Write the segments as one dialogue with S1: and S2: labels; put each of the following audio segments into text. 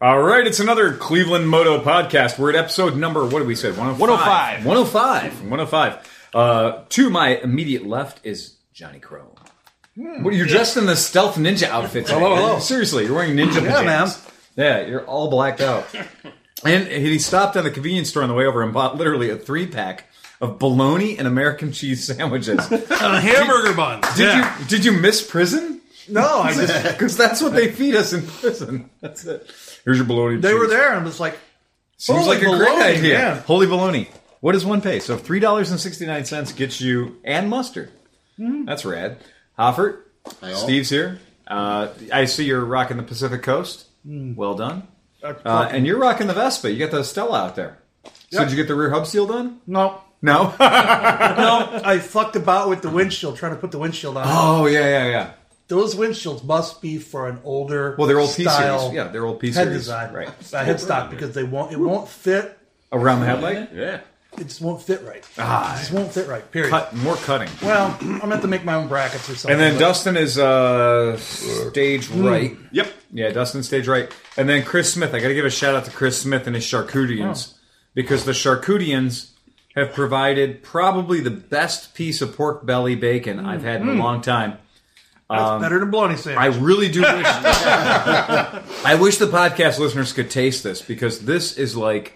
S1: All right, it's another Cleveland Moto podcast. We're at episode number, what did we say? 105.
S2: 105.
S1: 105. 105. Uh, to my immediate left is Johnny Crow. What, you're dressed in the stealth ninja outfit. today.
S2: Hmm. Hello, hello.
S1: Seriously, you're wearing ninja
S2: Yeah,
S1: pajamas. Yeah, you're all blacked out. and he stopped at the convenience store on the way over and bought literally a three pack of bologna and American cheese sandwiches. did
S3: on hamburger buns.
S1: you did you miss prison?
S2: No, I just
S1: Because that's what they feed us in prison. That's it. Here's your bologna. and
S2: they were
S1: cheese.
S2: there, and I'm just like,
S1: Seems
S2: Holy
S1: like a
S2: baloney,
S1: great idea.
S2: yeah.
S1: Holy baloney. What does one pay? So three dollars and sixty nine cents gets you and mustard.
S2: Mm-hmm.
S1: That's rad. Hoffert,
S4: Hey, all.
S1: Steve's here. Uh, I see you're rocking the Pacific Coast.
S2: Hmm.
S1: Well done. Uh, and you're rocking the Vespa. You got the Stella out there. So did you get the rear hub seal done?
S2: no,
S1: No.
S2: no. I fucked about with the windshield, trying to put the windshield on.
S1: oh yeah, yeah, yeah.
S2: Those windshields must be for an older,
S1: Well, they're old P
S2: style
S1: series. Yeah, they're old P
S2: head
S1: series.
S2: design,
S1: Right
S2: Uh, headstock because they won't. It won't fit.
S1: around the headlight.
S4: Yeah.
S2: It just won't fit right. Ah, it just won't fit right. Period.
S1: Cut more cutting.
S2: Well, I'm gonna have to make my own brackets or something.
S1: And then
S2: but-
S1: Dustin is uh, stage right.
S3: Yep.
S1: Yeah, Dustin stage right. And then Chris Smith. I got to give a shout out to Chris Smith and his Charcutians because the Charcutians have provided probably the best piece of pork belly bacon I've had in a long time.
S2: That's better than bologna
S1: I
S2: sandwich.
S1: really do wish. I wish the podcast listeners could taste this because this is like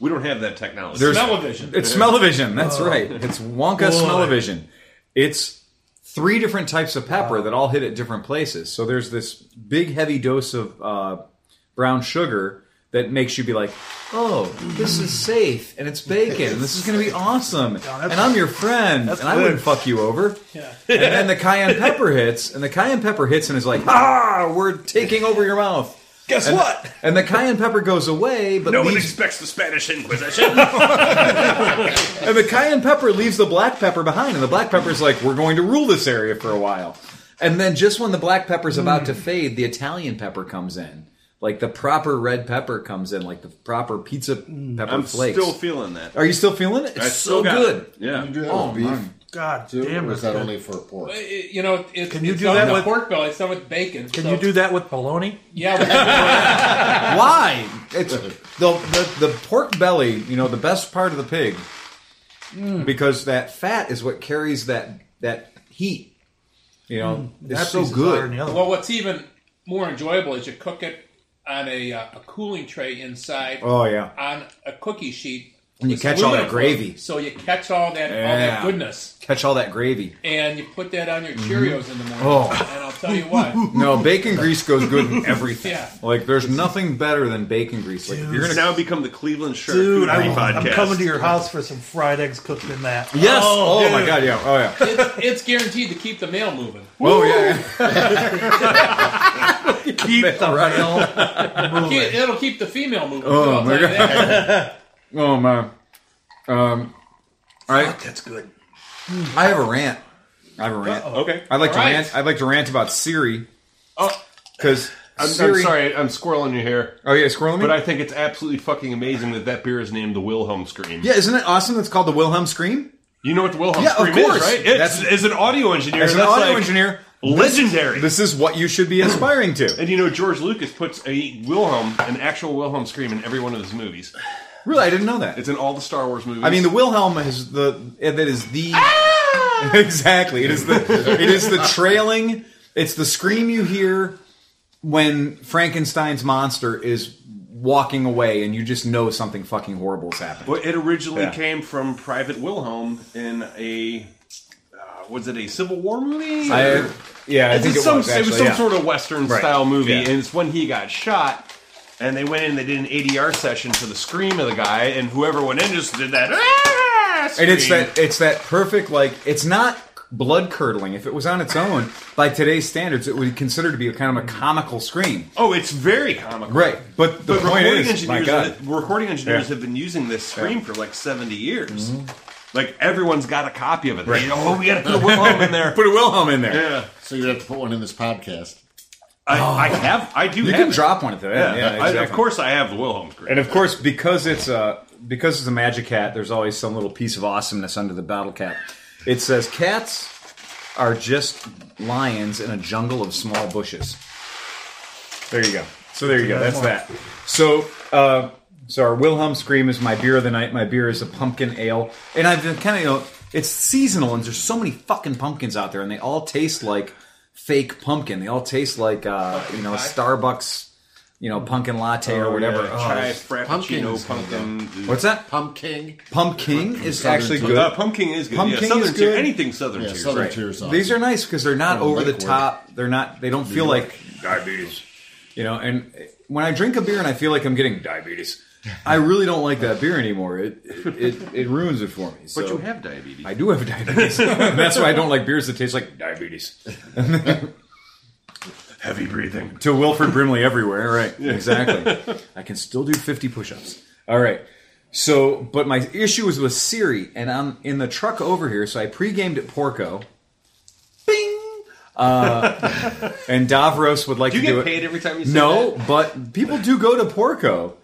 S4: We don't have that technology.
S1: there's
S3: Smell-o-vision.
S1: It's smell-o-vision. That's right. It's Wonka smell-o-vision. It's three different types of pepper that all hit at different places. So there's this big heavy dose of uh, brown sugar that makes you be like, "Oh, this is safe, and it's bacon, and this is going to be awesome,
S2: that's-
S1: and I'm your friend, and I
S2: good.
S1: wouldn't fuck you over." and then the cayenne pepper hits, and the cayenne pepper hits, and is like, "Ah, we're taking over your mouth."
S2: Guess
S1: And-
S2: what?
S1: And the cayenne pepper goes away, but
S3: No one
S1: leaves
S3: expects the Spanish Inquisition.
S1: And the cayenne pepper leaves the black pepper behind, and the black pepper's like, we're going to rule this area for a while. And then just when the black pepper's about
S4: Hmm.
S1: to fade, the Italian pepper comes in. Like the proper red pepper comes in, like the proper pizza pepper
S4: Hmm, I'm
S1: flakes.
S4: still feeling that.
S1: Are you still feeling it? It's
S4: I
S1: so
S4: still got
S1: good.
S4: it. Yeah.
S5: You do that
S1: Oh,
S5: with beef
S1: my.
S2: God
S5: too,
S2: damn,
S5: or is
S2: that's
S5: that
S2: good.
S5: only for pork?
S6: It- you know, it's,
S2: Can you
S6: it's
S2: do
S6: on
S2: that
S6: the
S2: with-
S6: pork belly. It's done with bacon.
S2: Can
S6: so-
S2: you do that with bologna?
S6: Yeah, we can
S1: Why? It's the, the the pork belly, you know, the best part of the pig,
S4: Hmm.
S1: because that fat is what carries that that heat. You know,
S4: Hmm.
S2: That
S1: it's so
S2: piece is hotter than
S1: good.
S2: the other
S6: do
S2: one.
S6: it. well, what's even more enjoyable is you cook it on a, uh, a cooling tray inside
S1: Oh yeah.
S6: on a cookie sheet.
S1: And you
S6: It's
S1: catch all that
S6: aluminum foil,
S1: gravy.
S6: So you catch all that all
S1: Yeah.
S6: that goodness,
S1: Catch all that gravy.
S6: and you put that on your Cheerios in the morning.
S1: Oh.
S6: And I'll tell you what,
S1: No, bacon grease goes good in everything.
S6: Yeah.
S1: Like, there's nothing better than bacon grease. Like, if you're gonna.
S4: now become the Cleveland Shark
S2: Dude,
S4: Charcuterie
S2: I'm, I'm
S4: podcast.
S2: coming to your house for some fried eggs cooked in that.
S1: Yes.
S2: Oh,
S1: Oh, my
S2: dude.
S1: god. Yeah. Oh yeah.
S6: it's, it's guaranteed to keep the mail moving.
S1: Oh yeah.
S2: Keep the rail moving.
S6: Ke- It'll keep the female moving.
S1: Oh,
S6: too, I'll
S1: my
S6: tell you that.
S1: yeah. Oh my. Um. All right.
S2: That's good.
S1: I have a rant. I have a rant. Oh,
S4: Okay.
S1: I'd like to
S6: All right.
S1: rant. I'd like to rant about Siri.
S4: Oh.
S1: Because
S4: I'm, I'm
S1: Siri.
S4: sorry, I'm squirreling your hair.
S1: Oh yeah, squirrel me.
S4: But I think it's absolutely fucking amazing that that beer is named the Wilhelm Scream.
S1: yeah, isn't it awesome? That's called the Wilhelm scream.
S4: You know what the Wilhelm
S1: Yeah, of
S4: Scream
S1: course.
S4: is, right? It's,
S1: That's-
S4: as an audio engineer,
S1: As an
S4: that's
S1: audio
S4: like
S1: engineer,
S4: legendary.
S1: this is what you should be aspiring to.
S4: and you know, George Lucas puts a Wilhelm, an actual Wilhelm Scream, in every one of his movies.
S1: Really, I didn't know that.
S4: It's in all the Star Wars movies.
S1: I mean, the Wilhelm is the eh, that is the
S4: Ah!
S1: exactly. It is the it is the trailing. It's the scream you hear when Frankenstein's monster is walking away, and you just know something fucking horrible is happening.
S4: Well, it originally
S1: Yeah.
S4: came from Private Wilhelm in a uh, was it a Civil War movie?
S1: I,
S4: Or-
S1: yeah, I
S4: It's
S1: think it,
S4: some,
S1: was actually,
S4: some
S1: yeah.
S4: sort of Western style movie,
S1: Yeah.
S4: and it's when he got shot. And they went in, they did an ADR session for the scream of the guy, and whoever went in just did that. "Ah!"
S1: and it's
S4: scream.
S1: that it's that perfect like it's not blood curdling. If it was on its own, by today's standards, it would be considered to be a kind of a comical scream.
S4: Oh, it's very comical.
S1: Right, but the
S4: But
S1: point
S4: recording
S1: is, my
S4: engineers,
S1: God,
S4: recording engineers
S1: Yeah. Mm-hmm.
S4: have been using this scream for like seventy years. Like everyone's got a copy of it. They, oh, we got to put a Wilhelm in there.
S1: put a Wilhelm in there.
S4: Yeah,
S5: So you have to put one in this podcast.
S4: I, I have. I do.
S1: Oh. You
S4: have
S1: can
S4: it.
S1: drop one at the end. Yeah,
S4: Yeah, I-
S1: exactly.
S4: of course I have the Wilhelm scream.
S1: And of course, because it's a because it's a magic hat, there's always some little piece of awesomeness under the battle cap. It says cats are just lions in a jungle of small bushes. There you go. So there you go. That's that. So, uh, so our Wilhelm Scream is my beer of the night. My beer is a pumpkin ale, and I've been kind of you know it's seasonal, and there's so many fucking pumpkins out there, and they all taste like fake pumpkin. They all taste like uh, you know Starbucks, you know pumpkin latte or whatever.
S4: Yeah,
S1: Oh,
S4: try
S1: it's-
S5: Pumpkin
S4: frappuccino
S5: is
S4: pumpkin.
S1: what's that?
S5: Pumpkin.
S1: Pumpkin is
S5: Southern
S1: actually
S5: tea.
S1: good.
S4: Uh, pumpkin is good.
S1: Pumpkin
S4: yeah, southern
S1: is
S4: tier-
S1: good.
S4: Anything southern
S5: Yeah,
S4: tier.
S5: Southern
S4: right.
S5: tier sauce.
S1: These are nice because they're not
S5: Or
S1: over the
S5: liquid.
S1: top. They're not. They don't feel like diabetes. You know, and eh, when I drink a beer and I feel like I'm getting diabetes, I really don't like that beer anymore. It it, it, it ruins it for me. So
S4: But you have diabetes.
S1: I do have diabetes. and that's why I don't like beers that taste like diabetes.
S4: Heavy breathing.
S1: to Wilfred Brimley everywhere. Right. Exactly. I can still do 50 push ups. All right. So, but my issue was with Siri, and I'm in the truck over here, so I pre-gamed at Porco. Bing! Uh, and Davros would like
S4: Do you
S1: to do
S4: get
S1: it.
S4: paid every time you say
S1: no,
S4: that?
S1: but people do go to Porco.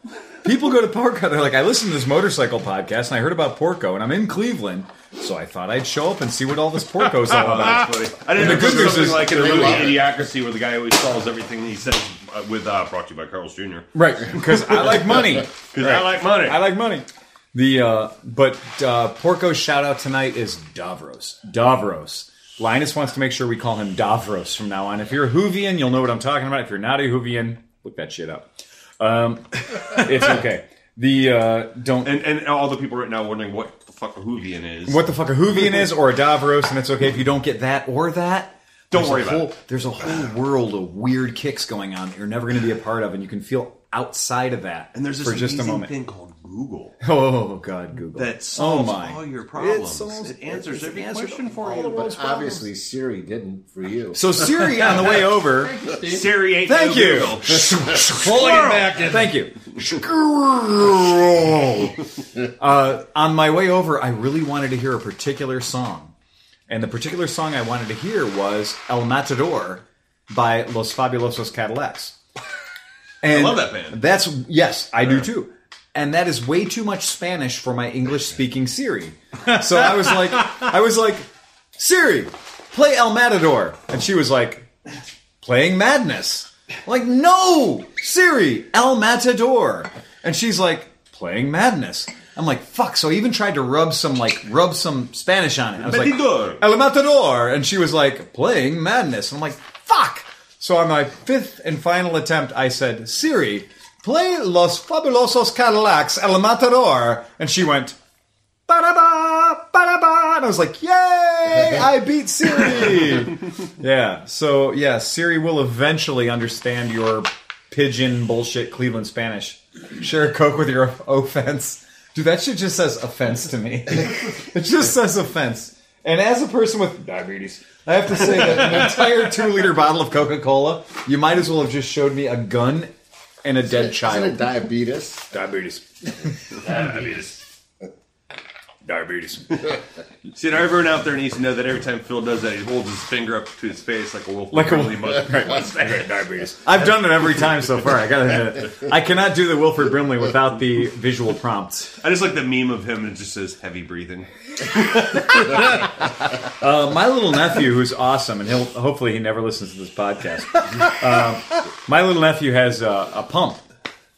S1: People go to Porco. They're like, I listened to this motorcycle podcast, and I heard about Porco, and I'm in Cleveland, so I thought I'd show up and see what all this Porco's all about.
S4: Oh, That's funny. I didn't
S1: And Ah. the
S4: know
S1: good news
S4: something
S1: is
S4: like in a
S5: they
S4: movie
S5: love it.
S4: Idiocracy where the guy always solves everything he says uh, with uh, brought to you by Carl's Jr.
S1: Right, because I like money.
S4: Because I like money.
S1: I like money. The uh, but uh, Porco's shout out tonight is Davros. Davros. Linus wants to make sure we call him Davros from now on. If you're a Hoovian, you'll know what I'm talking about. If you're not a Hoovian, look that shit up. Um, it's okay. The uh, don't
S4: and and all the people right now wondering what the fuck a Hoovian is.
S1: what the fuck a Hoovian is or a Davros, and it's okay if you don't get that or that.
S4: Don't
S1: There's
S4: worry
S1: a
S4: about
S1: whole,
S4: it.
S1: There's a whole world of weird kicks going on that you're never going to be a part of, and you can feel outside of that.
S4: And there's this
S1: for just a
S4: amazing
S1: moment.
S4: thing called Google
S1: Oh God, Google
S4: that solves
S1: oh, my.
S4: all your problems. It,
S1: solves-
S4: answers
S1: it
S4: every
S1: answers
S4: question for
S1: all
S4: you.
S1: the world's
S5: But obviously, Siri didn't for you.
S1: So Siri on the way over.
S4: Siri ain't
S1: Thank
S4: no
S1: you.
S4: Google.
S1: Pulling it back in. Thank you. uh, on my way over, I really wanted to hear a particular song, and the particular song I wanted to hear was "El Matador" by Los Fabulosos Cadillacs. And
S4: love that band.
S1: That's yes, I do too. And that is way too much Spanish for my English-speaking Siri. So I was like, I was like, Siri, play El Matador, and she was like, playing Madness. I'm like, no, Siri, El Matador, and she's like, playing Madness. I'm like, fuck. So I even tried to rub some like rub some Spanish on it. I was like,
S4: Matador.
S1: El Matador, and she was like, playing Madness, and I'm like, fuck. So on my fifth and final attempt, I said, Siri, play Los Fabulosos Cadillacs El Matador, and she went. Ba-da-ba, ba-da-ba, and I was like, "Yay! I beat Siri!" yeah. So yeah, Siri will eventually understand your pigeon bullshit Cleveland Spanish. Share a Coke with your offense, dude. That shit just says offense to me. it just says offense. And as a person with diabetes, I have to say that an entire two-liter bottle of Coca-Cola, you might as well have just showed me a gun and a dead
S5: Isn't it
S1: child.
S5: diabetes?
S1: Diabetes.
S3: Diabetes. Diabetes.
S4: See, now everyone out there needs to know that every time Phil does that, he holds his finger up to his face like a wolf.
S1: Like a-
S4: Really must- must- diabetes.
S1: I've done it every time so far. I gotta admit it. I cannot do the Wilfred Brimley without the visual prompts.
S4: I just like the meme of him. It just says heavy breathing.
S1: Uh, my little nephew, who's awesome, and he'll hopefully he never listens to this podcast. Uh, my little nephew has uh, a pump,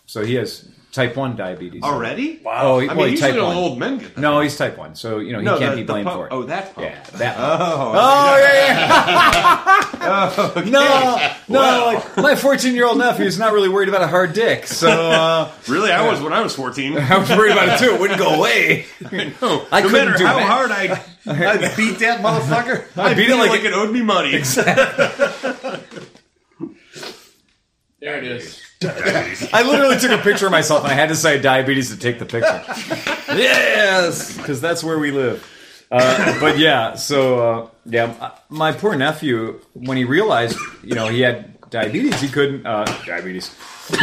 S1: so he has type one diabetes
S4: Already?
S1: Wow. Oh, he-
S4: I
S1: well,
S4: mean,
S1: he
S4: usually
S1: type
S4: don't
S1: one.
S4: old men get that.
S1: No, he's type one, so you know he
S4: No,
S1: can't
S4: the-
S1: be
S4: the
S1: blamed
S4: pump-
S1: for it.
S4: oh, that pump.
S1: Yeah, that. Oh, oh yeah. yeah. No, no. Like, my fourteen-year-old nephew is not really worried about a hard dick, so uh,
S4: Really, I was when I was 14.
S1: I was worried about it too. It wouldn't go away.
S4: no,
S1: I
S4: no
S1: couldn't
S4: matter
S1: do
S4: how
S1: math.
S4: hard I, I beat that motherfucker, I, beat, it like, it owed me money.
S6: There it is.
S1: I literally took a picture of myself and I had to say diabetes to take the picture. yes, because that's where we live. Uh, but yeah, so uh, yeah, m- my poor nephew, when he realized, you know, he had diabetes, he couldn't uh, diabetes.
S5: Easy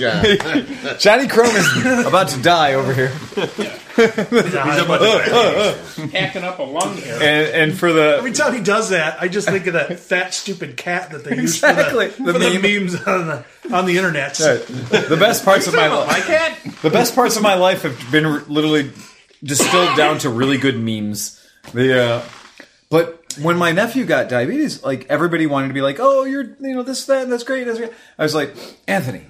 S5: job.
S1: Johnny Chrome is about to die over here.
S4: He's about to-
S6: Hacking up a lung here.
S1: And, and for the
S2: Every time he does that, I just think of that fat, stupid cat that they use
S1: Exactly.
S2: for,
S1: The
S2: the, for the
S1: meme.
S2: memes on the on the internet.
S1: the best parts of my life,
S4: cat.
S1: the best parts of my life have been r- literally distilled down to really good memes. The uh, but when my nephew got diabetes, like everybody wanted to be like, "Oh, you're you know this that and that's great." That's great. I was like, Anthony,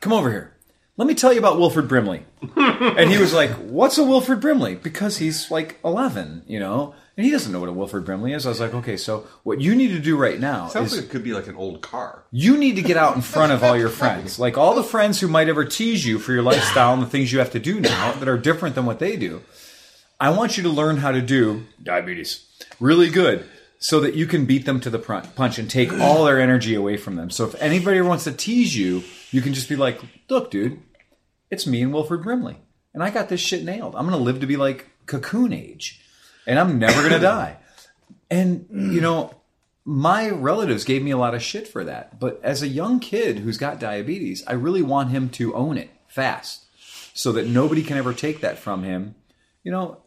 S1: come over here. Let me tell you about Wilfred Brimley. and he was like, "What's a Wilfred Brimley?" Because he's like 11, you know, and he doesn't know what a Wilfred Brimley is. I was like, "Okay, so what you need to do right now
S4: Sounds
S1: is
S4: like it could be like an old car.
S1: you need to get out in front of all your friends. Like all the friends who might ever tease you for your lifestyle and the things you have to do now that are different than what they do. I want you to learn how to do
S3: Diabetes.
S1: really good so that you can beat them to the pr- punch and take all their energy away from them. So if anybody wants to tease you, you can just be like, look, dude, it's me and Wilfred Brimley. And I got this shit nailed. I'm going to live to be like cocoon age and I'm never going to die. And, you know, my relatives gave me a lot of shit for that. But as a young kid who's got diabetes, I really want him to own it fast so that nobody can ever take that from him. You know,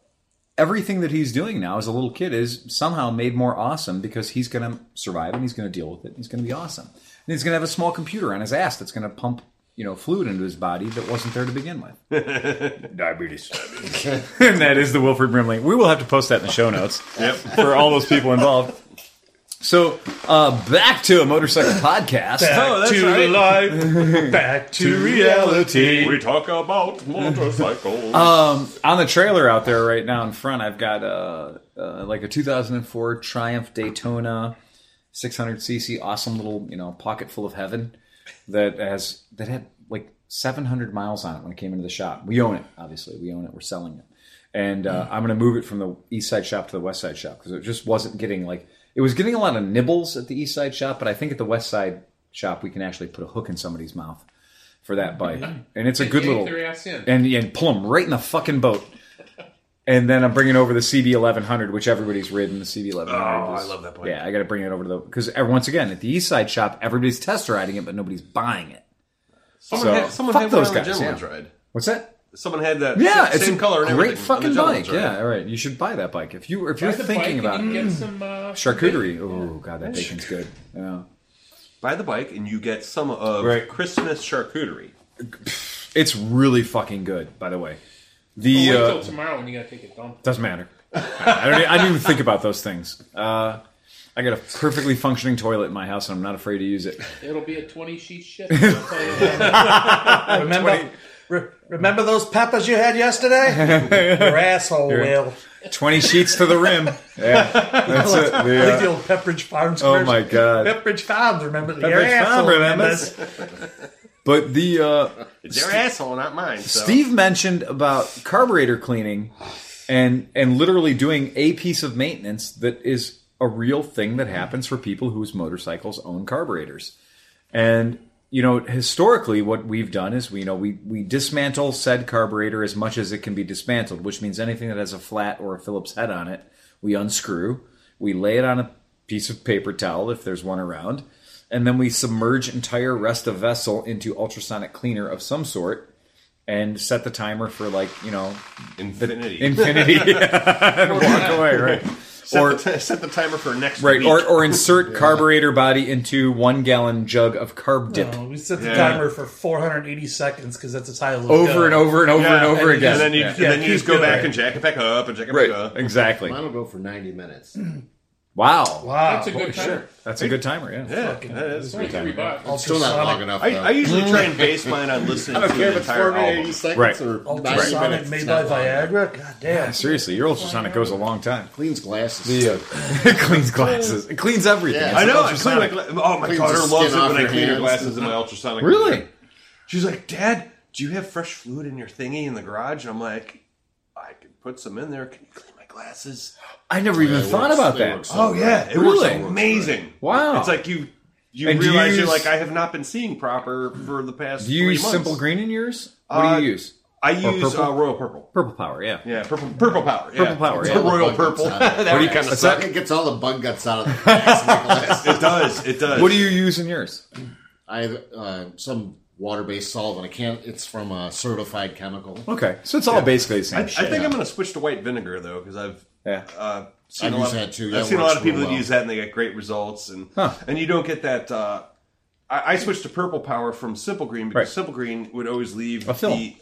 S1: everything that he's doing now as a little kid is somehow made more awesome because he's going to survive and he's going to deal with it. and He's going to be awesome. And he's going to have a small computer on his ass that's going to pump, you know, fluid into his body that wasn't there to begin with.
S3: Diabetes.
S1: and that is the Wilfred Brimley. We will have to post that in the show notes for all those people involved. So, uh, back to a motorcycle podcast.
S4: Oh, that's
S2: to
S4: right.
S2: life, back to
S1: reality.
S4: We talk about motorcycles.
S1: Uh, Um, On the trailer out there right now in front, I've got uh, uh, like a 2004 Triumph Daytona 600cc, awesome little you know pocket full of heaven that has that had like 700 miles on it when it came into the shop. We own it, obviously. We own it. We're selling it, and uh, I'm going to move it from the east side shop to the west side shop because it just wasn't getting like it was getting a lot of nibbles at the east side shop, but I think at the west side shop we can actually put a hook in somebody's mouth for that bite, and it's a good
S6: yank
S1: little
S6: their ass in.
S1: and and pull them right in the fucking boat. And then I'm bringing over the CB1100, which everybody's ridden. The CB1100.
S4: Oh, I love that bike.
S1: Yeah, I got to bring it over to the because once again at the East Side shop, everybody's test riding it, but nobody's buying it.
S4: someone
S1: so,
S4: had, someone
S1: fuck
S4: had
S1: those
S4: one on the
S1: guys,
S4: gentleman's
S1: yeah.
S4: ride.
S1: What's that?
S4: Someone had that.
S1: Yeah,
S4: same,
S1: it's
S4: same
S1: a
S4: color. and
S1: great
S4: everything on
S1: fucking
S4: the
S1: bike.
S4: gentleman's ride.
S1: Yeah, all right. You should buy that bike if you if you're
S6: Buy the
S1: thinking
S6: bike
S1: about
S6: and you can get some uh,
S1: charcuterie. Oh god, that bacon's good. Yeah.
S4: Buy the bike and you get some of
S1: Right.
S4: Christmas charcuterie.
S1: It's really fucking good, by the way.
S6: Wait
S1: The
S6: till
S1: uh,
S6: tomorrow when you gotta take a dump.
S1: doesn't matter. I don't. e, I didn't even think about those things. Uh, I got a perfectly functioning toilet in my house, and I'm not afraid to use it.
S6: It'll be a twenty sheet shit. I'll tell you that.
S2: Remember, re- remember those peppers you had yesterday? Your asshole, Will.
S1: 20 sheets to the rim. Yeah, that's it.
S2: I think
S1: The,
S2: the
S1: uh,
S2: old Pepperidge Farms.
S1: oh
S2: commercial.
S1: my god.
S2: Pepperidge Farms, remember? Your
S1: Pepperidge Farm
S2: asshole
S1: remembers. But the uh,
S4: It's their asshole, not mine. So.
S1: Steve mentioned about carburetor cleaning and and literally doing a piece of maintenance that is a real thing that happens for people whose motorcycles own carburetors. And you know, historically, what we've done is we you know we we dismantle said carburetor as much as it can be dismantled, which means anything that has a flat or a Phillips head on it, we unscrew, we lay it on a piece of paper towel if there's one around, and then we submerge entire rest of vessel into ultrasonic cleaner of some sort, and set the timer for like you know
S4: Infinity.
S1: infinity and walk away, right?
S4: set,
S1: or-
S4: the ti- set the timer for next
S1: Right,
S4: week.
S1: or, or insert carburetor body into one gallon jug of carb dip
S2: No, we set the
S4: Yeah.
S2: timer for 480 seconds because that's as high as it'll go.
S1: over and over and over
S4: Yeah,
S1: and over
S4: and
S1: again.
S4: then you,
S1: Yeah.
S4: and then
S2: Yeah,
S4: you just
S2: keep
S4: go
S2: doing
S4: back
S2: it.
S4: and jack it back up and jack it
S1: Right,
S4: back up.
S1: exactly.
S5: Mine'll go for 90 minutes.
S2: Mm.
S1: Wow.
S2: Wow.
S6: That's a good time.
S1: That's a good timer, yeah.
S4: Yeah, that is-
S6: Only three bucks.
S5: Still not long enough.
S4: I,
S5: though.
S4: I usually try and base mine on listening to an entire album.
S5: seconds
S1: Right.
S5: or 90
S2: Ultrasonic
S5: minutes.
S2: made
S5: It's
S2: by
S5: not long.
S2: Viagra? God damn.
S1: Seriously, your ultrasonic goes a long time.
S5: Cleans glasses.
S1: uh, it cleans glasses. It cleans everything.
S5: Yeah.
S1: It's
S4: I know. I clean my
S1: ultrasonic.
S4: gla- oh, my
S5: Cleans
S4: daughter
S5: the
S4: loves it
S5: skin
S4: when
S5: off
S4: I
S5: your
S4: clean her
S5: hands.
S4: glasses in my ultrasonic.
S1: Really?
S4: She's like, Dad, do you have fresh fluid in your thingy in the garage? And I'm like, I can put some in there. Can you clean my glasses?
S1: I never even
S5: It
S1: thought
S5: works-
S1: about
S5: it
S1: that.
S5: works
S4: Oh
S5: out
S4: yeah,
S5: right.
S4: it was
S1: Really?
S4: amazing.
S1: Wow.
S4: It's like you you
S1: And do you
S4: realize you are
S1: use-
S4: like I have not been seeing proper for the past.
S1: Do you
S4: three
S1: use
S4: months.
S1: simple green in yours? What
S4: Uh,
S1: do you use?
S4: I
S1: or
S4: use
S1: purple?
S4: uh, royal purple.
S1: Purple power, yeah.
S4: Yeah, purple purple power. Yeah.
S1: Purple power,
S4: It's
S1: yeah.
S4: a royal
S5: Bug guts
S4: purple.
S5: out of it.
S4: That
S5: What
S1: do you
S4: kinda
S1: call-
S4: sucks.
S5: It gets all the bug guts out of the glass. of the glass.
S4: It does. It does.
S1: What do you use in yours?
S5: I have uh, some water-based solvent. I can't. It's from a certified chemical.
S1: Okay, so it's all basically the same
S4: I, I
S1: shit.
S4: think I'm going to switch to white vinegar though, because I've
S1: Yeah.
S4: uh, seen
S5: I've
S4: a
S5: used
S4: lot.
S5: that, too.
S4: I've
S5: That
S4: seen a
S5: works
S4: lot of people
S5: real
S4: that
S5: well.
S4: use that and they get great results, and
S1: Huh.
S4: and you don't get that. Uh, I, I switched to purple power from simple green because
S1: Right.
S4: simple green would always leave
S1: A film.
S4: the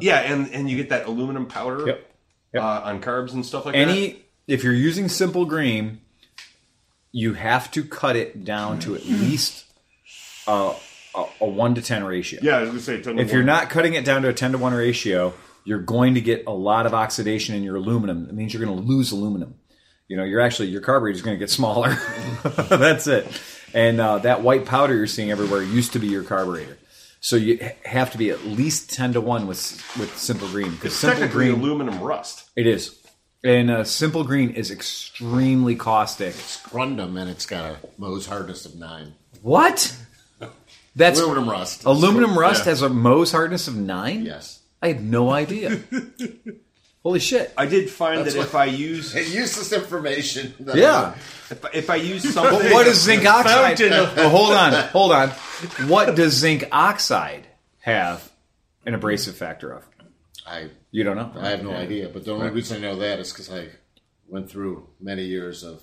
S4: yeah, and and you get that aluminum powder
S1: Yep. Yep.
S4: Uh, on carbs and stuff like that.
S1: any if you're using simple green you have to cut it down to at
S4: Hmm.
S1: least uh, a, a one to ten ratio.
S3: Yeah, I was gonna say. Ten to
S1: If you're
S3: one.
S1: not cutting it down to a 10 to 1 ratio, you're going to get a lot of oxidation in your aluminum. It means you're going to lose aluminum. You know, you're actually, your carburetor's going to get smaller. That's it. And uh, that white powder you're seeing everywhere used to be your carburetor. So you ha- have to be at least 10 to 1 with, with Simple Green. Because
S4: It's
S1: Simple
S4: technically
S1: Green,
S4: aluminum rust.
S1: it is. And uh, Simple Green is extremely caustic.
S5: Grundum, and it's got a Mohs hardness of nine.
S1: What? That's
S5: Aluminum rust.
S1: aluminum rust
S4: Yeah.
S1: has a Mohs hardness of 9?
S5: Yes.
S1: I had no idea. Holy shit.
S4: I did find
S5: That's
S4: that if I use
S5: It useless information. that-
S1: Yeah.
S4: if, if I use something,
S1: But what does zinc oxide? Oh, hold on, hold on. What does zinc oxide have an abrasive factor of?
S5: I
S1: You don't know.
S5: I have no idea, but the only reason I know that is because I went through many years of.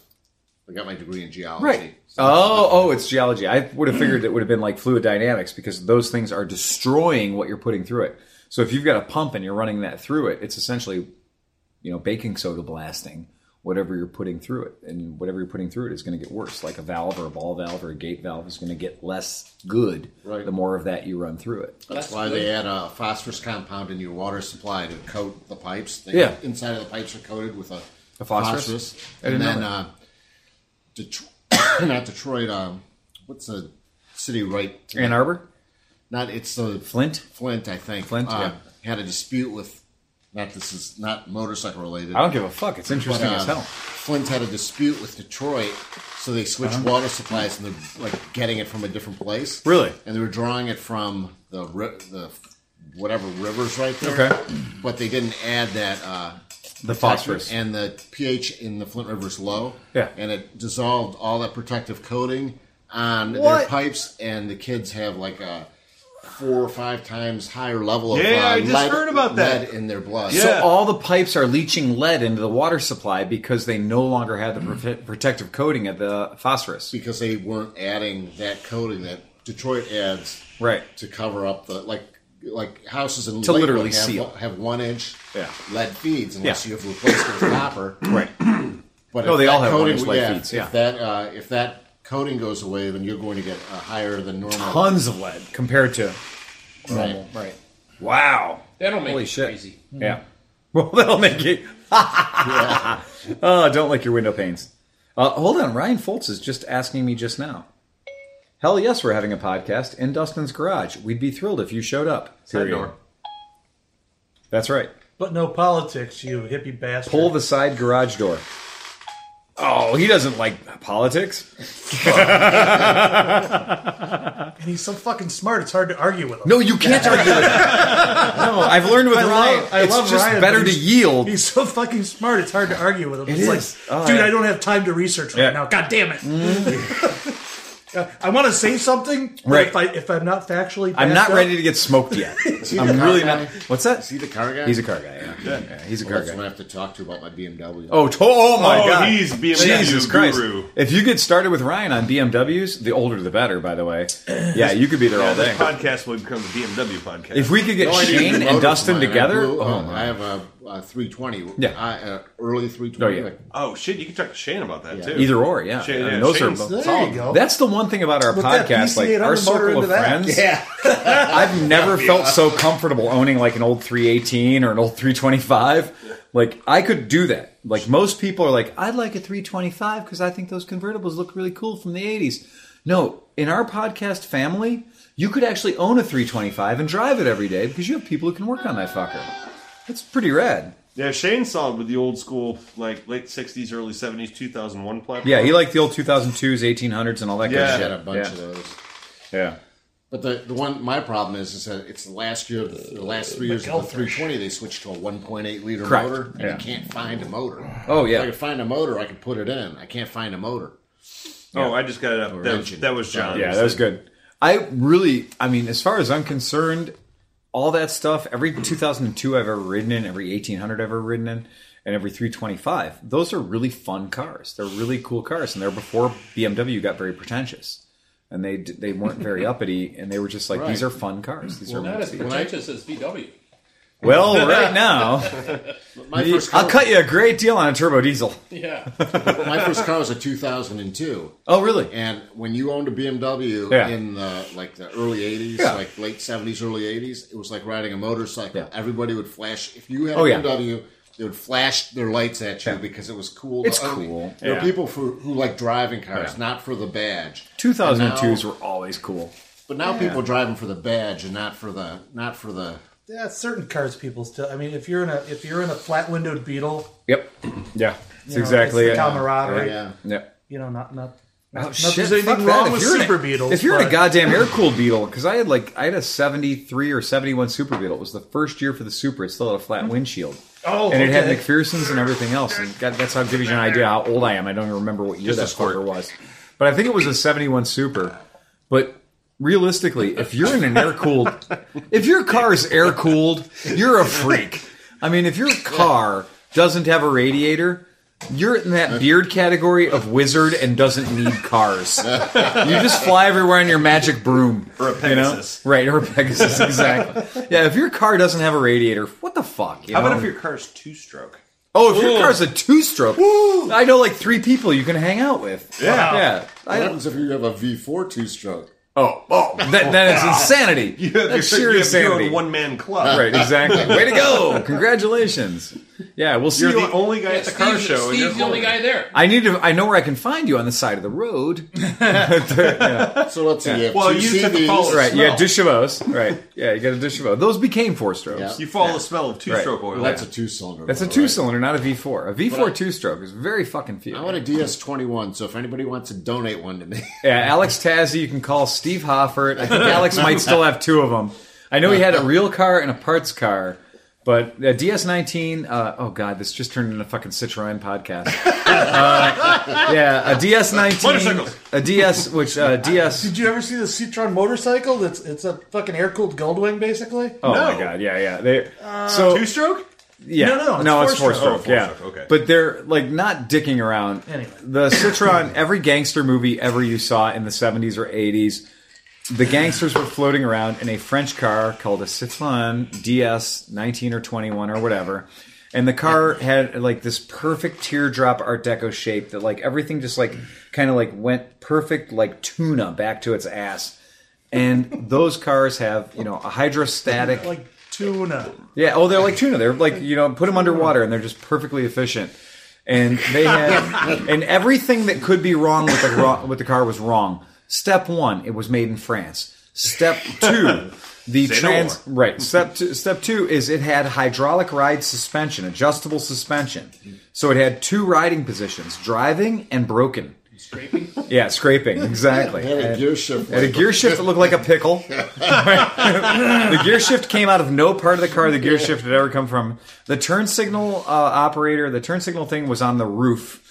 S5: I got my degree in geology.
S1: Right. Oh, oh, it's geology. I would have figured it would have been like fluid dynamics because those things are destroying what you're putting through it. So if you've got a pump and you're running that through it, it's essentially, you know, baking soda blasting whatever you're putting through it, and whatever you're putting through it is going to get worse. Like a valve or a ball valve or a gate valve is going to get less good
S5: Right.
S1: the more of that you run through it.
S5: That's why they add a phosphorus compound in your water supply to coat the pipes. They,
S1: Yeah.
S5: Inside of the pipes are coated with a,
S1: A phosphorus? I
S5: And
S1: didn't know
S5: then,
S1: that.
S5: uh, Detroit, not Detroit, um, what's the city right?
S1: Ann Arbor,
S5: Not, it's the
S1: Flint.
S5: Flint, I think.
S1: Flint,
S5: uh,
S1: yeah.
S5: Had a dispute with, not this is not motorcycle related.
S1: I don't give a fuck. It's interesting
S5: But,
S1: as
S5: uh,
S1: hell.
S5: Flint had a dispute with Detroit, so they switched
S1: Uh-huh.
S5: water supplies and they're like getting it from a different place.
S1: Really?
S5: And they were drawing it from the ri- the whatever rivers right there.
S1: Okay.
S5: But they didn't add that uh,
S1: The phosphorus.
S5: and the pH in the Flint River is low.
S1: Yeah.
S5: And it dissolved all that protective coating on their
S1: What?
S5: pipes, and the kids have like a four or five times higher level of
S4: Yeah,
S5: uh,
S4: I just
S5: lead,
S4: heard about that.
S5: lead in their blood.
S4: Yeah.
S1: So all the pipes are leaching lead into the water supply because they no longer have the
S4: Mm.
S1: prote- protective coating of the phosphorus.
S5: because they weren't adding that coating that Detroit adds
S1: Right.
S5: to cover up the like like houses in
S1: To
S5: Lakewood
S1: literally
S5: have,
S1: seal.
S5: have one inch
S1: Yeah.
S5: lead feeds unless
S1: Yeah.
S5: you have replaced it with copper.
S1: Right.
S5: But
S1: No,
S5: if
S1: Oh, they
S5: that
S1: all have
S5: coating-
S1: one-inch lead
S5: yeah,
S1: feeds, yeah.
S5: If that uh, if that coating goes away, then you're going to get a higher than normal.
S1: Tons of lead compared to
S5: Right.
S1: right. Wow.
S6: That'll make
S1: Holy
S6: it
S1: shit.
S6: crazy.
S4: Hmm.
S1: Yeah. Well, that'll make it.
S5: Yeah.
S1: Oh, don't like your window panes. Uh, hold on, Ryan Foltz is just asking me just now. Hell yes, we're having a podcast in Dustin's garage. We'd be thrilled if you showed up.
S4: Side
S1: Period.
S4: door.
S1: That's right.
S2: But no politics, you hippie bastard.
S1: Pull the side garage door. Oh, he doesn't like politics.
S2: and he's so fucking smart, it's hard to argue with him.
S1: No, you can't argue with that. No, I've learned with
S2: I
S1: Ryan,
S2: love- I
S1: it's
S2: love
S1: just
S2: Ryan,
S1: better
S2: but
S1: to
S2: he's-
S1: yield.
S2: He's so fucking smart, it's hard to argue with him.
S1: It is.
S2: it's like,
S1: Oh,
S2: dude,
S1: yeah.
S2: I don't have time to research right
S1: Yeah. Mm-hmm.
S2: now. God damn it. Uh, I want to say something, but
S1: Right.
S2: if, I, if I'm not factually
S1: I'm
S2: backed
S1: not
S2: up-
S1: ready to get smoked yet.
S5: he the
S1: I'm
S5: car
S1: really
S5: guy?
S1: not. What's that?
S5: Is he the car guy?
S1: He's a car guy. Yeah, Yeah, he's a
S5: Well,
S1: car
S5: that's what I
S1: guy.
S5: have to talk to about my BMW.
S1: Oh, to- oh my
S4: Oh,
S1: god.
S4: he's BMW
S1: Jesus Christ.
S4: guru.
S1: If you get started with Ryan on BMWs, the older the better, by the way. Yeah, you could be there all
S4: This
S1: day.
S4: podcast will become a BMW podcast.
S1: Oh, If we could get
S5: No idea
S1: Shane
S5: the motor
S1: and Dustin
S5: for mine. I
S1: together,
S5: blew-
S1: oh
S5: I
S1: my.
S5: have a, a 320.
S1: Yeah.
S5: I, uh, early 320.
S1: Oh, yeah.
S5: like,
S4: oh shit, you can talk to Shane about that
S5: Yeah.
S4: too.
S1: Either or, yeah.
S4: Shane-
S1: I mean,
S4: yeah,
S1: those are
S4: Shane's-
S1: both-
S2: There you
S5: Oh.
S2: go.
S1: That's the one thing about our
S2: With that
S1: podcast, like
S2: PC800
S1: our
S2: motor
S1: circle
S2: into
S1: of
S2: that.
S1: friends. I've never felt so comfortable owning like an old 318 or an old 325. Like I could do that. Like most people are like, I'd like a 325 because I think those convertibles look really cool from the 80s. No, in our podcast family, you could actually own a 325 and drive it every day because you have people who can work on that fucker. That's pretty rad.
S4: yeah, Shane solid with the old school, like late '60s, early '70s, 2001 platform.
S1: Yeah, he liked the old 2002s, 1800s, and all that
S5: I
S4: Yeah.
S1: kind of
S5: had a
S1: shit.
S5: bunch
S1: yeah.
S5: of those.
S1: Yeah.
S5: But the, the one my problem is is that it's the last year of the, the last three years of the 320 they switched to a 1.8 liter
S1: Correct.
S5: motor and
S1: Yeah.
S5: I can't find a motor.
S1: Oh, yeah.
S5: If I could find a motor, I could put it in. I can't find a motor.
S4: Oh, I just got it up. That, was-
S5: engine.
S4: that was John.
S1: Yeah, that was good. I really, I mean, as far as I'm concerned, all that stuff, every 2002 I've ever ridden in, every 1800 I've ever ridden in, and every 325, those are really fun cars. They're really cool cars, and they're before BMW got very pretentious. And they d- they weren't very uppity, and they were just like, these
S5: Right.
S1: are fun cars. These
S6: Not
S1: are
S6: as pretentious as VW.
S1: Well, right now,
S5: My first car,
S1: I'll cut you a great deal on a turbo diesel.
S6: Yeah.
S5: my first car was a 2002.
S1: Oh, really?
S5: And when you owned a BMW
S1: Yeah.
S5: in the like the early '80s,
S1: Yeah.
S5: like late '70s, early '80s, it was like riding a motorcycle.
S1: Yeah.
S5: Everybody would flash. If you had
S1: Oh,
S5: a
S1: yeah.
S5: BMW, they would flash their lights at you
S1: Yeah.
S5: because it was cool.
S1: It's
S5: to own it.
S1: cool.
S5: There
S4: Yeah.
S5: are people for, who like driving cars,
S1: Yeah.
S5: not for the badge.
S1: 2002s
S5: And now-
S1: were always cool.
S5: But now people drive them for the badge and not for the not for the.
S2: Yeah, certain cars people still. I mean, if you're in a if you're in a flat windowed Beetle,
S1: Yep. Yeah. That's
S2: know,
S1: exactly
S2: it's the
S1: it.
S2: camaraderie.
S5: Yeah.
S1: Yeah.
S2: you know, not not.
S1: Oh,
S2: Not there's anything
S1: fuck
S2: wrong
S1: If
S2: with
S1: you're in
S2: Super
S1: a,
S2: Beetles,
S1: If you're in a
S2: but-
S1: goddamn air cooled Beetle, because I had like I had a '73 or '71 Super Beetle. It was the first year for the Super. It still had a flat windshield.
S2: Oh,
S1: and it had
S2: okay.
S1: McPherson's and everything else. And God, that's how it gives you an idea how old I am. I don't even remember what year
S4: Just a
S1: that
S4: squirt.
S1: squirter was, but I think it was a '71 Super. But realistically, if you're in an air cooled, if your car is air cooled, you're a freak. I mean, if your car doesn't have a radiator. You're in that beard category of wizard and doesn't need cars. You just fly everywhere on your magic broom.
S4: Or a
S1: you know?
S4: Pegasus.
S1: Right, or a Pegasus, exactly. yeah, if your car doesn't have a radiator, what the fuck? you
S4: How about
S1: know?
S4: if your car's two stroke?
S1: Oh, if your car's a two stroke, I know like three people you can hang out with.
S4: Yeah.
S1: Yeah.
S5: What
S1: I,
S5: happens if you have a V4 two stroke?
S1: oh, oh. That, that is insanity.
S4: You have
S1: That's
S4: your,
S1: serious
S4: you have your
S1: sanity.
S4: own one man club.
S1: right, exactly. Way to go. Congratulations. Yeah, we'll see
S4: You're
S1: you
S4: the
S1: on-
S4: only guy at the car
S6: Steve's-
S4: show. and you're
S6: Steve's the
S4: holding
S6: only guy
S4: it.
S6: there.
S1: I need to. I know where I can find you on the side of the road.
S5: So let's see. You have
S4: Well,
S5: two
S4: you said the
S5: CVs.
S4: follow-
S1: Right. Yeah.
S4: Smell.
S1: Dishevos. Right. Yeah. You got a Dishevos. Those became four strokes.
S5: Yeah.
S4: You follow the smell of two stroke
S1: Right.
S4: oil.
S5: Well, that's a two cylinder.
S1: That's a two cylinder, not a V4. A
S5: But I-
S1: V4 two stroke is very fucking few.
S5: I want a DS21, so if anybody wants to donate one to me,
S1: Yeah, Alex Tazzy, you can call Steve Hoffert. I think Alex might still have two of them. I know he had a real car and a parts car, but uh, DS19. Uh, oh god, this just turned into a fucking Citroen podcast. Uh, yeah, a DS19,
S4: Motorcycles.
S1: a DS, which uh, DS.
S2: Did you ever see the Citroen motorcycle? That's it's a fucking air cooled Goldwing, basically.
S1: Oh
S4: No.
S1: my god, yeah, yeah. They
S2: Oh.
S1: so
S4: two stroke?
S1: Yeah.
S2: No, no, it's
S1: no, it's four
S2: four-stroke.
S1: stroke.
S4: Oh,
S1: yeah,
S4: four-stroke, okay.
S1: But they're like not dicking around.
S2: Anyway.
S1: the Citron, every gangster movie ever you saw in the seventies or eighties, the gangsters were floating around in a French car called a Citroen DS nineteen or twenty one or whatever. And the car had like this perfect teardrop Art Deco shape that like everything just like kind of like went perfect like tuna back to its ass. And those cars have you know a hydrostatic
S2: Like tuna.
S1: yeah. Oh, they're like tuna. They're like you know, put them underwater, and they're just perfectly efficient. And they had, and everything that could be wrong with the ro- with the car was wrong. Step one, it was made in France. Step two, the
S4: Say no
S1: trans
S4: more.
S1: right. Step two, step two is it had hydraulic ride suspension, adjustable suspension. So it had two riding positions: driving and broken.
S6: Scraping.
S1: Yeah, scraping exactly.
S5: I have a
S1: And-
S5: gear shift.
S1: and a gear shift that looked like a pickle. the gear shift came out of no part of the car the gear shift had ever come from. The turn signal uh, operator, the turn signal thing was on the roof.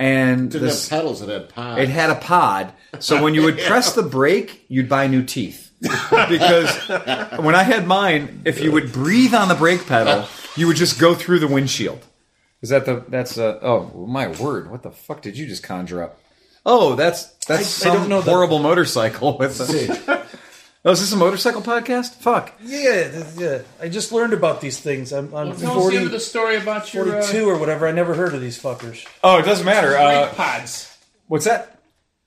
S1: And
S5: didn't
S1: this,
S5: have pedals. It had pods.
S1: it had a pod. So when you would press the brake, you'd buy new teeth. because when I had mine, if you would breathe on the brake pedal, you would just go through the windshield. Is that the that's a oh my word, what the fuck did you just conjure up? Oh, that's that's
S2: I- I
S1: some
S2: don't know the-
S1: horrible motorcycle with a, Oh, is this a motorcycle podcast? Fuck.
S2: Yeah, th- yeah. I just learned about these things. I'm, I'm
S6: Tell us the end
S2: 40,
S6: of the story about your uh,
S2: 42 or whatever. I never heard of these fuckers.
S1: Oh, it doesn't matter.
S6: brake
S1: Uh,
S6: pods.
S1: what's that?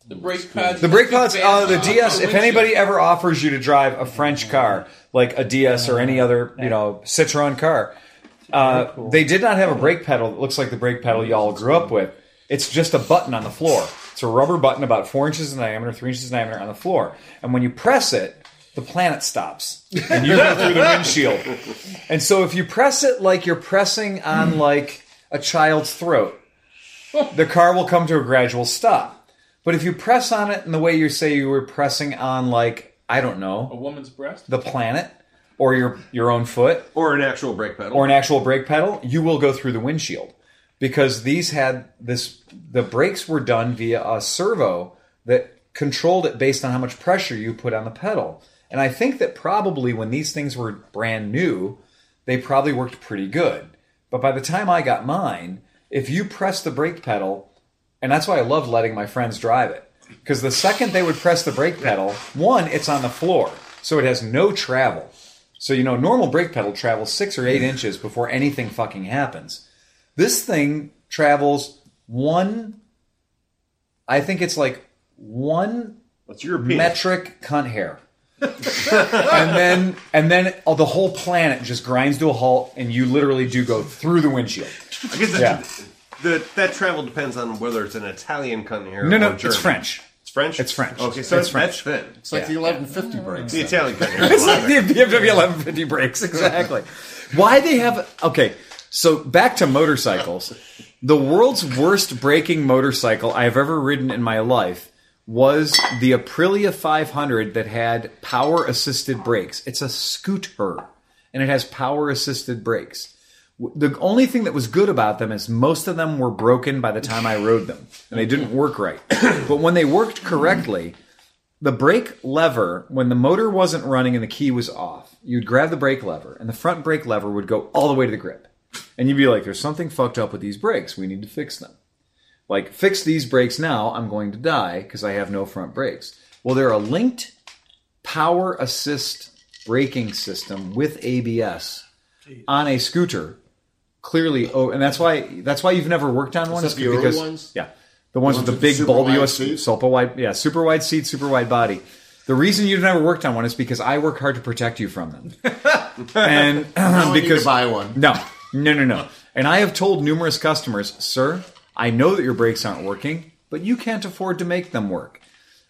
S6: The brake pods.
S1: The brake pods, uh, the
S6: Uh,
S1: DS. If
S6: windshield.
S1: anybody ever offers you to drive a French car, like a DS or any other, you know, Citroen car, uh, they did not have a brake pedal that looks like the brake pedal y'all grew up with. It's just a button on the floor. It's a rubber button about four inches in diameter, three inches in diameter on the floor, and when you press it, the planet stops and you go through the windshield. And so if you press it like you're pressing on like a child's throat, the car will come to a gradual stop. But if you press on it in the way you say you were pressing on, like I don't
S6: a
S1: know,
S6: woman's breast.
S1: the planet or your your own foot
S4: Or an actual brake pedal.
S1: or an actual brake pedal, you will go through the windshield because these had this. The brakes were done via a servo that controlled it based on how much pressure you put on the pedal. And I think that probably when these things were brand new, they probably worked pretty good. But by the time I got mine, if you press the brake pedal, and that's why I love letting my friends drive it. Because the second they would press the brake pedal, one, it's on the floor, so it has no travel. So you know, normal brake pedal travels six or eight inches before anything fucking happens. This thing travels one. I think it's like one
S4: That's European.
S1: metric cunt hair. and then and then oh, the whole planet just grinds to a halt and you literally do go through the windshield.
S4: I guess that,
S1: Yeah.
S4: the, that travel depends on whether it's an Italian cunt here.
S1: No,
S4: or
S1: no,
S4: German.
S1: it's French.
S4: It's French.
S1: It's French.
S4: Okay, so
S1: It's
S4: it's
S1: French.
S4: French. That's thin.
S5: It's like the 1150 brakes.
S4: The
S5: then.
S4: Italian cunt here. is
S1: It's like
S4: longer.
S1: the BMW 1150 brakes, exactly. Why they have okay? So back to motorcycles. The world's worst braking motorcycle I've ever ridden in my life was the Aprilia 500 that had power assisted brakes. It's a scooter, and it has power assisted brakes. W- The only thing that was good about them is most of them were broken by the time I rode them, and they didn't work right. But when they worked correctly, the brake lever, when the motor wasn't running and the key was off, you'd grab the brake lever, and the front brake lever would go all the way to the grip. And you'd be like, there's something fucked up with these brakes. We need to fix them. Like, fix these brakes now. I'm going to die because I have no front brakes. Well, they're a linked power assist braking system with ABS on a scooter. Clearly, oh, and that's why that's why you've never worked on one.
S5: that
S1: is
S5: the Euro
S1: because
S5: ones?
S1: yeah, the ones
S5: ones
S1: with the
S5: with the
S1: big
S5: super wide
S1: bulbous,
S5: seat?
S1: super wide, yeah, super wide seat, super wide body. The reason you've never worked on one is because I work hard to protect you from them, and
S5: I need to
S1: because
S5: buy one.
S1: no, no, no, no. And I have told numerous customers, sir, I know that your brakes aren't working, but you can't afford to make them work.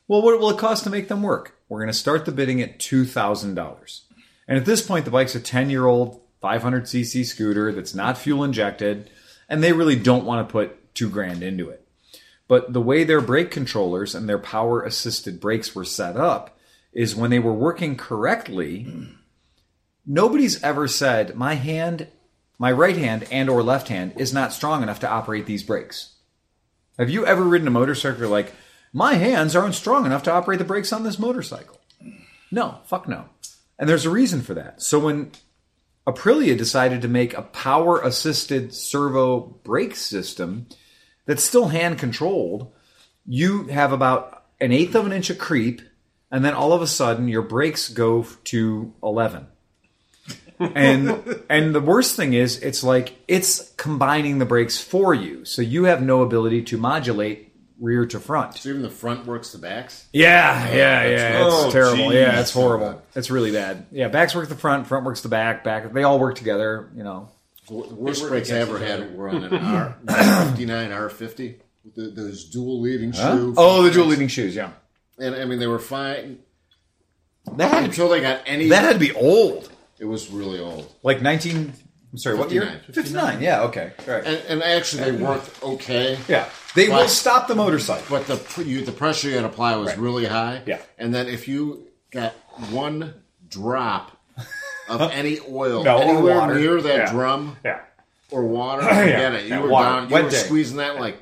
S1: Well, what will it cost to make them work? We're going to start the bidding at $2,000. And at this point, the bike's a 10 year old 500cc scooter that's not fuel injected, and they really don't want to put two grand into it. But the way their brake controllers and their power assisted brakes were set up is when they were working correctly, nobody's ever said, my hand, my right hand and or left hand is not strong enough to operate these brakes. Have you ever ridden a motorcycle like, my hands aren't strong enough to operate the brakes on this motorcycle? No, fuck no. And there's a reason for that. So when Aprilia decided to make a power assisted servo brake system that's still hand controlled, you have about an eighth of an inch of creep, and then all of a sudden your brakes go to 11 and and the worst thing is it's like it's combining the brakes for you so you have no ability to modulate rear to front
S5: So even the front works the backs.
S1: yeah yeah yeah it's
S4: Oh,
S1: terrible
S4: geez.
S1: yeah it's horrible it's really bad yeah backs work the front front works the back back they all work together you know
S5: The wor- the worst brakes I ever had were on an R fifty nine R fifty. Those dual leading shoe.
S1: oh the dual leading shoes yeah
S5: And I mean they were fine
S1: that had,
S5: until they got any.
S1: that had to be old
S5: It was really old.
S1: like 19 i'm sorry what year
S5: 59.
S1: 59 yeah okay all right
S5: And, and actually they worked okay.
S1: yeah they will
S5: Right.
S1: stop the motorcycle
S5: But the pr- you, the pressure you had to apply was really high.
S1: Yeah.
S5: And then if you got one drop of any oil
S1: No, or
S5: anywhere
S1: water.
S5: near that
S1: Yeah.
S5: drum
S1: yeah
S5: or water, forget it. You
S1: that
S5: were
S1: water.
S5: down. You
S1: Wet
S5: were
S1: day.
S5: squeezing that like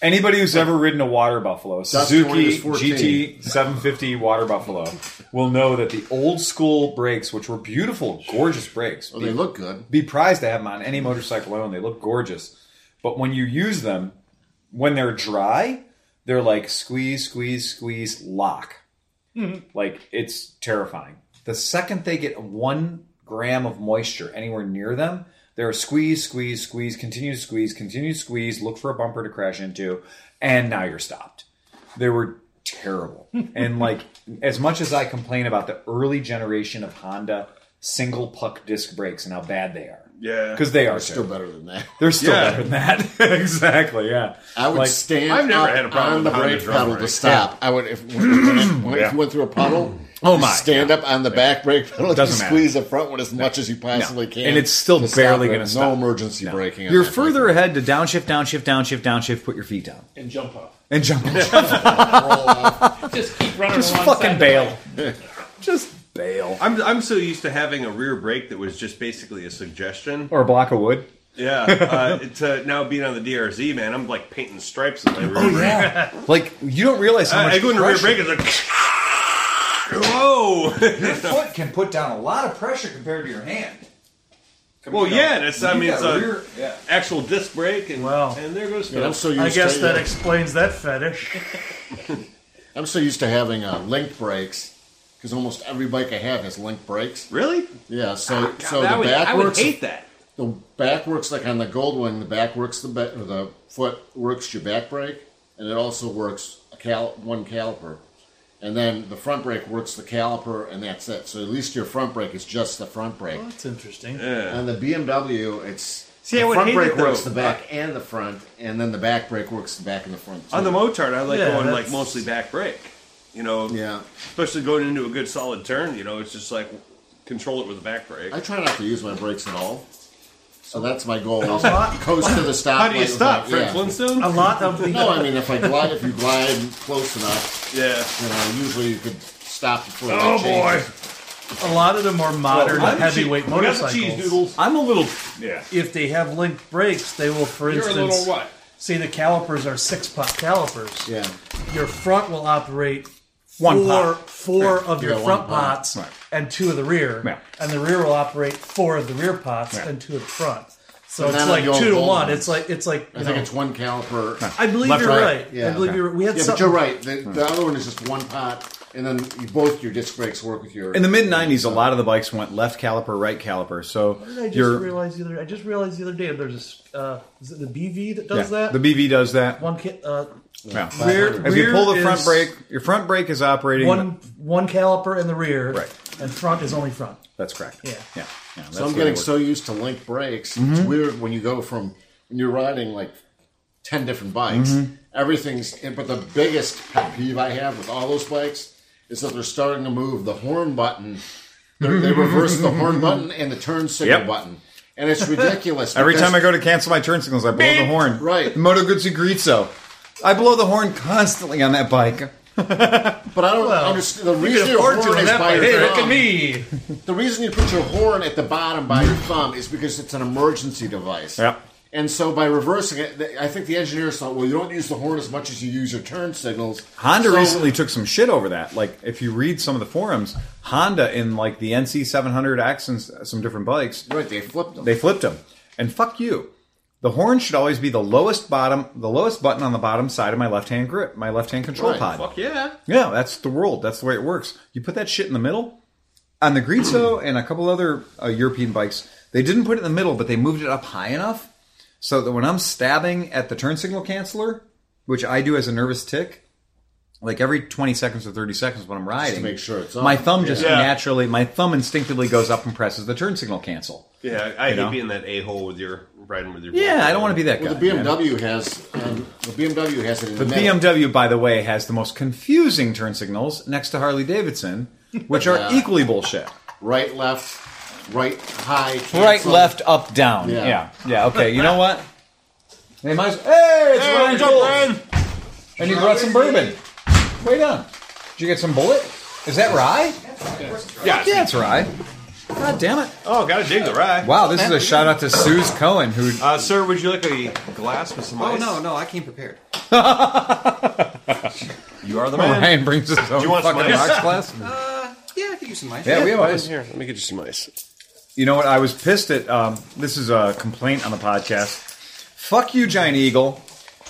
S1: Anybody who's ever ridden a water buffalo,
S5: when he
S1: Suzuki
S5: was 14.
S1: GT 750 water buffalo, will know that the old school brakes, which were beautiful, gorgeous brakes,
S5: well, oh, they look good.
S1: be prized to have them on any motorcycle I own. They look gorgeous. But when you use them, when they're dry, they're like squeeze, squeeze, squeeze, lock. Like it's terrifying. The second they get one gram of moisture anywhere near them, they're squeeze, squeeze, squeeze, continue to squeeze, continue to squeeze, look for a bumper to crash into, and now you're stopped. They were terrible. and like as much as I complain about the early generation of Honda single puck disc brakes and how bad they are.
S4: Yeah.
S1: Because they are
S5: Still
S1: still
S5: better than that.
S1: they're still
S4: Yeah.
S1: better than that. exactly, yeah.
S5: I would
S1: Like,
S5: stand
S4: I've never
S5: up
S4: had a problem
S5: on
S4: with
S5: the
S4: Honda
S5: brake
S4: drum
S5: pedal to
S4: brakes.
S5: stop. I would if, when- when- if you went through a puddle. Oh
S1: my.
S5: Stand up on the back brake pedal.
S1: Doesn't
S5: Doesn't
S1: matter.
S5: squeeze the front one as much as you possibly can,
S1: And it's still
S5: to stop
S1: barely
S5: it.
S1: gonna
S5: No
S1: stop.
S5: emergency braking. on
S1: You're
S5: that
S1: further
S5: brake
S1: ahead to downshift, downshift, downshift, downshift, put your feet down.
S6: and jump off.
S1: And jump.
S6: Just keep running
S1: Just
S6: alongside
S1: fucking
S6: the
S1: bail.
S6: bike.
S1: Just bail.
S4: I'm, I'm so used to having a rear brake that was just basically a suggestion.
S1: Or a block of wood.
S4: Yeah. Uh, to now being on the DRZ, man, I'm like painting stripes with my rear brake.
S1: Like you don't realize how
S4: I,
S1: much
S4: I go into rear
S1: pressure
S4: brake, it's like, whoa.
S1: your foot can put down a lot of pressure compared to your hand.
S4: Well, yeah, that's, I
S1: You
S4: mean,
S1: got
S4: it's a
S1: rear- yeah.
S4: actual disc brake, and
S2: Wow.
S4: and there goes
S5: pedal. I'm
S4: Phil.
S5: so used
S2: I guess
S5: to,
S2: that explains that fetish.
S5: I'm so used to having uh, linked brakes because almost every bike I have has link brakes.
S4: Really?
S5: Yeah, so
S4: Ah, God,
S5: so
S4: that
S5: the
S4: would-
S5: back
S4: I would
S5: works.
S4: hate that.
S5: The back works like on the gold one. The back works the ba- or the foot works your back brake, and it also works a cal- one caliper, and then the front brake works the caliper, and that's it. So at least your front brake is just the front brake.
S2: That's interesting.
S5: On the BMW, it's
S4: See,
S5: the
S4: I would
S5: front
S4: hate
S5: brake
S4: it, though.
S5: works the back and the front, and then the back brake works the back and the front.
S4: On the
S5: too.
S4: Motard, I like
S2: Yeah,
S4: going like
S2: that's-
S4: mostly back brake. You know,
S5: yeah,
S4: especially going into a good solid turn. You know, it's just like control it with the back brake.
S5: I try not to use my brakes at all. So that's my goal. is Coast to the stop.
S4: How do you
S5: light
S4: stop,
S5: without-
S4: Fred
S5: yeah.
S4: Flintstone?
S2: A lot of the
S5: No, I mean if I glide, if you glide close enough,
S4: yeah.
S5: you know, usually you could stop before.
S4: Oh,
S5: that changes.
S2: a lot of the more modern
S4: Without the
S2: heavyweight
S4: cheese- without the cheese
S2: motorcycles,
S4: doodles.
S1: I'm a little.
S4: Yeah.
S2: if they have linked brakes, they will, for
S6: You're a
S2: instance,
S6: little what?
S2: say the calipers are six pot calipers.
S5: Yeah,
S2: Your front will operate
S1: One
S2: four, four of
S5: Yeah,
S2: your
S5: one
S2: front
S5: pot.
S2: pots
S1: Right.
S2: and two of the rear,
S1: Yeah.
S2: and the rear will operate four of the rear pots and two of the front. So
S5: So
S2: it's
S5: now
S2: like
S5: you'll
S2: two to
S5: roll
S2: one.
S5: them.
S2: It's like it's like
S5: I think it's one caliper.
S2: I believe
S1: Left,
S2: you're
S1: right.
S2: right. I
S5: Yeah,
S2: believe
S1: okay.
S2: you're. We had
S5: Yeah, but
S2: something.
S5: you're right. The, the other one is just one pot, and then you, both your disc brakes work with your.
S1: In the mid '90s, a lot of the bikes went left caliper, right caliper. So
S2: I just
S1: you're-
S2: realized the other. I just realized the other day there's this. Uh, is it the BV that
S1: yeah,
S2: does that?
S1: the BV does that.
S2: one ca- uh,
S1: Yeah.
S2: rear,
S1: If you
S2: rear
S1: pull the front
S2: is
S1: brake, your front brake is operating.
S2: one one caliper in the rear,
S1: Right.
S2: and front is only front.
S1: That's correct.
S2: Yeah.
S1: Yeah. yeah that's
S5: So I'm
S1: the way it
S5: getting
S1: works.
S5: so used to link brakes. It's
S2: Mm-hmm.
S5: weird when you go from when you're riding like ten different bikes.
S2: Mm-hmm.
S5: Everything's but the biggest pet peeve I have with all those bikes is that they're starting to move the horn button. They're- they reverse the horn button and the turn signal
S1: Yep.
S5: button, and it's ridiculous.
S1: Every time I go to cancel my turn signals, I blow the horn.
S5: Right.
S1: The Moto Guzzi Grizzo. I blow the horn constantly on that bike.
S5: but I don't understand the reason your horn is by your
S2: hey, look
S5: thumb.
S2: at me!
S5: The reason you put your horn at the bottom by your thumb is because it's an emergency device.
S1: Yep.
S5: And so by reversing it, th- I think the engineers thought, well, you don't use the horn as much as you use your turn signals.
S1: Honda
S5: So-
S1: recently took some shit over that. Like, if you read some of the forums, Honda in like the NC700X and s- some different bikes,
S5: Right, they flipped them.
S1: they flipped them. And fuck you. The horn should always be the lowest bottom, the lowest button on the bottom side of my left hand grip, my left hand control
S5: Right,
S1: pod.
S4: Fuck yeah.
S1: Yeah, that's the world. That's the way it works. You put that shit in the middle. On the Grizzo and a couple other uh, European bikes, they didn't put it in the middle, but they moved it up high enough so that when I'm stabbing at the turn signal canceller, which I do as a nervous tick, like every 20 seconds or 30 seconds when I'm riding,
S5: make sure it's on.
S1: my thumb just
S4: Yeah.
S1: naturally, my thumb instinctively goes up and presses the turn signal cancel.
S4: Yeah, I hate
S1: know?
S4: being that a hole with your riding with your.
S1: Yeah, I don't want to be that guy.
S5: Well, the BMW has um, the BMW has it in the,
S1: The
S5: middle.
S1: BMW, by the way, has the most confusing turn signals next to Harley Davidson, which are
S5: Yeah.
S1: equally bullshit.
S5: right, left, right, high,
S1: Right,
S5: cancel.
S1: left, up, down. Yeah.
S5: Yeah.
S1: yeah, Okay. You know what? They might. As, hey, it's Ryan Gold. And you brought some bourbon. Wait on. Did you get some bullet? Is that rye?
S4: Yeah.
S1: Yeah, it's rye. God damn it!
S4: Oh, gotta dig the rye.
S1: Wow, this is a shout out to Suze Cohen who.
S4: Uh, sir, would you like a glass with some
S7: Oh
S4: ice?
S7: no, no, I came prepared.
S4: You are the man.
S1: Ryan brings us home.
S4: Oh, you want some
S1: fucking
S4: ice?
S1: rocks glass?
S7: Uh, Yeah, I could use some ice.
S1: Yeah, we have ice.
S4: Here, let me get you some ice.
S1: You know what? I was pissed at. Um, this is a complaint on the podcast. Fuck you, Giant Eagle.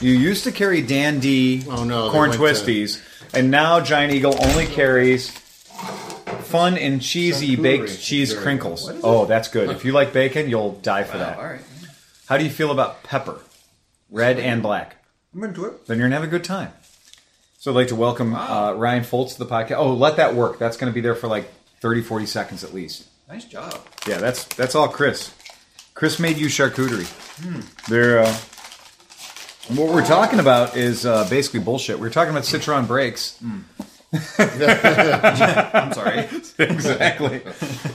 S1: You used to carry Dan D
S5: Oh, no, they
S1: corn
S5: went
S1: twisties, and now Giant Eagle only carries fun and cheesy
S5: Charcuterie.
S1: baked cheese
S5: Charcuterie.
S1: crinkles. Oh, that's good. If you like bacon, you'll die for
S7: Wow, all
S1: that.
S7: right.
S1: How do you feel about pepper, red and black?
S7: I'm into it.
S1: Then you're gonna have a good time. So I'd like to welcome uh, Ryan Foltz to the podcast. Oh, let that work. That's gonna be there for like 30, 40 seconds at least.
S7: Nice job.
S1: Yeah, that's that's all Chris. Chris made you charcuterie. They're uh, what we're talking about is uh, basically bullshit. We're talking about Citron breaks.
S7: I'm sorry.
S1: exactly.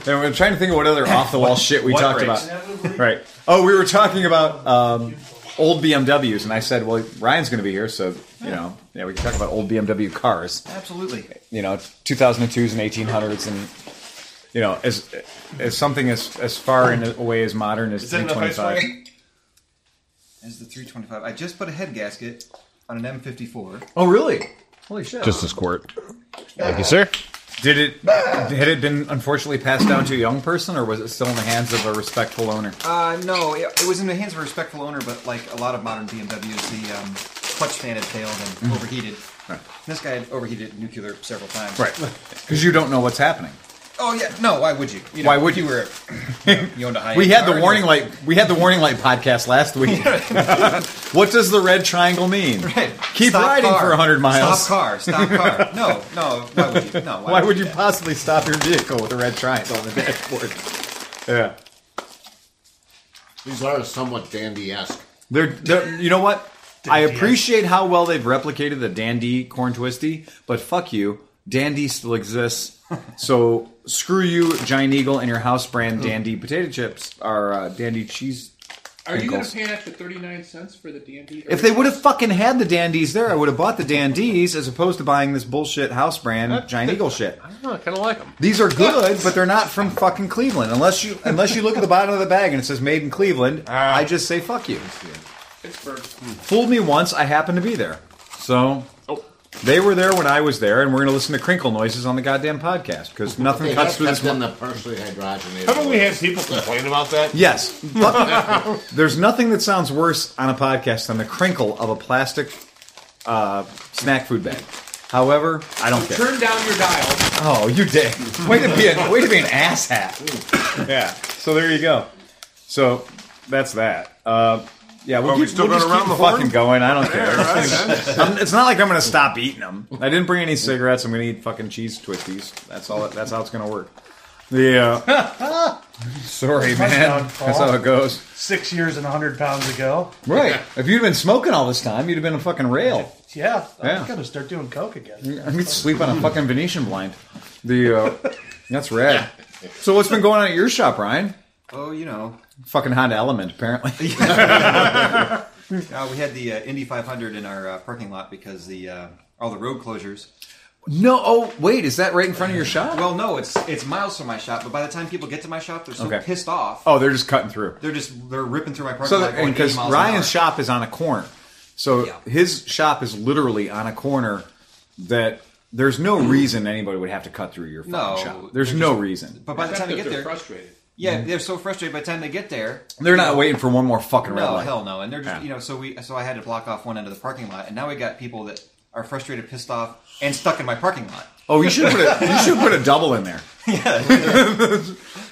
S1: and we're trying to think of what other off the wall shit we
S4: what
S1: talked
S4: breaks?
S1: about. Right. Oh, we were talking about um, old BMWs, and I said, "Well, Ryan's going to be here, so you know, yeah, we can talk about old BMW cars."
S7: Absolutely.
S1: you know 2002s and 1800s and you know as as something as as far in a way as modern as
S4: Is that enough ice for
S1: 325
S4: you?
S7: As the 325, I just put a head gasket on an M54.
S1: oh really holy shit
S3: Just a squirt. Thank you, sir.
S1: did it had it been unfortunately passed down to a young person or was it still in the hands of a respectful owner
S7: Uh, no, it, it was in the hands of a respectful owner, but like a lot of modern BMWs, the um, clutch fan had failed
S1: Mm-hmm.
S7: and overheated. This guy had overheated nuclear several times.
S1: Right. Because you don't know what's happening.
S7: Oh yeah. No. Why would you? you
S1: Why would
S7: You
S1: you?
S7: were. You, know, you owned a high.
S1: We
S7: end
S1: had
S7: car,
S1: the
S7: you
S1: warning
S7: were-
S1: light. We had the warning light podcast last week. what does the red triangle mean?
S7: Right.
S1: Keep
S7: Stop
S1: riding
S7: car.
S1: for 100 miles.
S7: Stop car. Stop car. No. No. Why would you? No. Why,
S1: Why would you
S7: that?
S1: possibly stop your vehicle with a red triangle on the dashboard? Yeah.
S5: These are somewhat dandy esque.
S1: They're, they're you know what? I appreciate how well they've replicated the Dandy corn twisty, but fuck you, Dandy still exists. so screw you, Giant Eagle, and your house brand Dandy potato chips are uh, Dandy cheese.
S6: Are you going to
S1: Pickles.
S6: pay an extra 39 cents for the D&D?
S1: If they would have fucking had the Dandies there, I would have bought the Dandies as opposed to buying this bullshit house brand Giant Eagle shit.
S4: I don't know. I kind of like them.
S1: These are good, but they're not from fucking Cleveland. Unless you unless you look at the bottom of the bag and it says made in Cleveland,
S4: Ah.
S1: I just say fuck you.
S6: Pittsburgh.
S1: Fooled me once, I happened to be there. So
S4: Oh.
S1: they were there when I was there, and we're going to listen to crinkle noises on the goddamn podcast because nothing
S5: They
S1: cuts
S5: have
S1: through this.
S5: kept in
S1: One.
S5: the partially hydrogenated.
S4: Haven't we had people complain about that?
S1: Yes, Fuck- there's nothing that sounds worse on a podcast than the crinkle of a plastic uh, snack food bag. However, I don't care.
S6: Turn down your dial.
S1: Oh, you dick! Way to be a way to be an asshat. yeah. So there you go. So that's that. Uh, yeah, we'll
S4: Are we
S1: keep-
S4: still
S1: we'll
S4: going
S1: just keep
S4: around the horn?
S1: fucking going. I don't care. I'm- it's not like I'm going to stop eating them. I didn't bring any cigarettes. I'm going to eat fucking cheese twisties. That's all. That's how it's going to work. uh, Yeah. Sorry, man.
S2: Touchdown, Paul.
S1: That's how it goes.
S2: Six years and 100 pounds ago.
S1: Right. If you'd been smoking all this time, you'd have been a fucking rail.
S2: Yeah, I'm
S1: Yeah.
S2: gonna start doing coke again.
S1: I could sleep on a fucking Venetian blind. The uh, that's rad. So what's been going on at your shop, Ryan?
S7: Oh, you know.
S1: Fucking Honda Element, apparently.
S7: Uh, we had the uh, Indy 500 in our uh, parking lot because the uh, all the road closures.
S1: no, oh wait, is that right in front of your shop?
S7: Well, no, it's it's miles from my shop, but by the time people get to my shop, they're so
S1: Okay.
S7: pissed off.
S1: oh, they're just cutting through.
S7: They're just they're ripping through my parking
S1: So
S7: lot. going 80
S1: because
S7: miles an hour.
S1: Ryan's shop is on a corner, so
S7: Yeah.
S1: his shop is literally on a corner that there's no reason anybody would have to cut through your fucking
S7: No,
S1: shop. There's
S7: they're
S1: Mm. no
S7: just-
S1: reason.
S7: But by the
S6: Except that
S7: time you get
S6: they're
S7: there,
S6: frustrated.
S7: yeah, they're so frustrated. By the time they get there,
S1: They're not waiting for one more fucking red
S7: no,
S1: light.
S7: hell no. And they're just
S1: Yeah.
S7: you know so we so I had to block off one end of the parking lot, and now we got people that are frustrated, pissed off, and stuck in my parking lot.
S1: Oh, you should put a, you should put a double in there.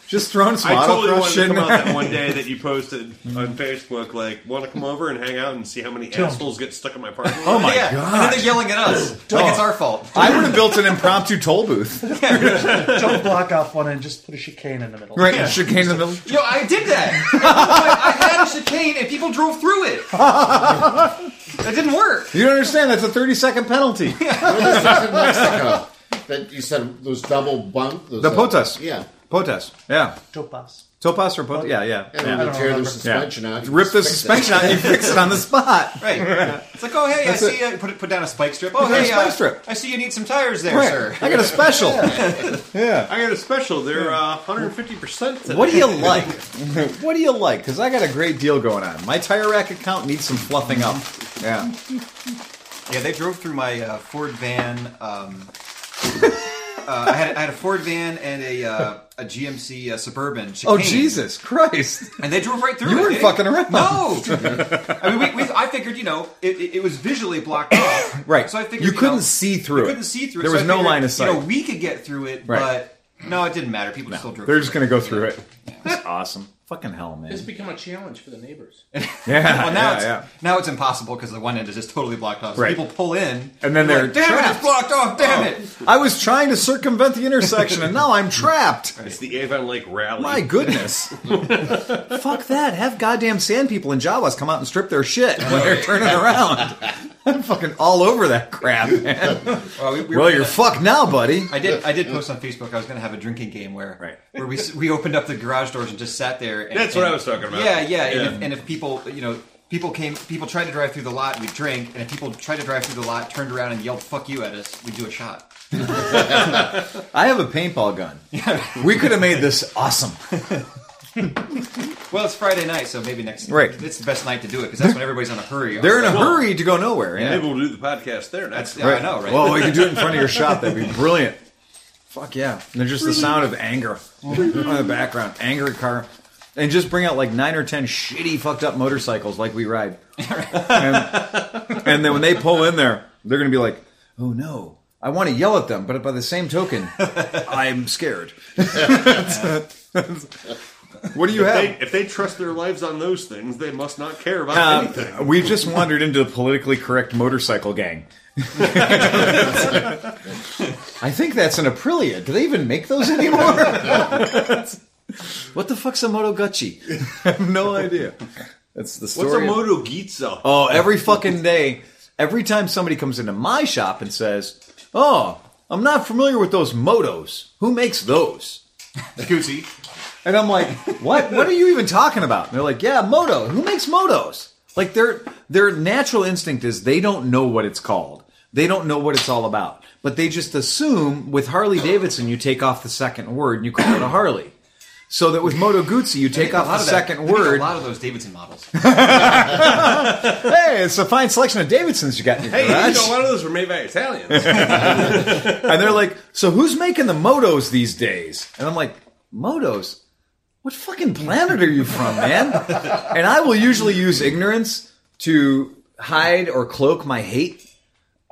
S1: just throwing some
S4: I totally
S1: autocross
S4: wanted
S1: shit
S4: to
S1: in
S4: come out
S1: there.
S4: that one day that you posted on Facebook, like, want to come over and hang out and see how many assholes get stuck in my parking lot?
S1: Oh my Oh.
S7: yeah, and then
S1: god!
S7: they're yelling at us like it's our fault.
S1: I would have built an impromptu toll booth,
S2: Don't block off one end, just put a chicane in the middle.
S1: right? Yeah. Chicane in the middle.
S7: Yo, I did that. At one point, I had a chicane, and people drove through it. that didn't work.
S1: You don't understand. That's a 30 second penalty.
S5: in Mexico that you said those double bump. Those,
S1: The
S5: uh,
S1: potas.
S5: Yeah.
S1: Potas. Yeah.
S2: Topas.
S1: Topas or potas. Yeah, yeah.
S5: And
S1: yeah.
S5: when
S2: I
S5: they
S2: don't
S5: tear their
S2: remember.
S5: suspension out. you
S1: Rip
S5: just
S1: the
S5: fix it.
S1: suspension out and you fix it on the spot.
S7: Right. It's like, oh hey, I see you put put down a spike strip. Oh
S1: down a
S7: hey,
S1: spike
S7: uh,
S1: strip.
S7: I see you need some tires there, sir.
S1: I got a special. Yeah.
S4: I got a special. They're uh, 150% today.
S1: What do you like? What do you like? Because I got a great deal going on. My tire rack account needs some fluffing up. Yeah.
S7: Yeah, they drove through my uh, Ford van. Um, uh, I, had, I had a Ford van and a uh, a GMC uh, Suburban. Chicane,
S1: Oh, Jesus Christ.
S7: And they drove right through.
S1: You
S7: it,
S1: weren't
S7: eh?
S1: fucking around.
S7: No, I mean, we, we, I figured you know it, it, it was visually blocked off,
S1: Right.
S7: So I figured
S1: You couldn't
S7: know,
S1: see through
S7: you
S1: it.
S7: Couldn't see through. it.
S1: There
S7: So
S1: was
S7: I
S1: no
S7: figured,
S1: line of sight.
S7: You know, we could get through it,
S1: Right.
S7: but no, it didn't matter. People still drove.
S1: They're just
S7: through
S1: going to go through it. That's awesome. Fucking hell, man.
S6: It's become a challenge for the neighbors.
S1: Yeah.
S7: Well, now
S1: yeah,
S7: it's
S1: yeah.
S7: now it's impossible because the one end is just totally blocked off. So
S1: Right.
S7: people pull in,
S1: And then
S7: they're like,
S1: they're
S7: damn it,
S1: trapped." Oh.
S7: it's blocked off. Damn it.
S1: I was trying to circumvent the intersection and now I'm trapped.
S4: It's the Avon Lake Rally.
S1: My goodness. Fuck that. Have goddamn sand people in Jawas come out and strip their shit when they're turning around. I'm fucking all over that crap, man.
S7: Well, we, we
S1: Well,
S7: were-
S1: you're fucked now, buddy.
S7: I did. I did post on Facebook. I was going to have a drinking game where,
S1: Right.
S7: where we s- we opened up the garage doors and just sat there. And,
S4: That's what
S7: and-
S4: I was talking about.
S7: Yeah, yeah.
S4: Yeah.
S7: And, if, and if people, you know, people came, people tried to drive through the lot, we drink, and if people tried to drive through the lot, turned around and yelled "fuck you" at us, we do a shot.
S1: I have a paintball gun. We could have made this awesome.
S7: Well, it's Friday night, so maybe next.
S1: Right.
S7: It's the best night to do it because that's when everybody's on a hurry.
S1: They're in a hurry to go nowhere. Yeah.
S4: Maybe we'll do the podcast there.
S7: That's
S4: That's
S7: yeah, I know, right?
S1: Well, we could do it in front of your shop. That'd be brilliant. Fuck yeah. And there's just the sound of anger on the background. Angry car. and just bring out like nine or ten shitty fucked up motorcycles like we ride. and, and then when they pull in there, they're gonna be like, "Oh no." I want to yell at them, but by the same token, I'm scared. what do you have?
S4: They, if they trust their lives on those things, they must not care about anything.
S1: Uh, we've just wandered into the politically correct motorcycle gang. I think that's an Aprilia. Do they even make those anymore? what the fuck's a Moto Gucci? I have no idea. That's the story.
S4: What's a
S1: of-
S4: Moto Gizza?
S1: Oh, every fucking day, every time somebody comes into my shop and says, "Oh, I'm not familiar with those motos. Who makes those?"
S7: Gucci.
S1: And I'm like, "What? What are you even talking about?" And they're like, "Yeah, moto. Who makes motos?" Like their their natural instinct is they don't know what it's called. They don't know what it's all about. But they just assume with Harley Davidson you take off the second word and you call it a Harley. So that with Moto Guzzi you take off the second
S7: A
S1: word.
S7: lot of those Davidson models.
S1: Hey, it's a fine selection of Davidsons you got in your
S4: Hey,
S1: garage.
S4: you know, a lot of those were made by Italians.
S1: and they're like, "So who's making the motos these days?" And I'm like, "Motos? What fucking planet are you from, man?" and I will usually use ignorance to hide or cloak my hate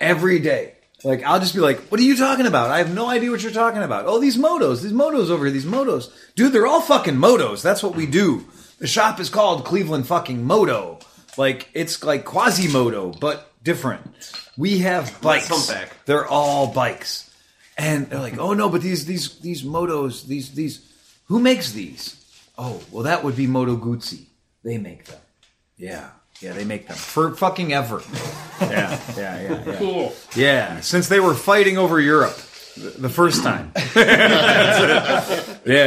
S1: every day. Like I'll just be like, "What are you talking about? I have no idea what you're talking about." Oh, these motos, these motos over here, these motos, dude, they're all fucking motos. That's what we do. The shop is called Cleveland fucking Moto. Like it's like Quasimodo, but different. We have bikes.
S4: humpback.
S1: They're all bikes, and they're like, "Oh no, but these these these motos, these these, who makes these? Oh, well, that would be Moto Guzzi. They make them. Yeah, yeah, they make them for fucking ever. yeah, yeah, yeah, yeah.
S6: Cool.
S1: Yeah, since they were fighting over Europe th- the first time. yeah,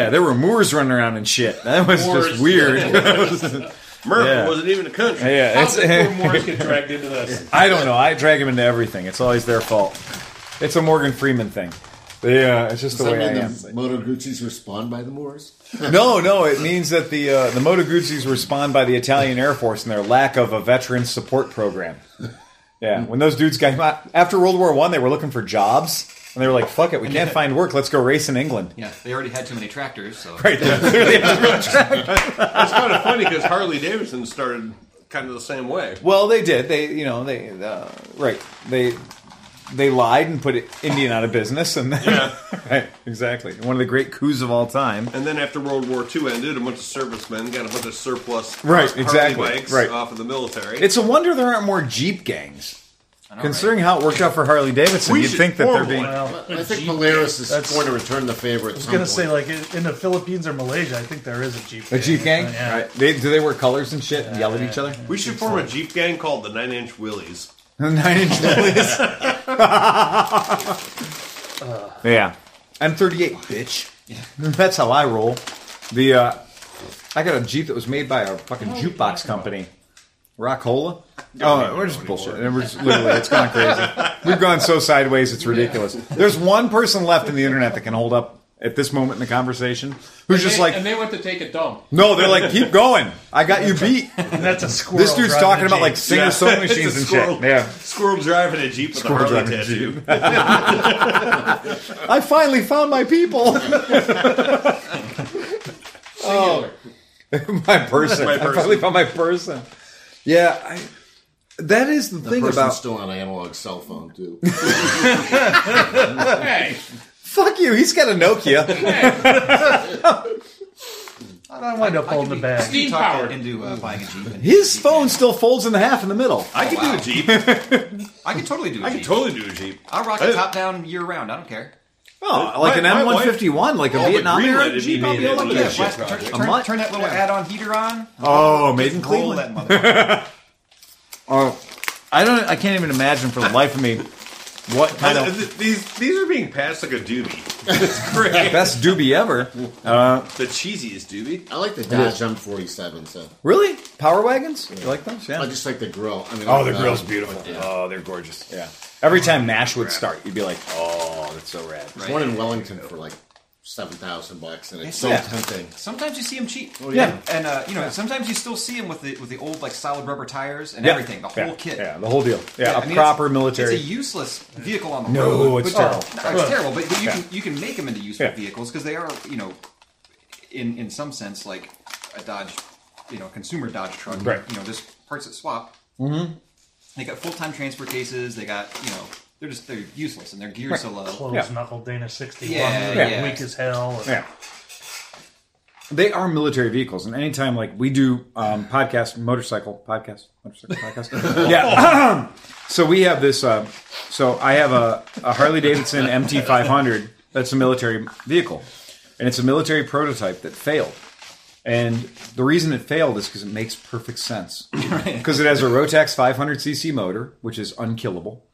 S1: there were Moors running around and shit. That was
S6: Moors.
S1: just weird.
S4: Merkel
S1: Yeah.
S4: wasn't even a country.
S1: yeah,
S6: How did poor
S1: it's,
S6: Morris get dragged into this?
S1: I don't know. I drag them into everything. It's always their fault. It's a Morgan Freeman thing. Yeah, it's just
S5: Does
S1: the
S5: that
S1: way I
S5: mean
S1: am.
S5: the Moto Guzzi's were spawned by the Moors?
S1: No, no, it means that the uh, the Moto Guzzis were spawned by the Italian Air Force and their lack of a veteran support program. Yeah, when those dudes came out after World War One, they were looking for jobs and they were like, "Fuck it, we can't find work. Let's go race in England."
S7: Yeah, they already had too many tractors. So
S1: Right, they're clearly a real track.
S4: It's kind of funny because Harley Davidson started kind of the same way.
S1: Well, they did. They, you know, they uh, right. They they lied and put Indian out of business, and then, right, exactly. One of the great coups of all time.
S4: And then after World War II ended, a bunch of servicemen got a bunch of surplus
S1: Right,
S4: Harley
S1: exactly,
S4: bikes
S1: right.
S4: off of the military.
S1: It's a wonder there aren't more Jeep gangs. Considering how it worked out for Harley Davidson,
S4: We
S1: you'd
S4: should
S1: think that they're
S4: form
S1: being
S4: one.
S2: Well,
S5: I think Polaris is
S2: That's-
S5: going to return the favor. At
S2: I was
S5: some
S2: gonna
S5: point.
S2: say, like in in the Philippines or Malaysia, I think there is a Jeep.
S1: Oh, A Jeep gang?
S2: Yeah.
S1: Right. They, do they wear colors and shit and yell at each other?
S4: we should form a Jeep gang called the Nine Inch Willies.
S1: Nine inch lilies. yeah. I'm 38, bitch. That's how I roll. The uh, I got a Jeep that was made by a fucking jukebox company. Rockola? Oh, we're just bullshit. We're just, literally, it's gone crazy. We've gone so sideways, it's ridiculous. There's one person left in the internet that can hold up at this moment in the conversation who's just
S6: They-
S1: like,
S6: and they went to take a dump.
S1: no, they're like, keep going. I got you beat.
S2: And that's a squirrel.
S1: This dude's
S2: driving
S1: talking
S2: a
S1: about like
S2: Jeep.
S1: singer sewing machines
S4: It's a
S1: and shit.
S4: squirrel-
S1: Yeah.
S4: Squirrel driving a Jeep with
S1: Squirrel
S4: a Harley
S1: driving a
S4: tattoo.
S1: I finally found my people.
S6: Oh.
S1: my person.
S4: My
S1: I finally
S4: person.
S1: found my person. Yeah, I, that is the, thing
S5: Person's
S1: about
S5: still on analog cell phone too.
S6: Hey,
S1: fuck you. He's got a Nokia.
S6: hey,
S2: I don't wind up holding the bag.
S6: steam
S7: talked
S6: powered.
S7: into uh, buying a Jeep. And
S1: His phone still folds in the half in the middle.
S4: I could do a Jeep.
S7: I could totally do a
S4: I
S7: Jeep.
S4: could totally do a Jeep.
S7: I'll rock
S4: I-
S7: it top down year round. I don't care.
S1: Oh, like an
S4: My- my
S1: M one fifty one, like a
S4: Oh, the
S1: Vietnam
S4: green
S1: era
S4: light, it'd be
S1: Jeep. I'll
S4: made
S1: be
S4: in
S1: all over
S4: Malaysia.
S1: that shit.
S7: Turn, turn,
S1: A mutt?
S7: turn that little add-on heater on.
S1: Oh, made in
S7: Roll
S1: Cleveland.
S7: that mother.
S1: Oh, I don't. I can't even imagine for the life of me what kind
S4: I-
S1: of
S4: uh, th- these these are being passed like a doobie. It's great.
S1: best doobie ever.
S4: the cheesiest doobie.
S5: I like the Dodge M47. So
S1: Really, power wagons? You like those? Yeah.
S5: I just like the grill. I mean,
S1: Oh,
S5: like
S1: the
S5: the-
S1: grill's beautiful.
S5: Yeah.
S1: Oh, they're gorgeous. Yeah. Every time Nash would start, you'd be like, "Oh, that's so rad."
S5: There's one in Wellington for like seven thousand bucks, and it's so
S1: Yeah.
S5: tempting.
S7: Sometimes you see them cheap.
S1: Oh, yeah.
S7: and uh, you know sometimes you still see them with the with the old like solid rubber tires and
S1: Yeah.
S7: everything, the whole
S1: yeah.
S7: kit.
S1: Yeah, the whole deal. Yeah,
S7: I
S1: a
S7: mean, it's-
S1: proper military.
S7: It's a useless vehicle on the
S1: No,
S7: road.
S1: it's
S7: but-
S1: terrible.
S7: No, it's terrible. But, but you
S1: Yeah.
S7: can you can make them into useful
S1: Yeah.
S7: vehicles because they are you know, in in some sense like a Dodge, you know, consumer Dodge truck.
S3: Right.
S7: You know, there's parts that swap. Mm-hmm. They got full time transport cases. They got you know they're just they're useless and their gear's so low.
S2: Close
S3: Yeah.
S2: knuckle Dana 61.
S7: Yeah,
S2: like,
S7: yeah.
S2: Weak as hell.
S1: Yeah. They are military vehicles, and anytime like we do um, podcast motorcycle podcast motorcycle podcast, yeah. so we have this. Uh, so I have a, a Harley Davidson MT 500. That's a military vehicle, and it's a military prototype that failed. And the reason it failed is because it makes perfect sense because it has a Rotax 500cc motor, which is unkillable,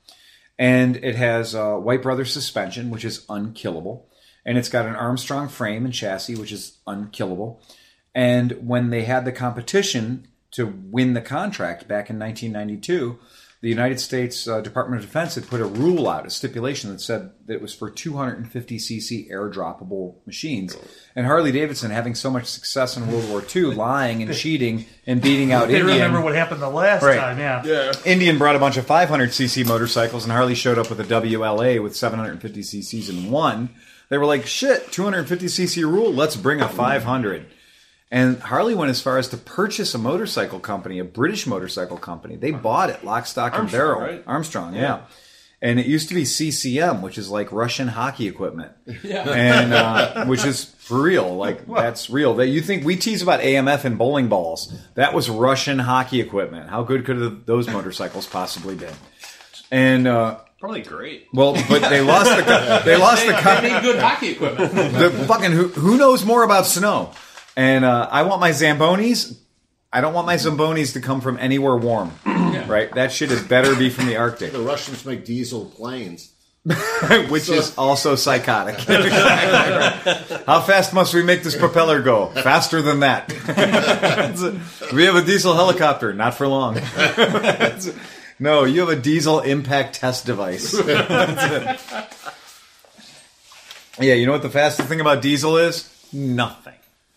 S1: and it has uh, White Brothers suspension, which is unkillable, and it's got an Armstrong frame and chassis, which is unkillable. And when they had the competition to win the contract back in 1992, the United States uh, Department of Defense had put a rule out, a stipulation that said that it was for 250cc airdroppable machines. And Harley Davidson, having so much success in World War II, lying and cheating and beating out
S2: They
S1: Indian.
S2: remember what happened the last
S1: Right.
S2: time, yeah.
S1: Indian brought a bunch of 500cc motorcycles, and Harley showed up with a WLA with 750cc's and one. They were like, shit, 250cc rule, let's bring a 500. And Harley went as far as to purchase a motorcycle company, a British motorcycle company. They bought it, lock, stock, and
S4: Armstrong,
S1: barrel.
S4: right?
S1: Armstrong, yeah. And it used to be CCM, which is like Russian hockey equipment,
S6: Yeah.
S1: and uh, which is for real. Like that's real. That you think we tease about AMF and bowling balls? That was Russian hockey equipment. How good could have those motorcycles possibly been? And uh,
S4: Probably great.
S1: well, but they lost the co- they lost the co-
S6: They need good hockey equipment.
S1: the fucking who, who knows more about snow? And uh, I want my zambonis. I don't want my zambonis to come from anywhere warm, right? That shit had better be from the Arctic,
S5: The Russians make diesel planes.
S1: which is also psychotic. How fast must we make this propeller go? Faster than that. It's a- we have a diesel helicopter, not for long. It's a- no, you have a diesel impact test device. That's it. yeah, you know what the fastest thing about diesel is? Nothing.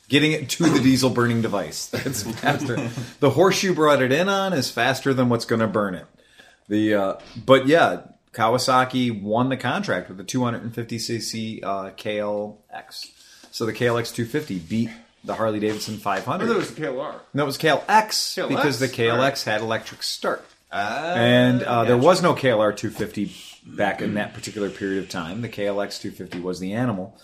S1: Getting it to the diesel burning device. That's faster. the horse you brought it in on is faster than what's going to burn it. The uh, but yeah, Kawasaki won the contract with the 250cc uh, KLX. So the KLX 250 beat the Harley Davidson 500.
S4: That was the KLR.
S1: No, it was KLX
S4: KLX?
S1: because the KLX had electric start.
S4: Ah,
S1: and uh, there was no KLR 250 back in that particular period of time. The KLX 250 was the animal.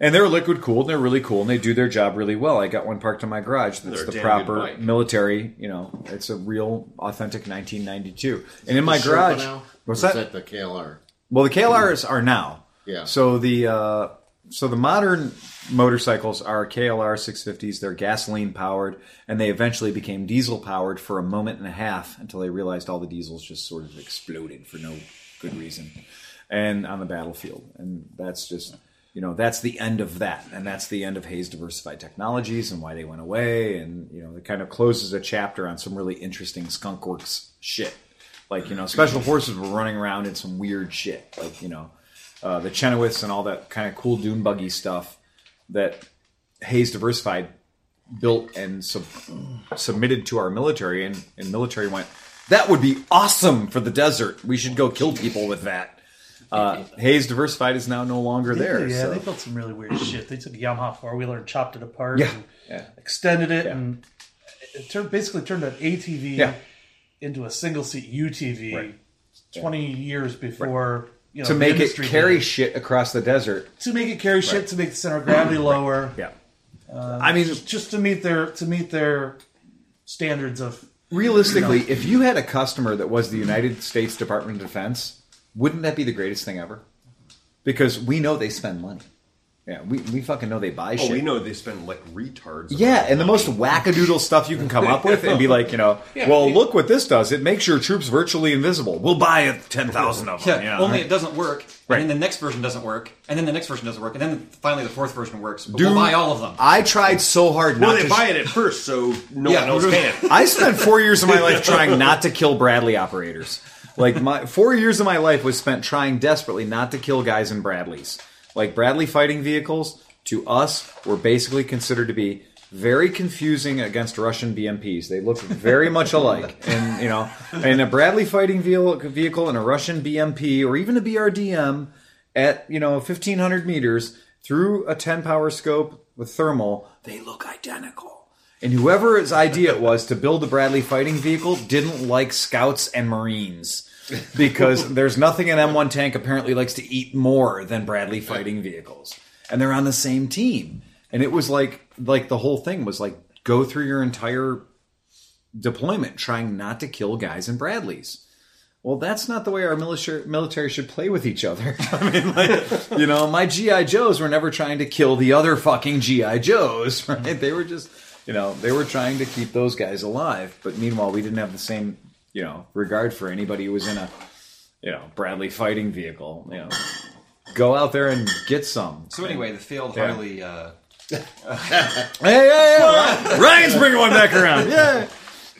S1: And they're liquid cooled and they're really cool and they do their job really well. I got one parked in my garage that's
S4: They're a
S1: the
S4: damn good
S1: proper
S4: bike.
S1: military, you know, it's a real authentic 1992. And in
S5: The
S1: my
S5: Sherpa
S1: garage.
S5: now?
S1: What's
S5: Or
S1: that?
S5: is that the KLR?
S1: Well, the KLRs are now.
S5: Yeah.
S1: So the uh, so the modern motorcycles are KLR 650s. They're gasoline powered, and they eventually became diesel powered for a moment and a half until they realized all the diesels just sort of exploded for no good reason, and on the battlefield. And that's just you know that's the end of that, and that's the end of Hayes Diversified Technologies and why they went away. And you know it kind of closes a chapter on some really interesting skunkworks shit. Like you know, special forces were running around in some weird shit. Like you know, uh, the Chenoweths and all that kind of cool dune buggy stuff that Hayes Diversified built and sub- submitted to our military, and, and military went, that would be awesome for the desert. We should go kill people with that. Uh, Hayes Diversified is now no longer there.
S2: Yeah,
S1: so-
S2: they built some really weird shit. They took a Yamaha four wheeler and chopped it apart,
S1: Yeah.
S2: and
S1: Yeah.
S2: extended it,
S1: Yeah.
S2: and it turned basically turned an ATV
S1: Yeah.
S2: into a single seat UTV.
S1: Right.
S2: Twenty years before you know
S1: to
S2: the
S1: make it
S2: industry
S1: carry
S2: did.
S1: shit across the desert.
S2: to make it carry shit to make the center of gravity lower.
S1: Yeah.
S2: Um,
S1: I mean,
S2: just to meet their to meet their standards of
S1: realistically, if you had a customer that was the United States Department of Defense, wouldn't that be the greatest thing ever? Because we know they spend money. Yeah, we, we fucking know they buy
S4: Oh,
S1: shit.
S4: we know they spend like retards.
S1: Yeah, and the most wackadoodle stuff you can come up with, and be like, you know,
S6: Yeah.
S1: well, look what this does. It makes your troops virtually invisible. We'll buy ten thousand of
S7: Yeah,
S1: them. Yeah,
S7: only it doesn't work,
S1: Right.
S7: and then the next version doesn't work, and then the next version doesn't work, and then finally the fourth version works. But
S1: Dude,
S7: we'll buy all of them.
S1: I tried so hard.
S4: Well,
S1: not to
S4: they buy it at first, so no
S7: Yeah.
S4: one else can.
S1: I spent four years of my life trying not to kill Bradley operators. Like my four years of my life was spent trying desperately not to kill guys in Bradleys. Like Bradley fighting vehicles to us were basically considered to be very confusing against Russian BMPs. They looked very much alike, and you know, and a Bradley fighting vehicle vehicle and a Russian BMP or even a BRDM at you know 1500 meters through a 10 power scope with thermal, they look identical. And whoever's idea it was to build the Bradley fighting vehicle didn't like scouts and marines because there's nothing an M1 tank apparently likes to eat more than Bradley fighting vehicles. And they're on the same team. And it was like like the whole thing was like go through your entire deployment trying not to kill guys in Bradleys. Well, that's not the way our military military should play with each other. I mean, like, you know, my GI Joes were never trying to kill the other fucking GI Joes, right? They were just, you know, they were trying to keep those guys alive. But meanwhile, we didn't have the same, you know, regard for anybody who was in a, you know, Bradley fighting vehicle. You know, go out there and get some.
S7: So anyway, the failed Harley. Uh,
S1: Hey, hey, hey! Ryan- Ryan's bringing one back around. Yeah.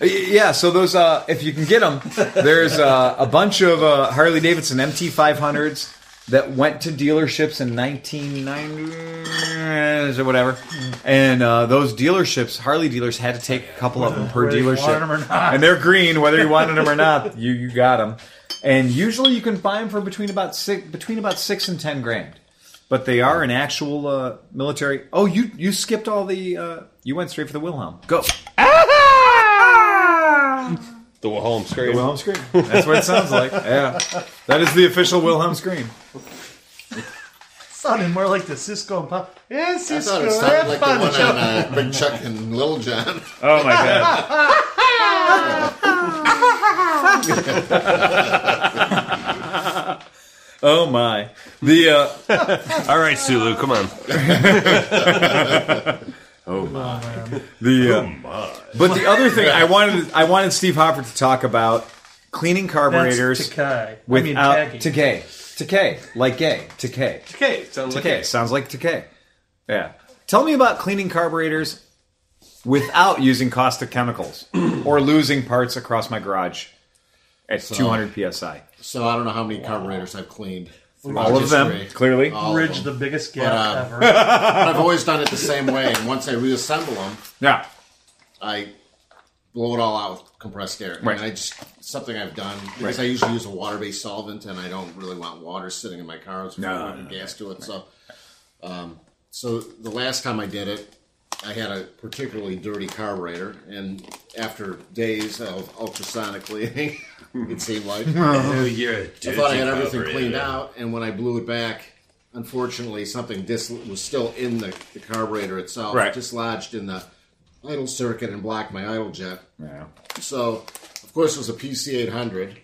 S1: Yeah, so those, uh, if you can get them, there's uh, a bunch of uh, Harley Davidson MT500s that went to dealerships in 1990s or whatever.
S2: Hmm.
S1: And uh, those dealerships, Harley dealers, had to take a couple of them per
S2: Whether you
S1: dealership.
S2: wanted 'em or not.
S1: And they're green, whether you wanted them or not, you, you got them. And usually you can buy them for between about six, between about six and ten grand but they are an actual uh, military. Oh, you you skipped all the. Uh, you went straight for the Wilhelm. Go.
S4: The home screen.
S1: Wilhelm scream. That's what it sounds like. Yeah, that is the official Wilhelm scream.
S2: Sounded more like the Cisco and Pop. Yeah,
S5: I
S2: Cisco.
S5: thought it sounded like the
S2: have
S5: one on
S2: fun, Chuck.
S5: uh, Big Chuck and Little John.
S1: Oh my god. oh my. The uh,
S4: All right, Sulu, come on.
S1: The uh, but the other thing I wanted I wanted Steve Hopper to talk about cleaning
S2: That's
S1: carburetors
S2: Takai.
S1: without
S2: I mean, Taggy.
S1: Takei. Takei, like gay. Takei.
S4: Okay, sounds like
S1: Takei sounds like Takei. Yeah. Tell me about cleaning carburetors without using caustic chemicals or losing parts across my garage at 200 psi.
S5: So I don't know how many carburetors I've cleaned. throughout
S1: All of them,
S5: history.
S1: clearly.
S5: All of
S2: Bridge, the
S5: them.
S2: biggest gap
S5: But, uh,
S2: ever.
S5: But I've always done it the same way. And once I reassemble them,
S1: Yeah.
S5: I blow it all out with compressed air.
S1: Right.
S5: And I just something I've done because I usually use a water-based solvent, and I don't really want water sitting in my cars with
S1: No, no,
S5: gas to it. So, um, so the last time I did it, I had a particularly dirty carburetor, and after days of ultrasonic cleaning, it seemed like I
S4: Oh, you're a
S5: thought I had everything cleaned out, and when I blew it back. Unfortunately, something dis- was still in the, the carburetor itself,
S1: Right.
S5: dislodged in the idle circuit and blocked my idle jet.
S1: Yeah.
S5: So, of course, it was a PC 800.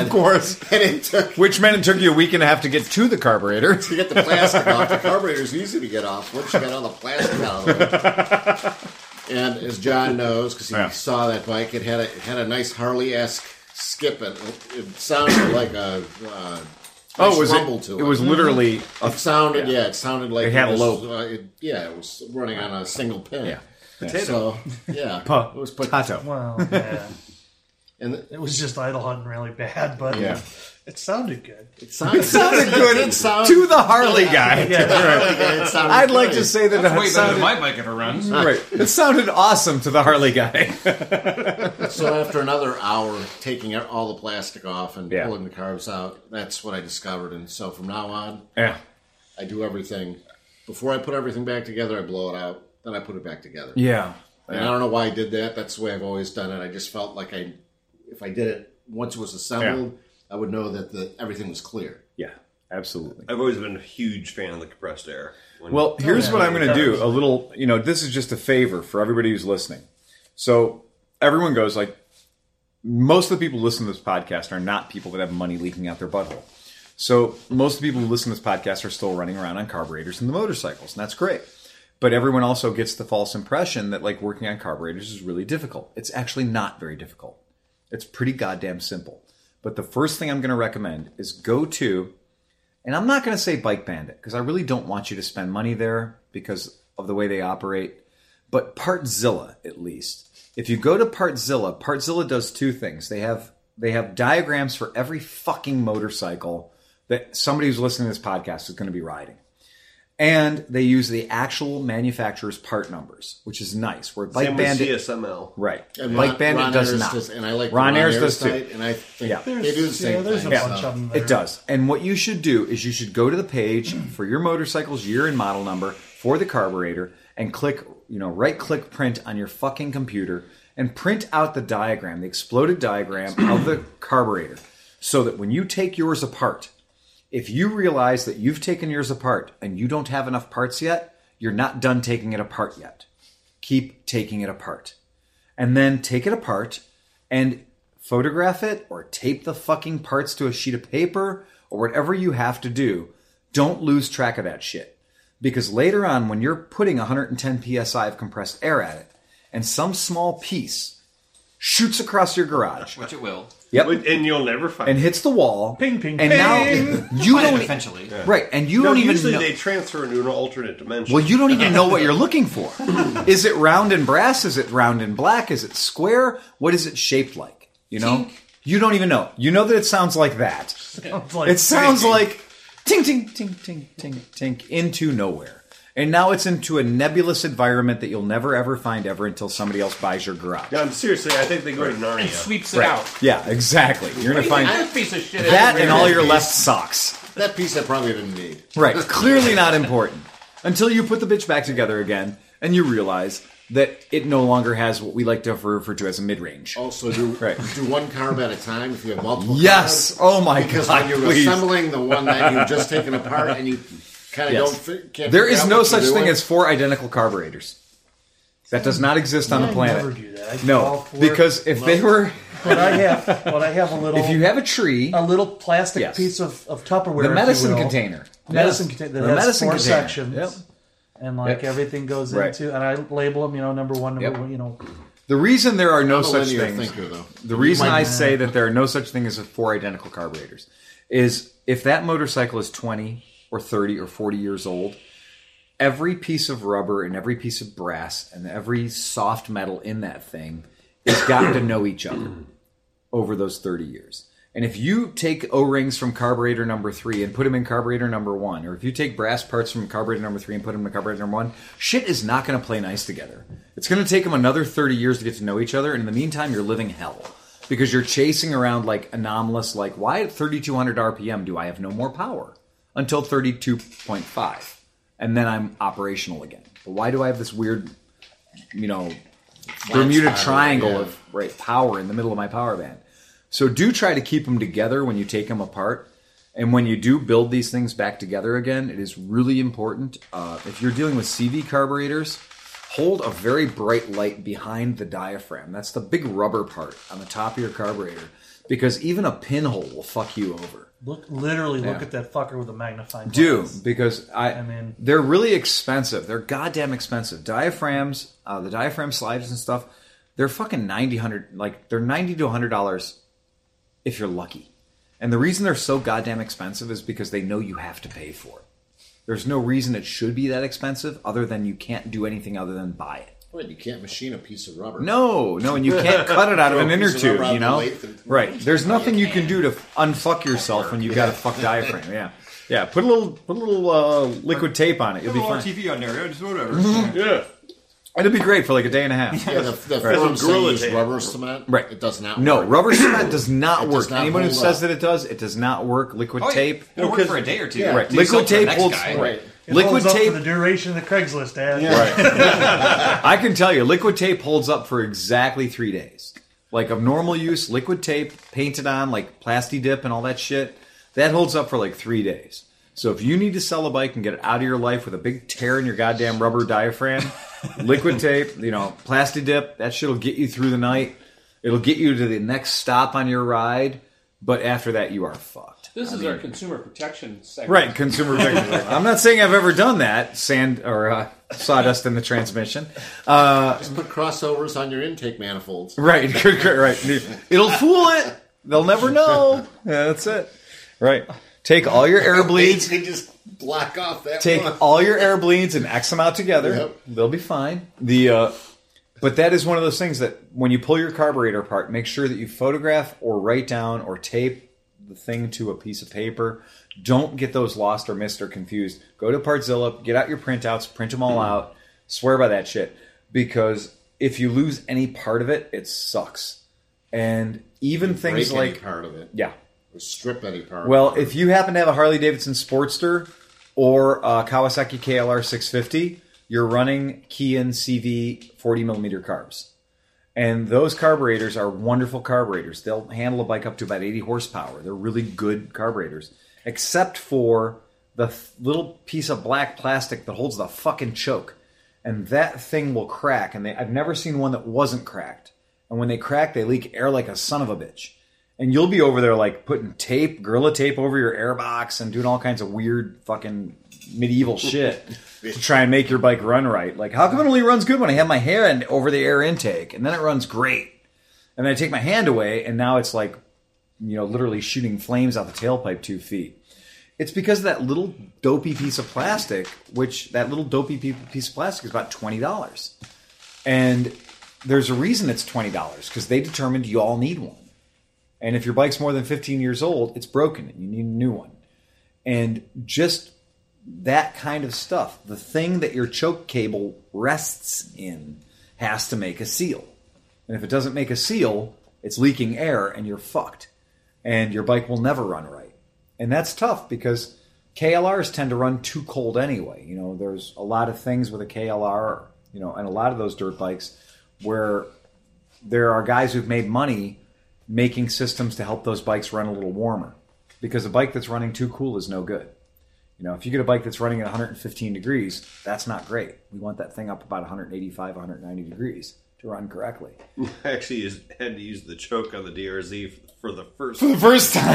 S1: Of course.
S5: And it took
S1: Which meant it took you a week and a half to get to the carburetor.
S5: to get the plastic off. The carburetor's easy to get off once you got all the plastic out of it. And as John knows, because he
S1: Yeah.
S5: saw that bike, it had a, it had a nice Harley esque skip. It, it sounded like a uh,
S1: Oh,
S5: nice
S1: it was
S5: rumble
S1: it,
S5: to
S1: it was literally
S5: It sounded, yeah. it sounded like
S1: It had a
S5: was,
S1: lobe.
S5: Uh, it, yeah, it was running on a single pin.
S1: Yeah.
S5: Potato. So, yeah,
S1: Pa-
S5: it was potato.
S1: Pato.
S2: well, yeah.
S5: And
S2: It was just idle hunting really bad, but
S1: Yeah.
S2: it sounded good.
S5: it sounded,
S1: sounded good.
S5: It sounded
S1: To the Harley guy.
S5: It sounded
S1: I'd like
S5: good.
S1: to say that
S7: way
S1: it
S7: better than
S1: sounded,
S7: my bike ever runs.
S1: right. it sounded awesome to the Harley guy.
S5: So after another hour taking out all the plastic off and
S1: Yeah.
S5: pulling the carbs out, that's what I discovered. And so from now on,
S1: yeah.
S5: I do everything. Before I put everything back together, I blow it out. Then I put it back together.
S1: Yeah.
S5: And I don't know why I did that. That's the way I've always done it. I just felt like I, if I did it once it was assembled, I would know that the everything was clear.
S1: Yeah. Absolutely.
S4: I've always been a huge fan of the compressed air. When-
S1: Well, here's what I'm going to do.
S2: does.
S1: A little, you know, this is just a favor for everybody who's listening. So everyone goes like, most of the people who listen to this podcast are not people that have money leaking out their butthole. So most of the people who listen to this podcast are still running around on carburetors and the motorcycles, and that's great. But everyone also gets the false impression that like working on carburetors is really difficult. It's actually not very difficult. It's pretty goddamn simple. But the first thing I'm going to recommend is go to and I'm not going to say Bike Bandit because I really don't want you to spend money there because of the way they operate, but Partzilla at least. If you go to Partzilla, Partzilla does two things. They have they have diagrams for every fucking motorcycle that somebody who's listening to this podcast is going to be riding. And they use the actual manufacturer's part numbers, which is nice. Where Bike
S4: Same with
S1: Bandit,
S4: CSML.
S1: right?
S5: And
S1: Bike
S5: Ron-
S1: Bandit
S5: Ron
S1: does
S5: Ayers
S1: not.
S5: and I like the
S1: Ron Ayers does too.
S5: site, and I think
S1: Yeah.
S5: they do the same
S2: yeah, there's
S5: thing.
S2: a bunch
S5: so.
S2: of them. There.
S1: It does. And what you should do is you should go to the page for your motorcycle's year and model number for the carburetor and click you know, right click print on your fucking computer and print out the diagram, the exploded diagram of the carburetor, so that when you take yours apart, if you realize that you've taken yours apart and you don't have enough parts yet, you're not done taking it apart yet. Keep taking it apart. And then take it apart and photograph it or tape the fucking parts to a sheet of paper or whatever you have to do. Don't lose track of that shit. Because later on, when you're putting 110 psi of compressed air at it, and some small piece shoots across your garage
S7: which it will.
S1: yep,
S4: and you'll never find.
S1: and hits the wall,
S2: Ping, ping,
S1: and
S2: ping.
S1: now you
S7: Find it
S1: don't e-,
S7: eventually.
S1: right, and you
S4: no,
S1: don't even
S4: usually
S1: know.
S4: they transfer into an alternate dimension.
S1: Well, you don't even know what you're looking for. is it round and brass? Is it round and black? Is it square? What is it shaped like? You know,
S6: Tink.
S1: you don't even know. You know that it sounds like that. it sounds like ting ting ting ting ting ting into nowhere, and now it's into a nebulous environment that you'll never ever find ever until somebody else buys your garage.
S4: no, I'm seriously. I think they go to
S6: It
S4: Narnia.
S6: sweeps it out.
S1: Yeah, exactly. You're gonna find
S6: That piece of shit.
S1: that and all your left socks.
S5: That piece I probably didn't need.
S1: Right. Clearly not important. Until you put the bitch back together again and you realize that it no longer has what we like to refer to as a mid range.
S5: Also, do
S1: Right.
S5: do one carb at a time if you have multiple.
S1: yes.
S5: carbs.
S1: Oh my
S5: because
S1: god.
S5: when you're
S1: please.
S5: assembling the one that you've just taken apart and you kind of
S1: Yes.
S5: don't fit, can't
S1: There
S5: figure
S1: is
S5: out
S1: no
S5: what
S1: such
S5: you're
S1: thing
S5: doing.
S1: as four identical carburetors. That does not exist on the planet.
S2: never do that. I fall
S1: no,
S2: for
S1: because if they were,
S2: But I have, but I have a little.
S1: if you have a tree,
S2: a little plastic
S1: Yes.
S2: piece of, of Tupperware,
S1: the
S2: if
S1: medicine
S2: you will.
S1: container,
S2: A medicine container that
S1: The
S2: has
S1: medicine
S2: four
S1: container.
S2: sections,
S1: Yep.
S2: and like
S1: Yep.
S2: everything goes
S1: Right.
S2: into, and I label them, you know, number one, number
S1: Yep.
S2: one, you know,
S1: The reason there are no
S5: I'm a
S1: such
S5: linear
S1: things.
S5: thinker, though.
S1: The reason
S5: might-
S1: I say that there are no such thing as a four identical carburetors is if that motorcycle is 20 or 30 or 40 years old, every piece of rubber and every piece of brass and every soft metal in that thing has gotten to know each other over those 30 years. And if you take O rings from carburetor number three and put them in carburetor number one, or if you take brass parts from carburetor number three and put them in carburetor number one, shit is not going to play nice together. It's going to take them another 30 years to get to know each other. And in the meantime, you're living hell because you're chasing around like anomalous, like, why at 3200 RPM do I have no more power until 32.5? And then I'm operational again. But why do I have this weird, you know, Bermuda
S5: spiral,
S1: Triangle
S5: yeah.
S1: of right power in the middle of my power band. So do try to keep them together when you take them apart, and when you do build these things back together again, it is really important. Uh, if you're dealing with CV carburetors, hold a very bright light behind the diaphragm. That's the big rubber part on the top of your carburetor, because even a pinhole will fuck you over.
S2: look literally look
S1: Yeah.
S2: at that fucker with a magnifying
S1: Do
S2: glass.
S1: because I,
S2: I mean-
S1: they're really expensive. They're goddamn expensive. Diaphragms, uh, the diaphragm sliders and stuff, they're fucking 90 100 like they're 90 to 100 dollars if you're lucky. And the reason they're so goddamn expensive is because they know you have to pay for it. There's no reason it should be that expensive other than you can't do anything other than buy it.
S5: Wait, you can't machine a piece of rubber.
S1: No, no, and you can't cut it out of an
S5: Throw a
S1: inner
S5: piece of
S1: tube,
S5: rubber out
S1: you
S5: of the
S1: know?
S5: lathe and-
S1: Right. There's nothing you can do to unfuck yourself when you've got a fuck diaphragm. Yeah. Yeah, put a little put a little uh, liquid tape on it. You'll be
S7: Put
S1: fine.
S7: TV on there. Just whatever.
S4: yeah.
S1: It'll be great for like a day and a half.
S5: Yeah, the, the
S1: Right.
S5: forms they
S4: Gorilla
S5: use
S4: tape.
S5: rubber cement.
S1: Right.
S5: It does not.
S1: No,
S5: work.
S1: rubber cement does not
S5: It
S1: work.
S5: does not
S1: Anyone who
S5: hold
S1: says
S5: up.
S1: that it does, it does not work.
S2: Oh,
S1: Liquid tape.
S7: It'll work for a day or two.
S5: Yeah.
S1: Right.
S7: Do you sell
S1: Liquid
S7: it to the
S1: tape
S7: next
S1: holds-
S7: guy?
S5: Right.
S2: It
S1: Liquid
S2: holds up
S1: tape
S2: for the duration of the Craigslist ad.
S1: I can tell you, liquid tape holds up for exactly three days. Like of normal use, liquid tape painted on, like plasti dip and all that shit, that holds up for like three days. So if you need to sell a bike and get it out of your life with a big tear in your goddamn rubber diaphragm, liquid tape, you know, plasti dip, that shit'll get you through the night. It'll get you to the next stop on your ride, but after that you are fucked.
S6: This is our consumer protection segment.
S1: Right, consumer pictures. I'm not saying I've ever done that. Sand or uh, sawdust in the transmission.
S5: Just put crossovers on your intake manifolds.
S1: Right, good, good, right. It'll fool it. They'll never know. Yeah, that's it. Right. Take all your air bleeds.
S5: They just block off that
S1: Take
S5: one.
S1: all your air bleeds and X them out together.
S5: Yep.
S1: They'll be fine. The uh, but that is one of those things that when you pull your carburetor apart, make sure that you photograph or write down or tape the thing to a piece of paper. Don't get those lost or missed or confused. Go to Partzilla, get out your printouts, print them all
S5: Mm-hmm.
S1: out. Swear by that shit because if you lose any part of it, it sucks. And even things
S5: Break any
S1: like
S5: part of it.
S1: yeah,
S5: Or strip any part.
S1: well,
S5: of it.
S1: if you happen to have a Harley Davidson Sportster or a Kawasaki KLR 650, you're running Kian CV 40 millimeter carbs. And those carburetors are wonderful carburetors. They'll handle a bike up to about 80 horsepower. They're really good carburetors, except for the th- little piece of black plastic that holds the fucking choke. And that thing will crack. And they, I've never seen one that wasn't cracked. And when they crack, they leak air like a son of a bitch. And you'll be over there like putting tape, gorilla tape over your airbox and doing all kinds of weird fucking medieval shit to try and make your bike run right. Like, how come it only runs good when I have my hand over the air intake and then it runs great? And then I take my hand away and now it's like, you know, literally shooting flames out the tailpipe two feet. It's because of that little dopey piece of plastic, which that little dopey pe- piece of plastic is about $20. And there's a reason it's $20 because they determined you all need one. And if your bike's more than 15 years old, it's broken and you need a new one. And just that kind of stuff, the thing that your choke cable rests in has to make a seal. And if it doesn't make a seal, it's leaking air and you're fucked. And your bike will never run right. And that's tough because KLRs tend to run too cold anyway. You know, there's a lot of things with a KLR, you know, and a lot of those dirt bikes where there are guys who've made money making systems to help those bikes run a little warmer because a bike that's running too cool is no good. You know, if you get a bike that's running at 115 degrees, that's not great. We want that thing up about 185, 190 degrees to run correctly.
S4: I actually used, had to use the choke on the DRZ f- for the first
S1: First time.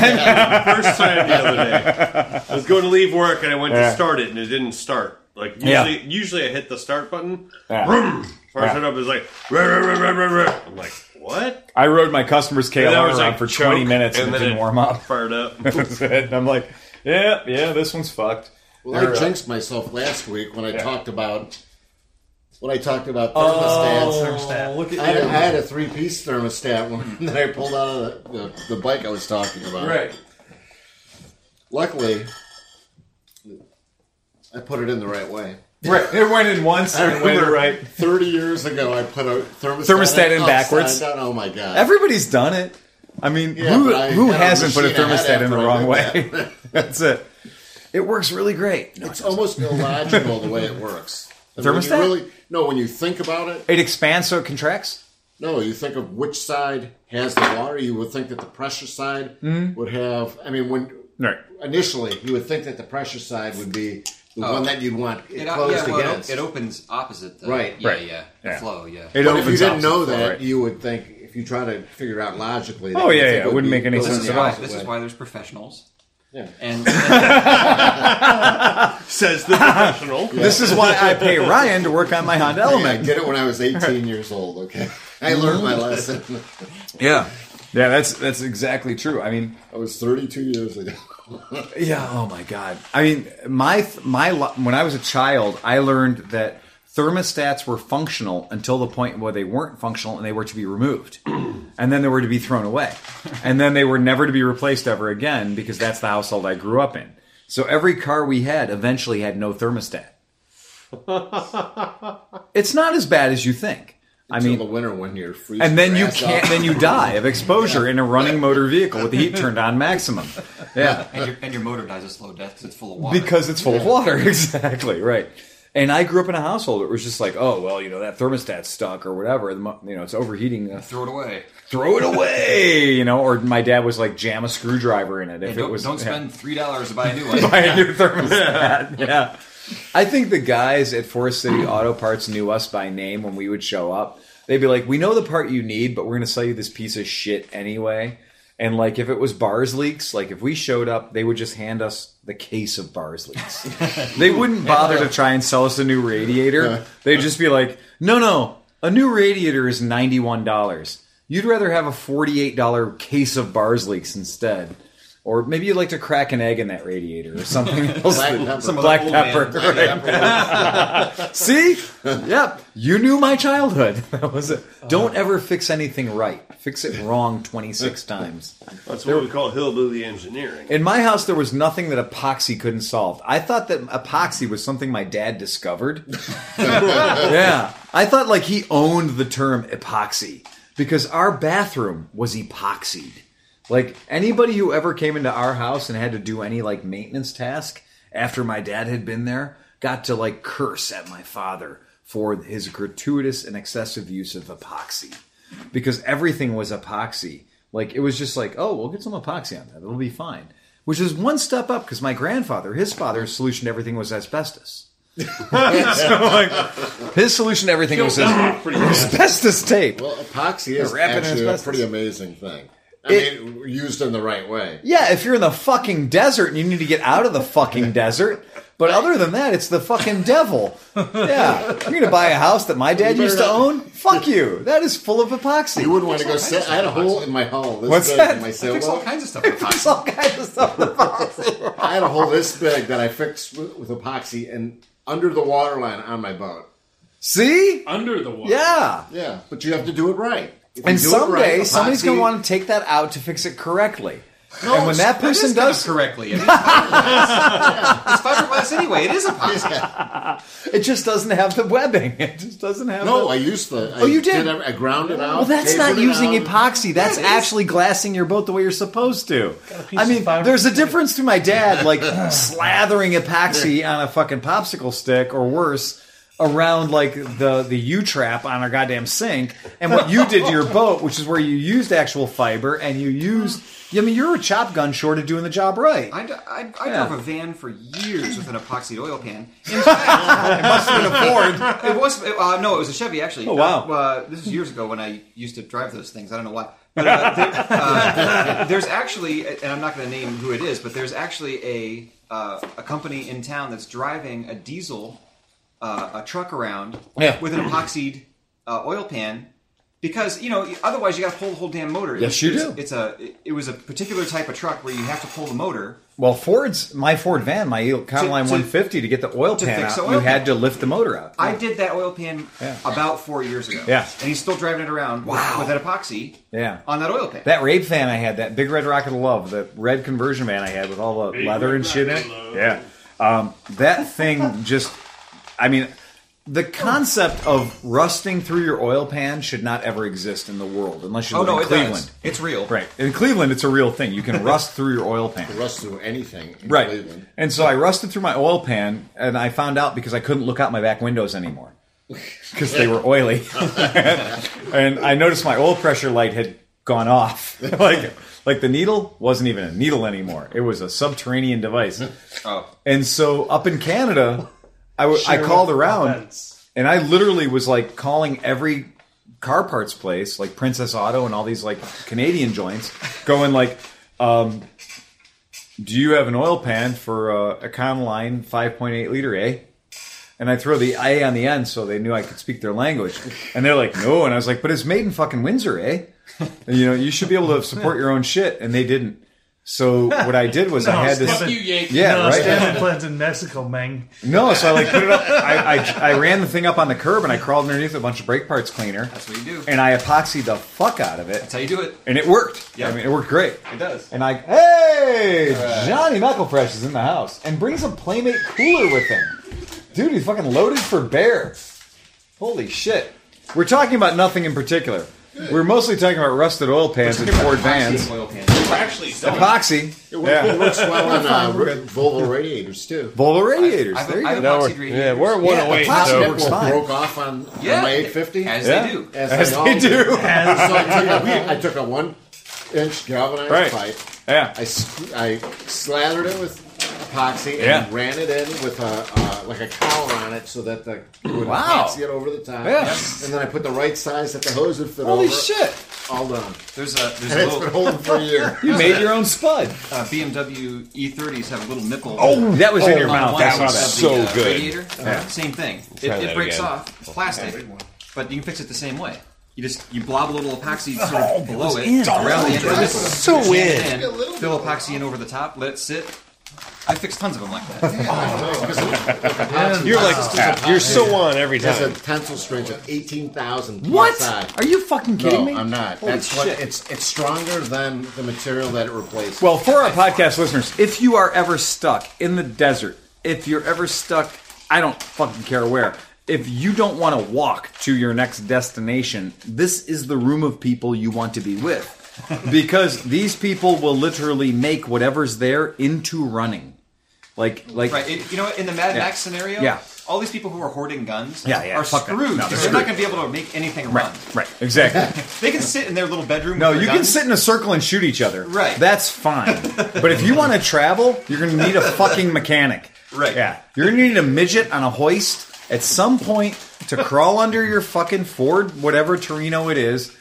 S4: first time the other day. I was going to leave work and I went to start it and it didn't start. Like usually,
S1: Yeah.
S4: usually I hit the start button.
S1: Yeah.
S4: Vroom! Fires
S1: Yeah.
S4: it up. It's like "Rah, rah, rah, rah, rah, rah." I'm like, what?
S1: I rode my customer's KLR
S4: And I
S1: around for 20
S4: choke,
S1: minutes and, it
S4: then
S1: didn't warm up.
S4: Fired up.
S1: That's it. And I'm like, yeah, yeah, this one's fucked.
S5: Well,
S1: They're,
S5: I
S1: uh,
S5: jinxed myself last week when I talked about when I talked about thermostats.
S1: Oh.
S8: Oh,
S7: thermostat.
S6: look at
S5: I had, I had a three-piece thermostat one that I pulled out of the, the, the bike I was talking about.
S6: Right.
S5: Luckily, I put it in the right way.
S1: Right. It went in once
S5: I
S1: and went
S5: remember
S1: right.
S5: Thirty years ago, I put a thermostat,
S1: Thermostat in
S5: upside
S1: backwards.
S5: down. Oh my god!
S1: Everybody's done it. I mean,
S5: Yeah,
S1: who
S5: but I
S1: who
S5: had a
S1: hasn't put a
S5: machine I had
S1: thermostat in the
S5: after I
S1: wrong way?
S5: did
S1: That's it. It works really great.
S5: it's almost illogical the way it works. I mean, when you
S1: Thermostat?
S5: really no. When you think about it,
S1: It expands so it contracts.
S5: No, you think of which side has the water. You would think that the pressure side
S1: Hmm?
S5: would have. I mean, when
S1: Right.
S5: initially you would think that the pressure side would be the one that you'd want it,
S7: Oh. It,
S5: closed
S7: yeah, well, it-
S5: against.
S7: it opens opposite the
S5: Right.
S7: Yeah,
S1: Right.
S7: yeah, the
S1: Yeah.
S7: flow. Yeah.
S1: It
S5: but if you
S1: opens
S5: didn't
S1: up.
S5: know that,
S1: Right.
S5: you would think if you try to figure out logically. That
S1: Oh,
S5: you
S1: yeah,
S5: would think
S1: yeah,
S5: would
S1: it wouldn't
S5: be
S1: make any
S5: built
S7: this
S1: sense
S7: is
S5: the
S1: at all.
S7: why,
S5: opposite
S7: this is
S5: way.
S7: why there's professionals.
S5: Yeah.
S7: And,
S4: Says the professional.
S1: This is why I pay Ryan to work on my Honda
S5: Yeah, Oh, I
S1: Element.
S5: did it when I was 18 years old. Okay, I
S1: Hmm?
S5: learned my lesson.
S1: Yeah. Yeah, that's that's exactly true. I mean,
S5: I was 32 years ago.
S1: Yeah. Oh my God. I mean, my th- my lo- when I was a child, I learned that thermostats were functional until the point where they weren't functional and they were to be removed, and then they were to be thrown away, and then they were never to be replaced ever again because that's the household I grew up in. So every car we had eventually had no thermostat. it's not as bad as you think. I
S5: Until
S1: mean,
S5: the winter when you're freezing.
S1: and then
S5: your
S1: you
S5: ass
S1: can't.
S5: off.
S1: Then you die of exposure in a running motor vehicle with the heat turned on maximum. Yeah.
S7: and, your, and your motor dies a slow death because it's full of water.
S1: because it's full of water. Exactly right. And I grew up in a household. It was just like, oh well, you know that thermostat's stuck or whatever. The mo- You know it's overheating. Uh,
S7: throw it away.
S1: Throw it away. You know, or my dad was like, jam a screwdriver in it if
S7: And
S1: it
S7: don't,
S1: was.
S7: don't
S1: yeah.
S7: spend three dollars to buy a new one.
S1: buy a new thermostat. yeah. I think the guys at Forest City Auto Parts knew us by name when we would show up. They'd be like, "We know the part you need, but we're going to sell you this piece of shit anyway." And like, if it was bars leaks, like if we showed up, they would just hand us the case of bars leaks. they wouldn't bother to try and sell us a new radiator. They'd just be like, "No, no, a new radiator is ninety one dollars. You'd rather have a forty eight dollar case of bars leaks instead." Or maybe you'd like to crack an egg in that radiator or something else.
S5: Black
S1: that-
S5: pepper.
S1: Some black
S7: Old man.
S1: pepper.
S7: Black
S1: right. See? Yep. You knew my childhood. That was it. Don't ever fix anything right. Fix it wrong 26 times.
S4: That's what we call hillbilly engineering.
S1: In my house, there was nothing that epoxy couldn't solve. I thought that epoxy was something my dad discovered. yeah. I thought like he owned the term epoxy because our bathroom was epoxied. Like anybody who ever came into our house and had to do any like maintenance task after my dad had been there, got to like curse at my father for his gratuitous and excessive use of epoxy because everything was epoxy. Like it was just like, oh, we'll get some epoxy on that. It'll be fine. Which is one step up because my grandfather, his father's solution to everything was asbestos. so like, his solution to everything was as- asbestos tape.
S5: Well, epoxy is
S1: Wrap it in
S5: actually a
S1: asbestos.
S5: pretty amazing thing. I
S1: It-
S5: mean, used in the right way.
S1: Yeah, if you're in the fucking desert and you need to get out of the fucking desert. But other than that, it's the fucking devil. Yeah. You're going to buy a house that my dad
S5: better
S1: used to
S5: not-
S1: own? Fuck you. That is full of epoxy.
S5: You wouldn't want to go sit. I had a hole in my hull. This
S1: What's
S5: big
S1: that?
S5: In my
S1: I
S7: I fix all
S5: sailboat.
S7: kinds of stuff with
S1: It's
S7: epoxy.
S1: all kinds of stuff with epoxy.
S5: I had a hole this big that I fixed with, with epoxy and under the waterline on my boat.
S1: See?
S6: Under the water.
S1: Yeah.
S5: Yeah, but you have to do it right. If you
S1: And
S5: do it
S1: someday
S5: right,
S1: somebody's going
S5: epoxy-
S1: to want to take that out to fix it correctly. and when that person
S7: That
S1: does,
S7: is kind of correctly. It is fiberglass. It's fiberglass anyway. It is epoxy.
S1: it just doesn't have the webbing. It just doesn't have.
S5: No,
S1: the-
S5: I used the. I
S1: Oh, you did?
S5: I ground it out.
S1: Well, that's
S5: papered
S1: not
S5: it
S1: using
S5: out.
S1: epoxy. That's actually glassing your boat the way you're supposed to.
S2: piece
S1: I mean,
S2: of fiber.
S1: there's a difference to my dad like slathering epoxy on a fucking popsicle stick or worse around like the the U trap on our goddamn sink and what you did to your boat, which is where you used actual fiber and you used. I mean, you're a chop gun short of doing the job right.
S7: I, d- I- I
S1: Yeah.
S7: drove a van for years with an epoxied oil can. In fact, it must have been a Ford. It was it- uh, no, it was a Chevy actually.
S1: Oh, wow.
S7: Uh, uh, this is years ago when I used to drive those things. I don't know why. But, uh, there- uh, there's actually, and I'm not going to name who it is, but there's actually a uh, a company in town that's driving a diesel uh, a truck around
S1: Yeah.
S7: with an epoxied uh, oil pan. Because you know, otherwise you got to pull the whole damn motor.
S1: Yes, you
S7: it's,
S1: do.
S7: It's a. It, it was a particular type of truck where you have to pull the motor,
S1: Well, Ford's my Ford van, my Econoline
S7: to-
S1: 150, to get the oil pan
S7: fix
S1: out,
S7: the
S1: you
S7: oil pan.
S1: had to lift the motor out.
S7: I did that oil pan
S1: Yeah.
S7: about four years ago.
S1: Yeah.
S7: And he's still driving it around
S1: Wow.
S7: with, with that epoxy
S1: Yeah.
S7: on that oil pan.
S1: That rape fan I had, that big red rocket of love, the red conversion van I had with all the leather and shit in it. Yeah. Um, that thing just, I mean, the concept of rusting through your oil pan should not ever exist in the world unless you
S7: oh,
S1: live
S7: no,
S1: in
S7: it
S1: Cleveland.
S7: does. It's real.
S1: Right. In Cleveland, it's a real thing. You can rust through your oil pan.
S5: Rust through anything. in
S1: Right.
S5: Cleveland.
S1: And so I rusted through my oil pan, and I found out because I couldn't look out my back windows anymore because they were oily. and I noticed my oil pressure light had gone off. like, like the needle wasn't even a needle anymore. It was a subterranean device.
S7: Oh.
S1: And so up in Canada, I, w- I called around and I literally was like calling every car parts place, like Princess Auto and all these like Canadian joints, going like, um, "Do you have an oil pan for uh, Econoline 5.8 liter A?" And I throw the A on the end so they knew I could speak their language. And they're like, "No," and I was like, "But it's made in fucking Windsor, eh? And, you know, you should be able to support your own shit." And they didn't. So what I did was I had
S6: Fuck you,
S1: this.
S6: Yankees.
S1: Yeah,
S8: No,
S1: right.
S8: standard plans in Mexico, man.
S1: No, so I like put it up. I, I, I ran the thing up on the curb and I crawled underneath a bunch of brake parts cleaner.
S7: That's what you do.
S1: And I epoxied the fuck out of it,
S7: That's how you do it.
S1: and it worked.
S7: Yeah.
S1: I mean, it worked great.
S7: It does.
S1: And I, hey, Johnny Mecklefresh is in the house and brings a Playmate cooler with him. Dude, he's fucking loaded for bear. Holy shit. We're talking about nothing in particular. We're mostly talking about rusted oil pans and Ford vans.
S7: Oil pan.
S6: Actually, don't.
S1: Epoxy.
S5: It works, it
S1: Yeah.
S5: works well on uh, Volvo radiators too.
S1: Volvo radiators.
S7: I've-
S1: there you
S7: I've
S1: go.
S7: epoxied
S1: Yeah,
S7: radiators.
S1: we're at 108.
S5: Top
S1: so it
S5: nipple
S1: works fine.
S5: broke off on, on
S7: Yeah.
S5: my 850.
S7: As
S1: Yeah.
S7: they do.
S5: as
S1: As
S5: all
S1: they
S5: did.
S1: do.
S5: so I took, a, I took a one inch galvanized
S1: Right.
S5: pipe.
S1: Yeah.
S5: I, sc- I slathered it with epoxy and
S1: Yeah.
S5: ran it in with a uh, like a collar on it so that the it would
S1: Wow.
S5: epoxy it over the top.
S1: Yeah.
S5: And then I put the right size that the hose would fit
S1: Holy
S5: over.
S1: shit.
S5: All done.
S7: There's a there's
S5: And
S7: a
S5: it's been
S7: little
S5: holding for a year.
S1: You made your own spud.
S7: uh, BMW E30s E have a little nipple.
S1: Oh, that was in your
S7: on
S1: mouth.
S7: one
S1: I
S7: side
S1: saw
S7: of
S3: Oh, so
S1: that.
S7: the, uh,
S3: good.
S7: Radiator.
S1: Yeah.
S7: Same thing. It,
S3: Try
S7: it
S3: that
S7: breaks
S3: again.
S7: off. It's plastic, but you can fix it the same way. You just you blob a little epoxy sort of below it,
S1: in.
S7: around the end. of it.
S3: So
S7: Jam
S3: in.
S7: it in, Fill epoxy in over the top. Let it sit. I fixed tons of them like that.
S3: You're like, you're so on every
S5: It has a
S3: time.
S5: tensile strength of 18,000
S1: What?
S5: psi.
S1: Are you fucking kidding
S5: No,
S1: me?
S5: I'm not.
S1: Holy
S5: That's what
S1: shit.
S5: it's. It's stronger than the material that it replaced.
S1: Well, for our podcast listeners, if you are ever stuck in the desert, if you're ever stuck, I don't fucking care where, if you don't want to walk to your next destination, this is the room of people you want to be with. because these people will literally make whatever's there into running. Like like
S7: Right. It, you know, what, in the Mad
S1: Yeah.
S7: Max scenario,
S1: Yeah.
S7: all these people who are hoarding guns
S1: Yeah, yeah,
S7: are
S1: fuck them.
S7: screwed
S1: No,
S7: because
S1: they're
S7: they're not going to be able to make anything run.
S1: right exactly.
S7: They can sit in their little bedroom.
S1: No,
S7: with their
S1: you can
S7: guns.
S1: sit in a circle and shoot each other.
S7: Right.
S1: That's fine. but if you want to travel, you're going to need a fucking mechanic.
S7: Right.
S1: Yeah. You're going to need a midget on a hoist at some point to crawl under your fucking Ford, whatever Torino it is.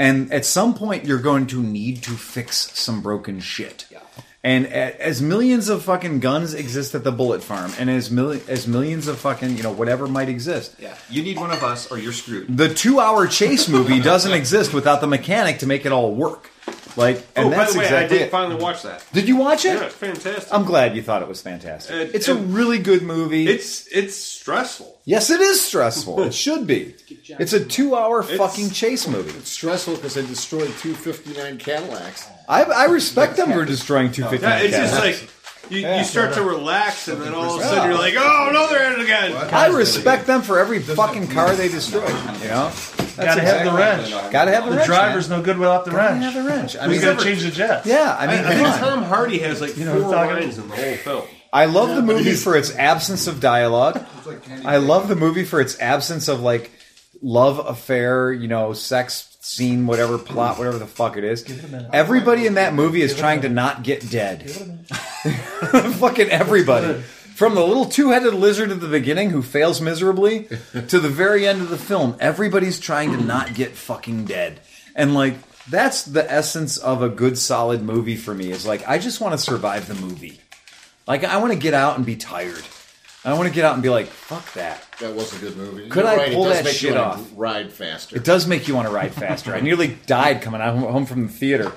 S1: And at some point, you're going to need to fix some broken shit. Yeah. And a- as millions of fucking guns exist at the bullet farm, and as mil- as millions of fucking you know whatever might exist,
S7: Yeah. You need one of us, or you're screwed.
S1: the two-hour chase movie doesn't exist without the mechanic to make it all work. Like, and
S4: oh, by
S1: that's
S4: the way,
S1: exactly.
S4: I did
S1: it.
S4: finally watch that.
S1: Did you watch it?
S4: Yeah, it's fantastic.
S1: I'm glad you thought it was fantastic.
S4: It-
S1: it's a
S4: it-
S1: really good movie.
S4: it's it's stressful.
S1: yes, it is stressful. it should be. It's a two-hour fucking chase movie.
S5: It's stressful because they destroyed two fifty nine Cadillacs.
S1: I, I respect them for destroying 250.
S4: Yeah, it's
S1: cats.
S4: just like you, you start to relax, and then all of a sudden
S1: Yeah.
S4: you're like, oh no, they're at it again.
S1: I respect them for every fucking car they destroy. You know,
S8: Gotta have the wrench.
S1: gotta have the,
S8: The
S1: wrench.
S8: driver's
S1: man.
S8: no good without the
S1: Gotta
S8: wrench.
S1: have the wrench. I
S8: We
S1: mean,
S8: gotta change the jet.
S1: yeah. I mean,
S4: I
S1: come
S4: think
S1: on.
S4: Tom Hardy has like
S8: know,
S4: four
S8: talking-
S4: lines in the whole film.
S1: I love the movie for its absence of dialogue. I love the movie for its absence of like love affair, you know, sex scene, whatever plot, whatever the fuck it is. Everybody in that movie is trying to not get dead. Fucking everybody. From the little two-headed lizard at the beginning who fails miserably to the very end of the film, everybody's trying to not get fucking dead. And like that's the essence of a good solid movie for me. Is like I just want to survive the movie. Like I want to get out and be tired. I want to get out and be like, fuck that.
S5: That was a good movie.
S1: Could
S5: You're
S1: I
S5: right, it
S1: pull
S5: does
S1: that
S5: make
S1: shit
S5: you wanna
S1: off?
S5: Ride faster.
S1: It does make you want to ride faster. I nearly died coming out home from the theater.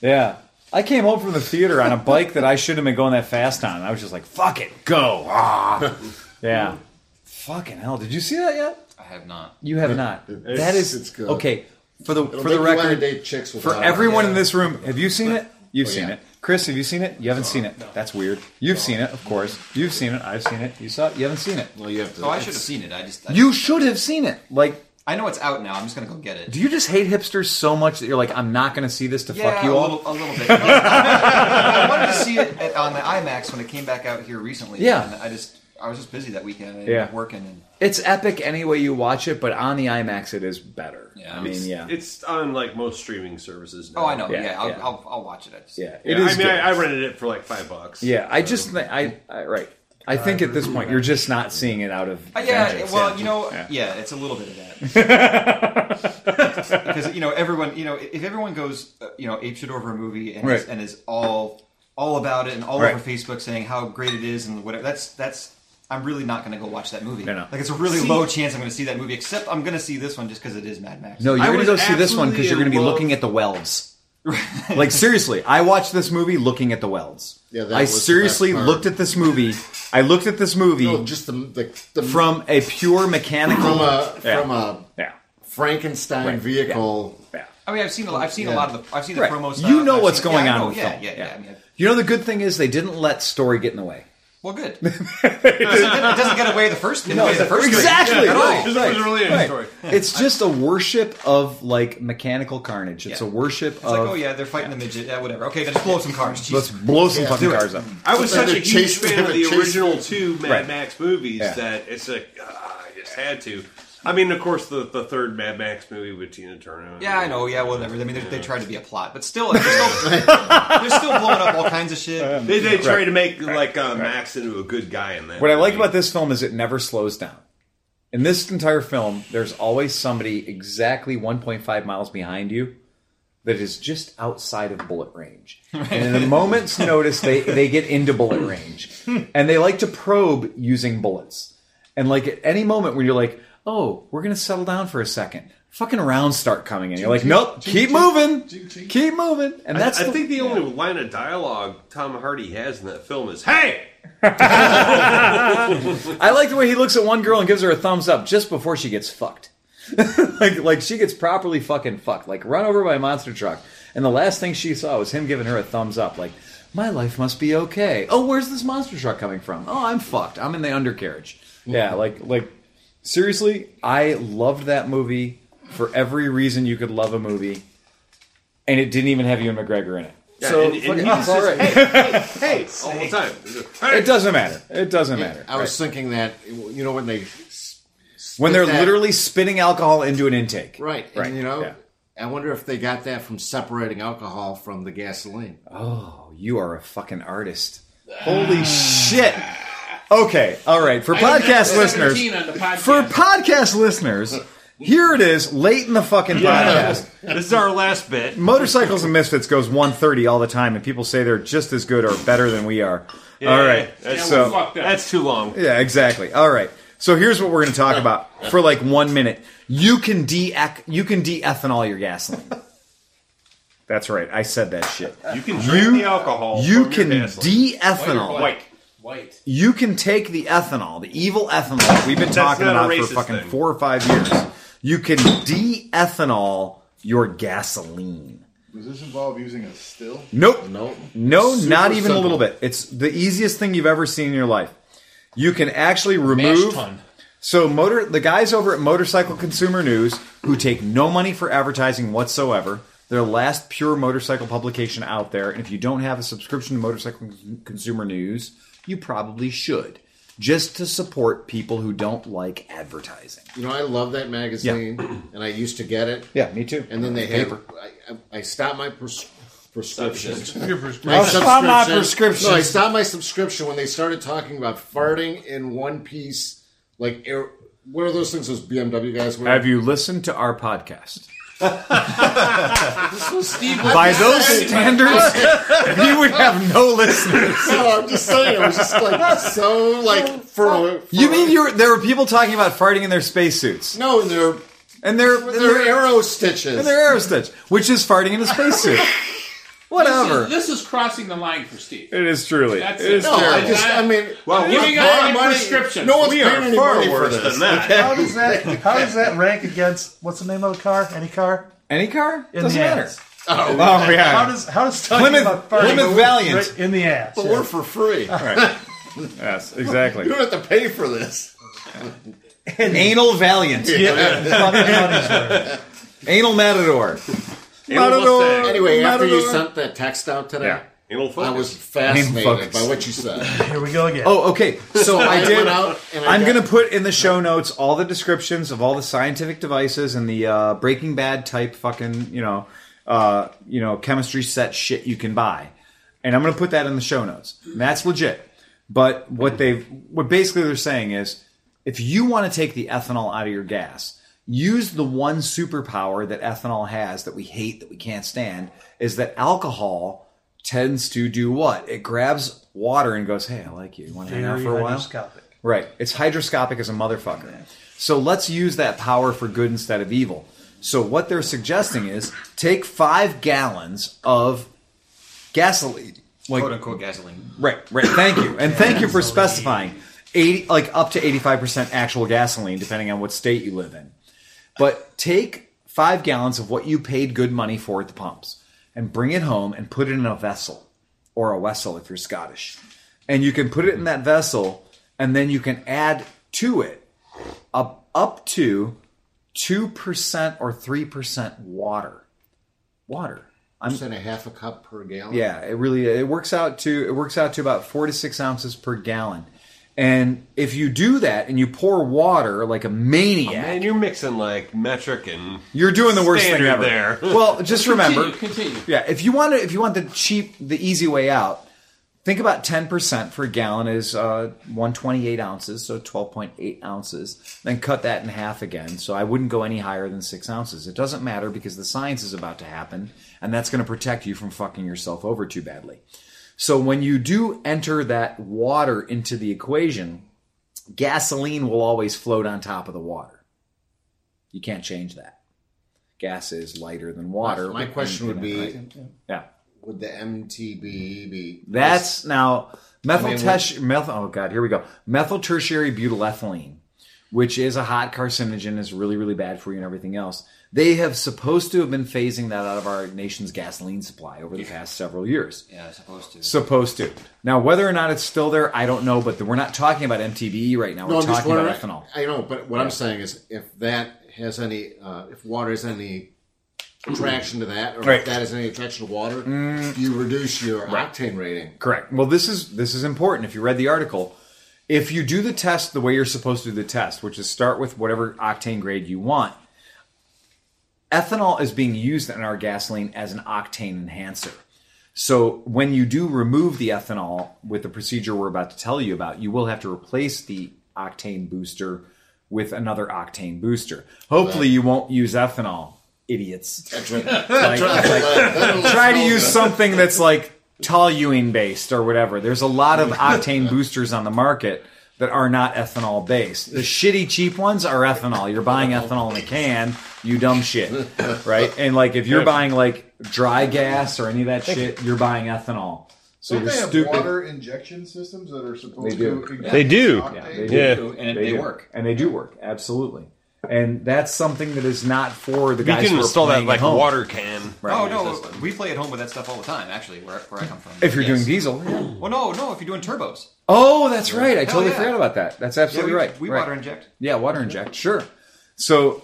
S1: Yeah. I came home from the theater on a bike that I shouldn't have been going that fast on. I was just like, fuck it, go. Ah. Yeah. Fucking hell. Did you see that yet?
S7: I have not.
S1: You have not. that is
S5: it's good.
S1: Okay. For the
S5: It'll
S1: for the
S5: make you wanna
S1: record,
S5: date chicks with
S1: for
S5: eyes.
S1: everyone in this room, have you seen it? You've
S5: Oh,
S1: seen
S5: yeah.
S1: it. Chris, have you seen it? You haven't seen it. That's weird. You've seen it, of course. You've seen it. I've seen it. You saw it. You haven't seen it.
S5: Well, you have to.
S7: So Oh, I should have seen it. I just I,
S1: You should have seen it. Like,
S7: I know it's out now. I'm just going to go get it.
S1: do you just hate hipsters so much that you're like, I'm not going to see this to
S7: yeah,
S1: fuck you
S7: a
S1: all?
S7: little, a little bit. I wanted to see it at, on the IMAX when it came back out here recently.
S1: Yeah.
S7: and I just I was just busy that weekend. And
S1: Yeah.
S7: working. And,
S1: It's epic any way you watch it, but on the IMAX it is better.
S7: Yeah.
S1: I mean, yeah,
S4: It's on like most streaming services. Now.
S7: oh, I know.
S1: Yeah,
S7: Yeah, I'll,
S1: yeah.
S7: I'll, I'll watch it. I just,
S1: yeah,
S4: Yeah,
S1: it is.
S4: I mean,
S1: good.
S4: I, I rented it for like five bucks.
S1: yeah, I just, thi- I, I, right. I think at this point you're just not seeing it out of.
S7: Uh, yeah,
S1: vengeance,
S7: well,
S1: yeah.
S7: you know,
S1: Yeah.
S7: yeah. it's a little bit of that. because you know, everyone, you know, if everyone goes, uh, you know, apeshit over a movie and, is,
S1: Right.
S7: and is all all about it and all
S1: Right.
S7: over Facebook saying how great it is and whatever, that's that's. I'm really not going to go watch that movie.
S1: No, no.
S7: Like it's a really low chance I'm going to see that movie. Except I'm going to see this one just because it is Mad Max.
S1: No, you're
S4: I
S1: going to
S4: was
S1: go see this one because you're going to be looking
S4: absolutely in
S1: at the welds. like seriously, I watched this movie looking at the welds.
S5: Yeah, that
S1: I
S5: was the
S1: seriously
S5: best part.
S1: looked at this movie. I looked at this movie
S5: No, just the the, the
S1: from a pure mechanical.
S5: from a
S1: Yeah.
S5: from a
S1: yeah,
S5: Frankenstein
S1: Right.
S5: vehicle.
S1: yeah.
S7: I mean I've seen a lot, I've seen a
S5: Yeah.
S7: lot of the I've seen the
S1: Right.
S7: promo stuff.
S1: You know
S7: I've
S1: what's
S7: seen-
S1: going
S7: yeah,
S1: on.
S7: Oh
S1: with
S7: yeah,
S1: film.
S7: yeah, yeah. I mean, I-
S1: You know the good thing is they didn't let story get in the way.
S7: well, good. it, doesn't, it doesn't get away the first. No, the first
S1: exactly.
S7: at all.
S4: This was really a
S1: Right.
S4: story.
S1: It's just a worship of like mechanical carnage. It's
S7: Yeah.
S1: a worship
S7: It's
S1: of
S7: like, oh yeah, they're fighting the midget. Yeah, whatever. Okay, then just blow up some cars. Jeez.
S1: let's blow some fucking
S5: do it.
S1: cars up.
S4: I was such a
S5: They
S4: huge
S5: chased-
S4: fan of
S5: they
S4: the
S5: chased-
S4: original two Mad
S1: Right.
S4: Max movies
S1: Yeah.
S4: that it's like ah, I just had to. I mean, of course, the, the third Mad Max movie with Tina Turner.
S7: yeah, I know. Yeah, whatever. I mean, they're- they tried to be a plot, but still, they're still, they're still blowing up all kinds of shit.
S1: Um,
S4: They, they tried to make like uh, Max into a good guy in that.
S1: What I like
S4: movie.
S1: about this film is it never slows down. In this entire film, there's always somebody exactly 1.5 miles behind you that is just outside of bullet range. And in a moment's notice, they, they get into bullet range. And they like to probe using bullets. And like at any moment when you're like, oh, we're going to settle down for a second, fucking rounds start coming in. You're like, nope, keep moving, keep moving. And that's
S4: I
S1: the-
S4: think the only line of dialogue Tom Hardy has in that film is "Hey."
S1: I like the way he looks at one girl and gives her a thumbs up just before she gets fucked. like like she gets properly fucking fucked, like run over by a monster truck. And the last thing she saw was him giving her a thumbs up, like, my life must be okay. Oh, where's this monster truck coming from? Oh, I'm fucked. I'm in the undercarriage. Yeah, like like seriously, I loved that movie for every reason you could love a movie. And it didn't even have Ewan McGregor in it.
S4: Yeah,
S1: so
S4: and- and
S1: fucking- it's
S4: he's
S1: all right.
S4: Hey, all the time.
S1: It doesn't matter. It doesn't matter.
S5: I was thinking that you know when they s-
S1: Right. when they're
S5: spit that-
S1: literally spitting alcohol into an intake.
S5: right,
S1: Right,
S5: and you know.
S1: yeah.
S5: I wonder if they got that from separating alcohol from the gasoline.
S1: Oh, you are a fucking artist. Holy shit. Okay, all right. For podcast listeners,
S6: on the podcast.
S1: for podcast listeners, here it is, late in the fucking podcast.
S4: This is our last bit.
S1: Motorcycles and Misfits goes 130 all the time, and people say they're just as good or better than we are. all right.
S4: That's, uh,
S6: Yeah,
S1: so,
S6: well, fuck that.
S4: that's too long.
S1: Yeah, exactly. All right. So here's what we're going to talk about for like one minute. You can de you can de-ethanol your gasoline. That's right. I said that shit.
S4: You can drink
S1: You-
S4: the alcohol.
S1: You
S4: from
S1: can
S4: your gasoline.
S1: de-ethanol.
S4: White.
S6: White.
S1: You can take the ethanol, the evil ethanol that we've been talking
S4: not a
S1: about for
S4: racist
S1: fucking
S4: thing.
S1: four or five years. You can de-ethanol your gasoline.
S9: Does this involve using a still?
S1: Nope.
S5: Nope.
S1: No,
S5: Super
S1: not even a
S5: simple.
S1: little bit. It's the easiest thing you've ever seen in your life. You can actually remove.
S6: ton.
S1: So motor the guys over at Motorcycle Consumer News who take no money for advertising whatsoever. Their last pure motorcycle publication out there, and if you don't have a subscription to Motorcycle Con- Consumer News, you probably should, just to support people who don't like advertising.
S5: You know, I love that magazine, and I used to get it.
S1: Yeah, me too.
S5: And then they had, I, I I stopped my pres- prescription.
S1: I saw my
S5: No, I
S1: prescription.
S5: stopped my subscription when they started talking about farting in one piece, like air. What are those things? Those BMW guys. Wear?
S1: Have you listened to our podcast?
S5: This was Steve.
S1: By those standards, we would have no listeners.
S5: no, I'm just saying. I was just like so like for. for
S1: You mean you were, there were people talking about farting in their spacesuits?
S5: No, and they're
S1: And they're, and
S5: they're arrow stitches.
S1: and they're arrow stitch, which is farting in a spacesuit. Whatever.
S6: This is crossing the line for Steve.
S1: It is truly.
S6: That's
S1: it is
S5: no, I
S1: terrible.
S5: just. I mean,
S4: Well,
S6: Giving
S4: we
S6: out
S4: are
S6: my
S4: money-
S6: prescription.
S5: no one's
S4: we
S5: paying
S4: are
S5: any
S4: far
S5: money for
S4: worse
S5: this.
S4: than that.
S8: How does that how does that rank against what's the name of the car? Any car?
S1: Any car
S8: In
S1: doesn't
S8: the
S1: matter.
S8: ass.
S1: Oh,
S8: How
S1: yeah.
S8: does how does talking
S1: Plymouth-
S8: about farting
S1: Plymouth Valiant.
S8: in the ass?
S5: But
S8: yeah.
S5: we're for free. You
S1: Yes, exactly.
S5: don't have to pay for this.
S1: Anal Valiant. Anal Matador.
S4: Mustang.
S5: Anyway, after you
S1: Matador.
S5: sent that text out today,
S1: Yeah.
S4: Anal
S5: I
S4: focus.
S5: was
S1: Name
S5: fascinated
S1: focus.
S5: by what you said.
S8: Here we go again.
S1: Oh, okay. So I
S5: I
S1: did.
S5: went out and I
S1: I'm
S5: got-
S1: going to put in the show notes all the descriptions of all the scientific devices and the uh, Breaking Bad type fucking you know uh, you know chemistry set shit you can buy, and I'm going to put that in the show notes. And that's legit. But what they've what basically they're saying is, if you want to take the ethanol out of your gas, use the one superpower that ethanol has that we hate that we can't stand is that alcohol tends to do what? It grabs water and goes, "Hey, I like you. Want to hang out
S8: Very
S1: for a while?"
S8: hydroscopic.
S1: Right. It's hydroscopic as a motherfucker. So let's use that power for good instead of evil. So what they're suggesting is take five gallons of gasoline. Like
S7: quote unquote gasoline.
S1: right, right. Thank you, and thank you for specifying eighty, like up to eighty-five percent actual gasoline, depending on what state you live in. But take five gallons of what you paid good money for at the pumps, and bring it home and put it in a vessel, or a wessel if you're Scottish, and you can put it in that vessel, and then you can add to it up up to two percent or three percent water. Water. I'm
S5: Just in a half a cup per gallon.
S1: yeah, it really it works out to it works out to about four to six ounces per gallon. And if you do that and you pour water like a maniac,
S4: And you're mixing like metric and
S1: you're doing the worst thing
S4: standard
S1: ever.
S4: there.
S1: Well, just remember,
S6: Continue. continue.
S1: yeah, if you want to, if you want the cheap, the easy way out, think about ten percent for a gallon is uh, one twenty eight ounces, so twelve point eight ounces. Then cut that in half again. So I wouldn't go any higher than six ounces. It doesn't matter because the science is about to happen, and that's going to protect you from fucking yourself over too badly. So when you do enter that water into the equation, gasoline will always float on top of the water. You can't change that. Gas is lighter than water.
S5: My question would be:
S1: yeah.
S5: Would the MTBE be?
S1: That's now methyl
S5: I mean,
S1: tesh- meth- oh god, here we go. Methyl tertiary butylethylene, which is a hot carcinogen, is really really bad for you and everything else. They have supposed to have been phasing that out of our nation's gasoline supply over the past several years.
S7: Yeah, supposed to.
S1: Supposed to. Now, whether or not it's still there, I don't know. But we're not talking about MTBE right now.
S5: No,
S1: we're
S5: I'm just
S1: talking
S5: wondering.
S1: about ethanol.
S5: I know, but what I'm saying is, if that has any, uh, if water has any attraction to that, or
S1: Right. Mm.
S5: if that is any attraction to water, you reduce your octane rating.
S1: Correct. Well, this is this is important. If you read the article, if you do the test the way you're supposed to do the test, which is start with whatever octane grade you want, ethanol is being used in our gasoline as an octane enhancer. So when you do remove the ethanol with the procedure we're about to tell you about, you will have to replace the octane booster with another octane booster. Hopefully, you won't use ethanol, idiots. Like- like, try to use something that's like toluene based or whatever. There's a lot of octane boosters on the market that are not ethanol based. The shitty cheap ones are ethanol. You're buying ethanol in a can, you dumb shit, right? And like if you're buying like dry gas or any of that shit, you're buying ethanol. So
S9: Don't
S1: you're
S9: they have
S1: stupid.
S9: water injection systems that are
S1: They
S9: supposed
S1: do.
S9: to?
S1: Yeah.
S3: They do.
S9: octane?
S1: Yeah, they
S3: Yeah.
S1: do,
S7: And they
S1: do.
S7: work.
S1: and they do work absolutely. And that's something that is not for the
S4: You
S1: guys.
S4: can
S1: who are
S4: install that
S1: playing at
S4: like
S1: home.
S4: water can.
S7: Oh no, we play at home with that stuff all the time. Actually, where, where I come from.
S1: If you're
S7: Yes.
S1: doing diesel, yeah.
S7: well, no, no. If you're doing turbos,
S1: oh, that's right. I
S7: Hell
S1: totally
S7: yeah.
S1: forgot about that. That's
S7: yeah,
S1: absolutely
S7: we,
S1: right.
S7: We
S1: right.
S7: water inject.
S1: Yeah, water inject, sure. So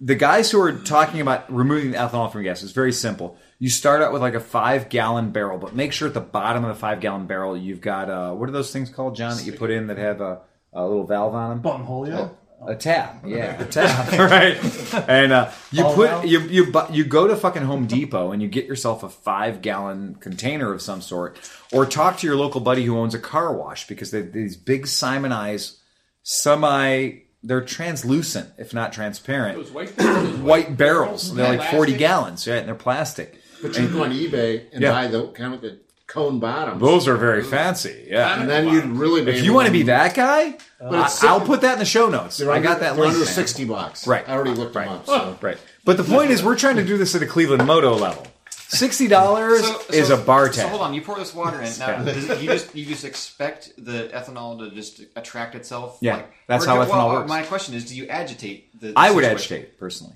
S1: the guys who are talking about removing the ethanol from gas is very simple. You start out with like a five gallon barrel, but make sure at the bottom of the five gallon barrel you've got uh, what are those things called, John, that you put in that have a, a little valve on them?
S8: Bungholio.
S1: A tap, yeah, a tap, right? And uh, you
S8: All
S1: put
S8: out?
S1: you you bu- you go to fucking Home Depot and you get yourself a five gallon container of some sort, or talk to your local buddy who owns a car wash because they these big Simonized semi they're translucent if not transparent
S6: Those white those
S1: white barrels. They're like forty
S6: Plastic.
S1: gallons, yeah, and they're plastic.
S5: But you can go on eBay and
S1: Yeah.
S5: buy the kind of the cone bottoms.
S1: Those are very fancy, yeah.
S5: and then you'd really be
S1: If
S5: able
S1: you want to be that guy, I,
S5: it's-
S1: I'll put that in the show notes.
S5: They're
S1: I
S5: under-
S1: got that
S5: They're
S1: link.
S5: under
S1: man.
S5: sixty bucks.
S1: Right.
S5: I already looked
S1: Right.
S5: them up. So.
S1: Right. But the point is, we're trying to do this at a Cleveland Moto level. Sixty dollars is a bar
S7: So
S1: tab.
S7: hold on, you pour this water in. Now, does it- you just you just expect the ethanol to just attract itself.
S1: Yeah,
S7: like,
S1: that's
S7: or
S1: how
S7: do-
S1: ethanol
S7: well,
S1: works.
S7: My question is, do you agitate the?
S1: I would
S7: situation?
S1: agitate personally.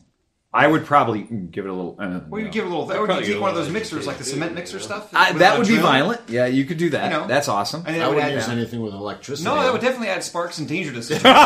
S1: I would probably give it a little. Uh,
S7: Well, you
S1: no.
S7: give it a little. Or do
S4: probably
S7: you
S4: get
S7: take
S4: a
S7: one of
S4: little
S7: those mixers, like the cement mixer stuff?
S1: I,
S7: with
S1: that
S7: a
S1: would be
S7: drill?
S1: violent. Yeah, you could do that.
S7: You know.
S1: That's awesome.
S7: And then
S5: I
S7: it would
S5: wouldn't
S7: add-
S5: use anything with electricity.
S7: No, that would definitely add sparks and danger to the situation. Which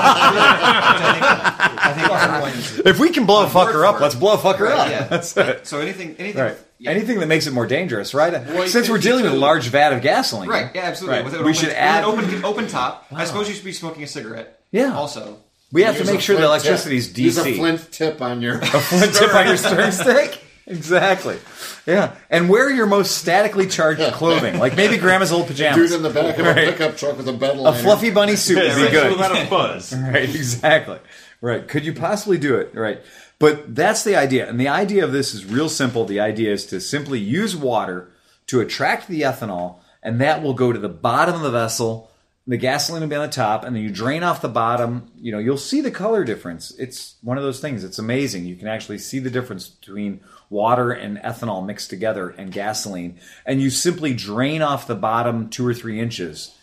S7: I think, I think
S1: If we can blow a fucker
S7: board
S1: up,
S7: for it.
S1: let's blow a fucker
S7: Right,
S1: up.
S7: yeah.
S1: That's it.
S7: so anything, anything,
S1: Right.
S7: yeah.
S1: Anything that makes it more dangerous, right? Since we're
S6: 52.
S1: dealing with a large vat of gasoline,
S7: right? Yeah, absolutely.
S1: Right.
S7: With an
S1: we
S7: open,
S1: should
S7: with
S1: add.
S7: an open, open top. I suppose you should be smoking a cigarette.
S1: Yeah.
S7: Also,
S1: we have to
S5: Use a
S1: make sure the
S5: flint tip.
S1: electricity is DC.
S5: Use a flint tip on your.
S1: Flint tip on your stirring stick? Exactly. Yeah. And wear your most statically charged clothing. Like maybe grandma's old
S5: Dude
S1: pajamas.
S5: in the back of a pickup truck with a bed
S1: A
S5: liner.
S1: fluffy bunny suit would be
S4: It's
S1: good.
S4: without a fuzz.
S1: Right, exactly. Right. Could you possibly do it? Right. But that's the idea. And the idea of this is real simple. The idea is to simply use water to attract the ethanol, and that will go to the bottom of the vessel. The gasoline will be on the top, and then you drain off the bottom. You know, you'll see the color difference. It's one of those things. It's amazing. You can actually see the difference between water and ethanol mixed together and gasoline. And you simply drain off the bottom two or three inches.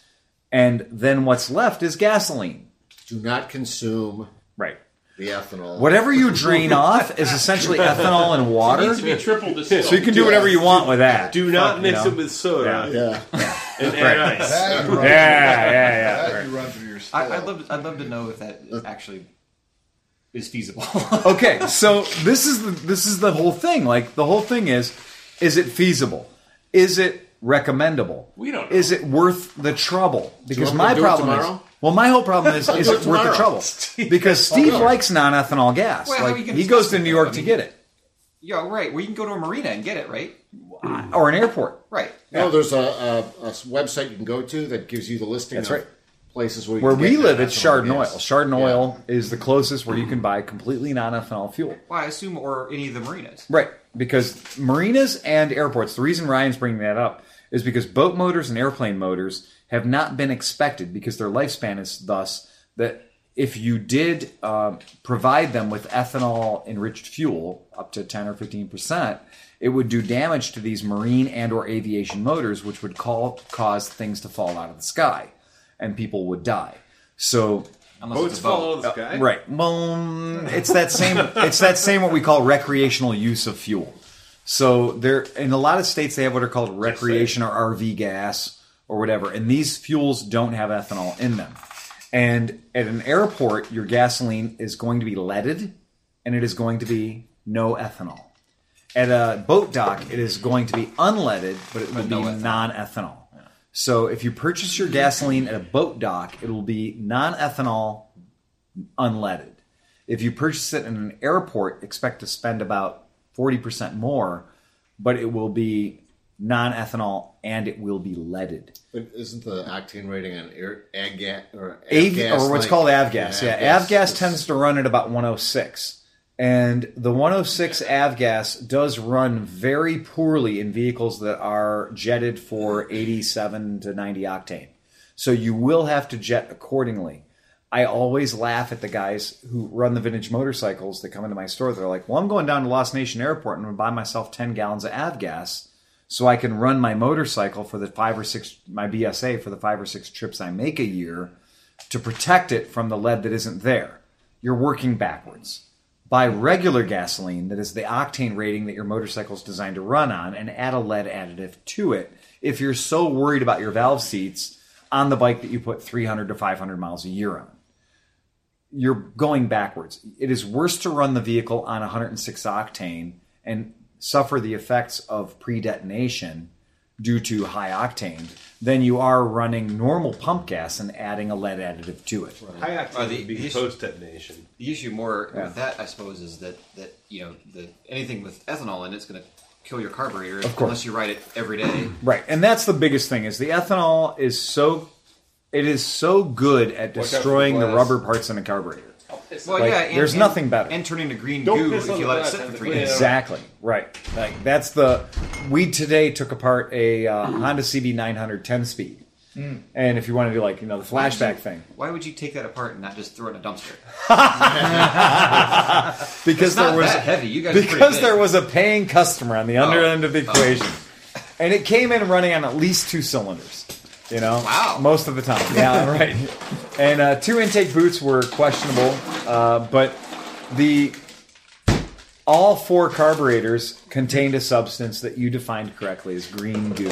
S1: And then what's left is gasoline.
S5: Do not consume
S1: Right.
S5: the ethanol.
S1: Whatever you drain off is essentially ethanol and water.
S6: needs to be triple distilled.
S1: So you can do whatever you want with that.
S4: Do not
S1: Fuck,
S4: mix
S1: you know.
S4: it with soda
S5: Yeah.
S4: and add ice.
S9: That you run-
S1: Yeah, yeah, yeah.
S9: That you run through your still.
S7: I, I'd love, to, I'd love to know if that
S1: Uh,
S7: actually is feasible.
S1: Okay, so this is the this is the whole thing. Like the whole thing is, is it feasible? Is it recommendable?
S6: We don't know.
S1: Is it worth the trouble? Because
S5: want me
S1: my
S5: to do it
S1: problem is.
S5: tomorrow?
S1: Well, my whole problem is, is
S5: do it
S1: it worth the
S5: tomorrow.
S1: trouble? Because Steve likes non-ethanol gas.
S7: Well, how are
S1: like
S7: you gonna
S1: he goes
S7: test
S1: to
S7: it,
S1: New
S7: though?
S1: York
S7: I
S1: to
S7: mean-
S1: get it,
S7: yeah, right. Well, you can go to a marina and get it, right?
S1: or an airport.
S7: Right.
S5: No, there's a, a, a website you can go to that gives you the listing.
S1: That's
S5: of
S1: right.
S5: Places where you
S1: Where
S5: can
S1: we
S5: get
S1: live,
S5: that
S1: it's
S5: ethanol
S1: Chardon
S5: gas.
S1: oil. Chardon oil is the closest where you can buy completely non-ethanol fuel.
S7: Well, I assume, or any of the marinas.
S1: Right, because marinas and airports, the reason Ryan's bringing that up is because boat motors and airplane motors have not been expected because their lifespan is thus that if you did uh, provide them with ethanol enriched fuel up to 10 or 15%, it would do damage to these marine and or aviation motors which would call, cause things to fall out of the sky and people would die. So
S7: Unless
S4: Boats
S7: it's a boat.
S4: follow the sky.
S1: Right. Well, mm, it's that same. it's that same what we call recreational use of fuel. So there, in a lot of states, they have what are called recreation or RV gas or whatever, and these fuels don't have ethanol in them. And at an airport, your gasoline is going to be leaded, and it is going to be no ethanol. At a boat dock, it is going to be unleaded, but it will be non-ethanol. So if you purchase your gasoline at a boat dock, it will be non-ethanol, unleaded. If you purchase it in an airport, expect to spend about forty percent more, but it will be non-ethanol and it will be leaded.
S5: But isn't the octane rating on air, ag, ga- or,
S1: Av-
S5: gas
S1: or what's
S5: like-
S1: called avgas. Yeah,
S5: avgas
S1: avgas
S5: is-
S1: tends to run at about 106, and the 106 avgas does run very poorly in vehicles that are jetted for 87 to 90 octane. So you will have to jet accordingly. I always laugh at the guys who run the vintage motorcycles that come into my store. They're like, "Well, I'm going down to Lost Nation Airport and I'm gonna buy myself 10 gallons of avgas." so I can run my motorcycle for the five or six my BSA for the five or six trips I make a year to protect it from the lead that isn't there. You're working backwards. Buy regular gasoline that is the octane rating that your motorcycle is designed to run on and add a lead additive to it if you're so worried about your valve seats on the bike that you put 300 to 500 miles a year on you're going backwards. It is worse to run the vehicle on 106 octane and suffer the effects of pre detonation due to high octane than you are running normal pump gas and adding a lead additive to it.
S4: High
S7: Uh,
S4: activity
S7: the-
S4: would be
S7: the-
S4: post detonation.
S7: The issue more
S1: Yeah.
S7: with that, I suppose, is that that you know the, anything with ethanol in it's going to kill your carburetor
S1: Of course.
S7: unless you ride it every day.
S1: Right. And that's the biggest thing is the ethanol is so it is so good at
S6: for
S1: destroying the
S6: glass.
S1: rubber parts in a carburetor.
S6: It's
S7: Well,
S1: Like,
S7: yeah, and,
S1: there's
S7: and-
S1: nothing better.
S7: And turning to green
S6: Don't
S7: goo
S6: piss
S7: if
S6: on
S7: you
S6: the
S7: let it
S6: glass
S7: sit
S6: on
S7: for
S6: the
S7: three
S6: clean.
S7: days.
S1: Exactly right. Like that's the we today took apart a uh, Honda CB 900 10 speed, and if you want to do like you know the flashback thing,
S7: Why would you take that apart and not just throw it in a dumpster?
S1: because
S7: It's not
S1: there was
S7: that heavy. You guys are pretty
S1: because
S7: big.
S1: there was a paying customer on the under
S7: Oh.
S1: end of the equation, and it came in running on at least two cylinders. You know,
S7: Wow.
S1: most of the time, yeah, right. And uh, two intake boots were questionable, uh, but the all four carburetors contained a substance that you defined correctly as green goo.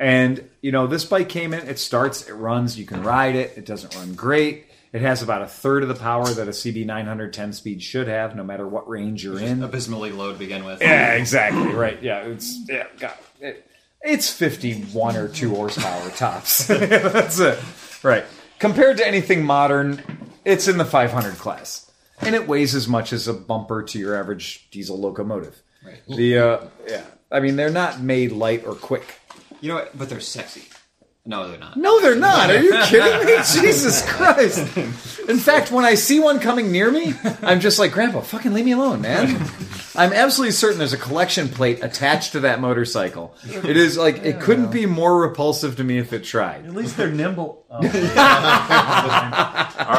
S1: And you know, this bike came in. It starts, it runs. You can ride it. It doesn't run great. It has about a third of the power that a CB 910 speed should have, no matter what range you're in.
S7: abysmally low to begin with.
S1: Yeah, exactly. Right. Yeah, it's yeah. God, it, it's fifty-one or two horsepower tops. That's it. Right. Compared to anything modern, it's in the five hundred class, and it weighs as much as a bumper to your average diesel locomotive. Right. The uh, yeah. I mean, they're not made light or quick.
S7: You know what? But they're sexy. No, they're not.
S1: No, they're not. Are you kidding me? Jesus Christ. In fact, when I see one coming near me, I'm just like, Grandpa, fucking leave me alone, man. I'm absolutely certain there's a collection plate attached to that motorcycle. It is like, it couldn't be more repulsive to me if it tried.
S8: At least they're nimble. Oh,
S4: All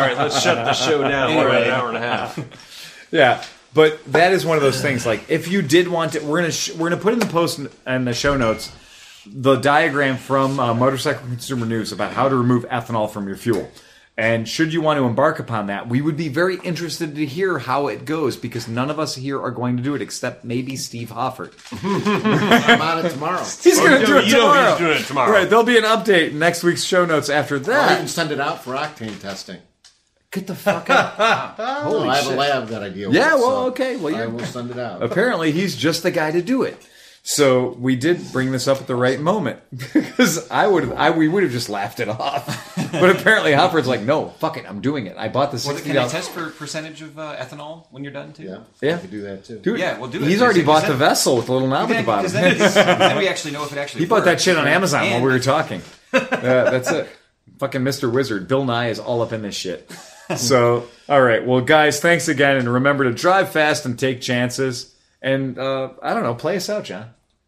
S4: right, let's shut the show down. We're at an hour and a half.
S1: Yeah, but that is one of those things. Like, if you did want to, we're gonna sh- we're gonna put in the post and the show notes the diagram from uh, Motorcycle Consumer News about how to remove ethanol from your fuel. And should you want to embark upon that, we would be very interested to hear how it goes because none of us here are going to do it except maybe Steve Hoffert. Oh,
S5: I'm on it tomorrow.
S1: He's going to do it
S4: you don't
S1: tomorrow.
S4: need to do it tomorrow.
S1: Right, there'll be an update in next week's show notes after
S5: I'll even
S1: that.
S5: send it out for octane testing.
S1: Get the fuck out.
S5: No, I have
S1: shit.
S5: a lab that I deal with.
S1: Yeah, well,
S5: so
S1: okay, well,
S5: I
S1: you're-
S5: will send it out.
S1: apparently he's just the guy to do it. So we did bring this up at the right moment because I would I we would have just laughed it off. But apparently Hopper's like, no, fuck it, I'm doing it. I bought the
S7: Well,
S1: sixty
S7: can I
S1: dollars.
S7: test for percentage of uh, ethanol when you're done too?
S5: Yeah,
S1: Yeah.
S5: I could do that too.
S1: Dude,
S7: Yeah, we'll do it.
S1: He's already bought
S7: Because then-
S1: the vessel with the little knob at the
S7: Then,
S1: bottom.
S7: 'cause then, it's- then we actually know if it actually.
S1: He bought that
S7: works.
S1: shit on Amazon while
S7: And-
S1: we were talking. Uh, that's it. Fucking Mr. Wizard, Bill Nye is all up in this shit. So, all right. Well, guys, thanks again, and remember to drive fast and take chances. And uh, I don't know, play us out, John.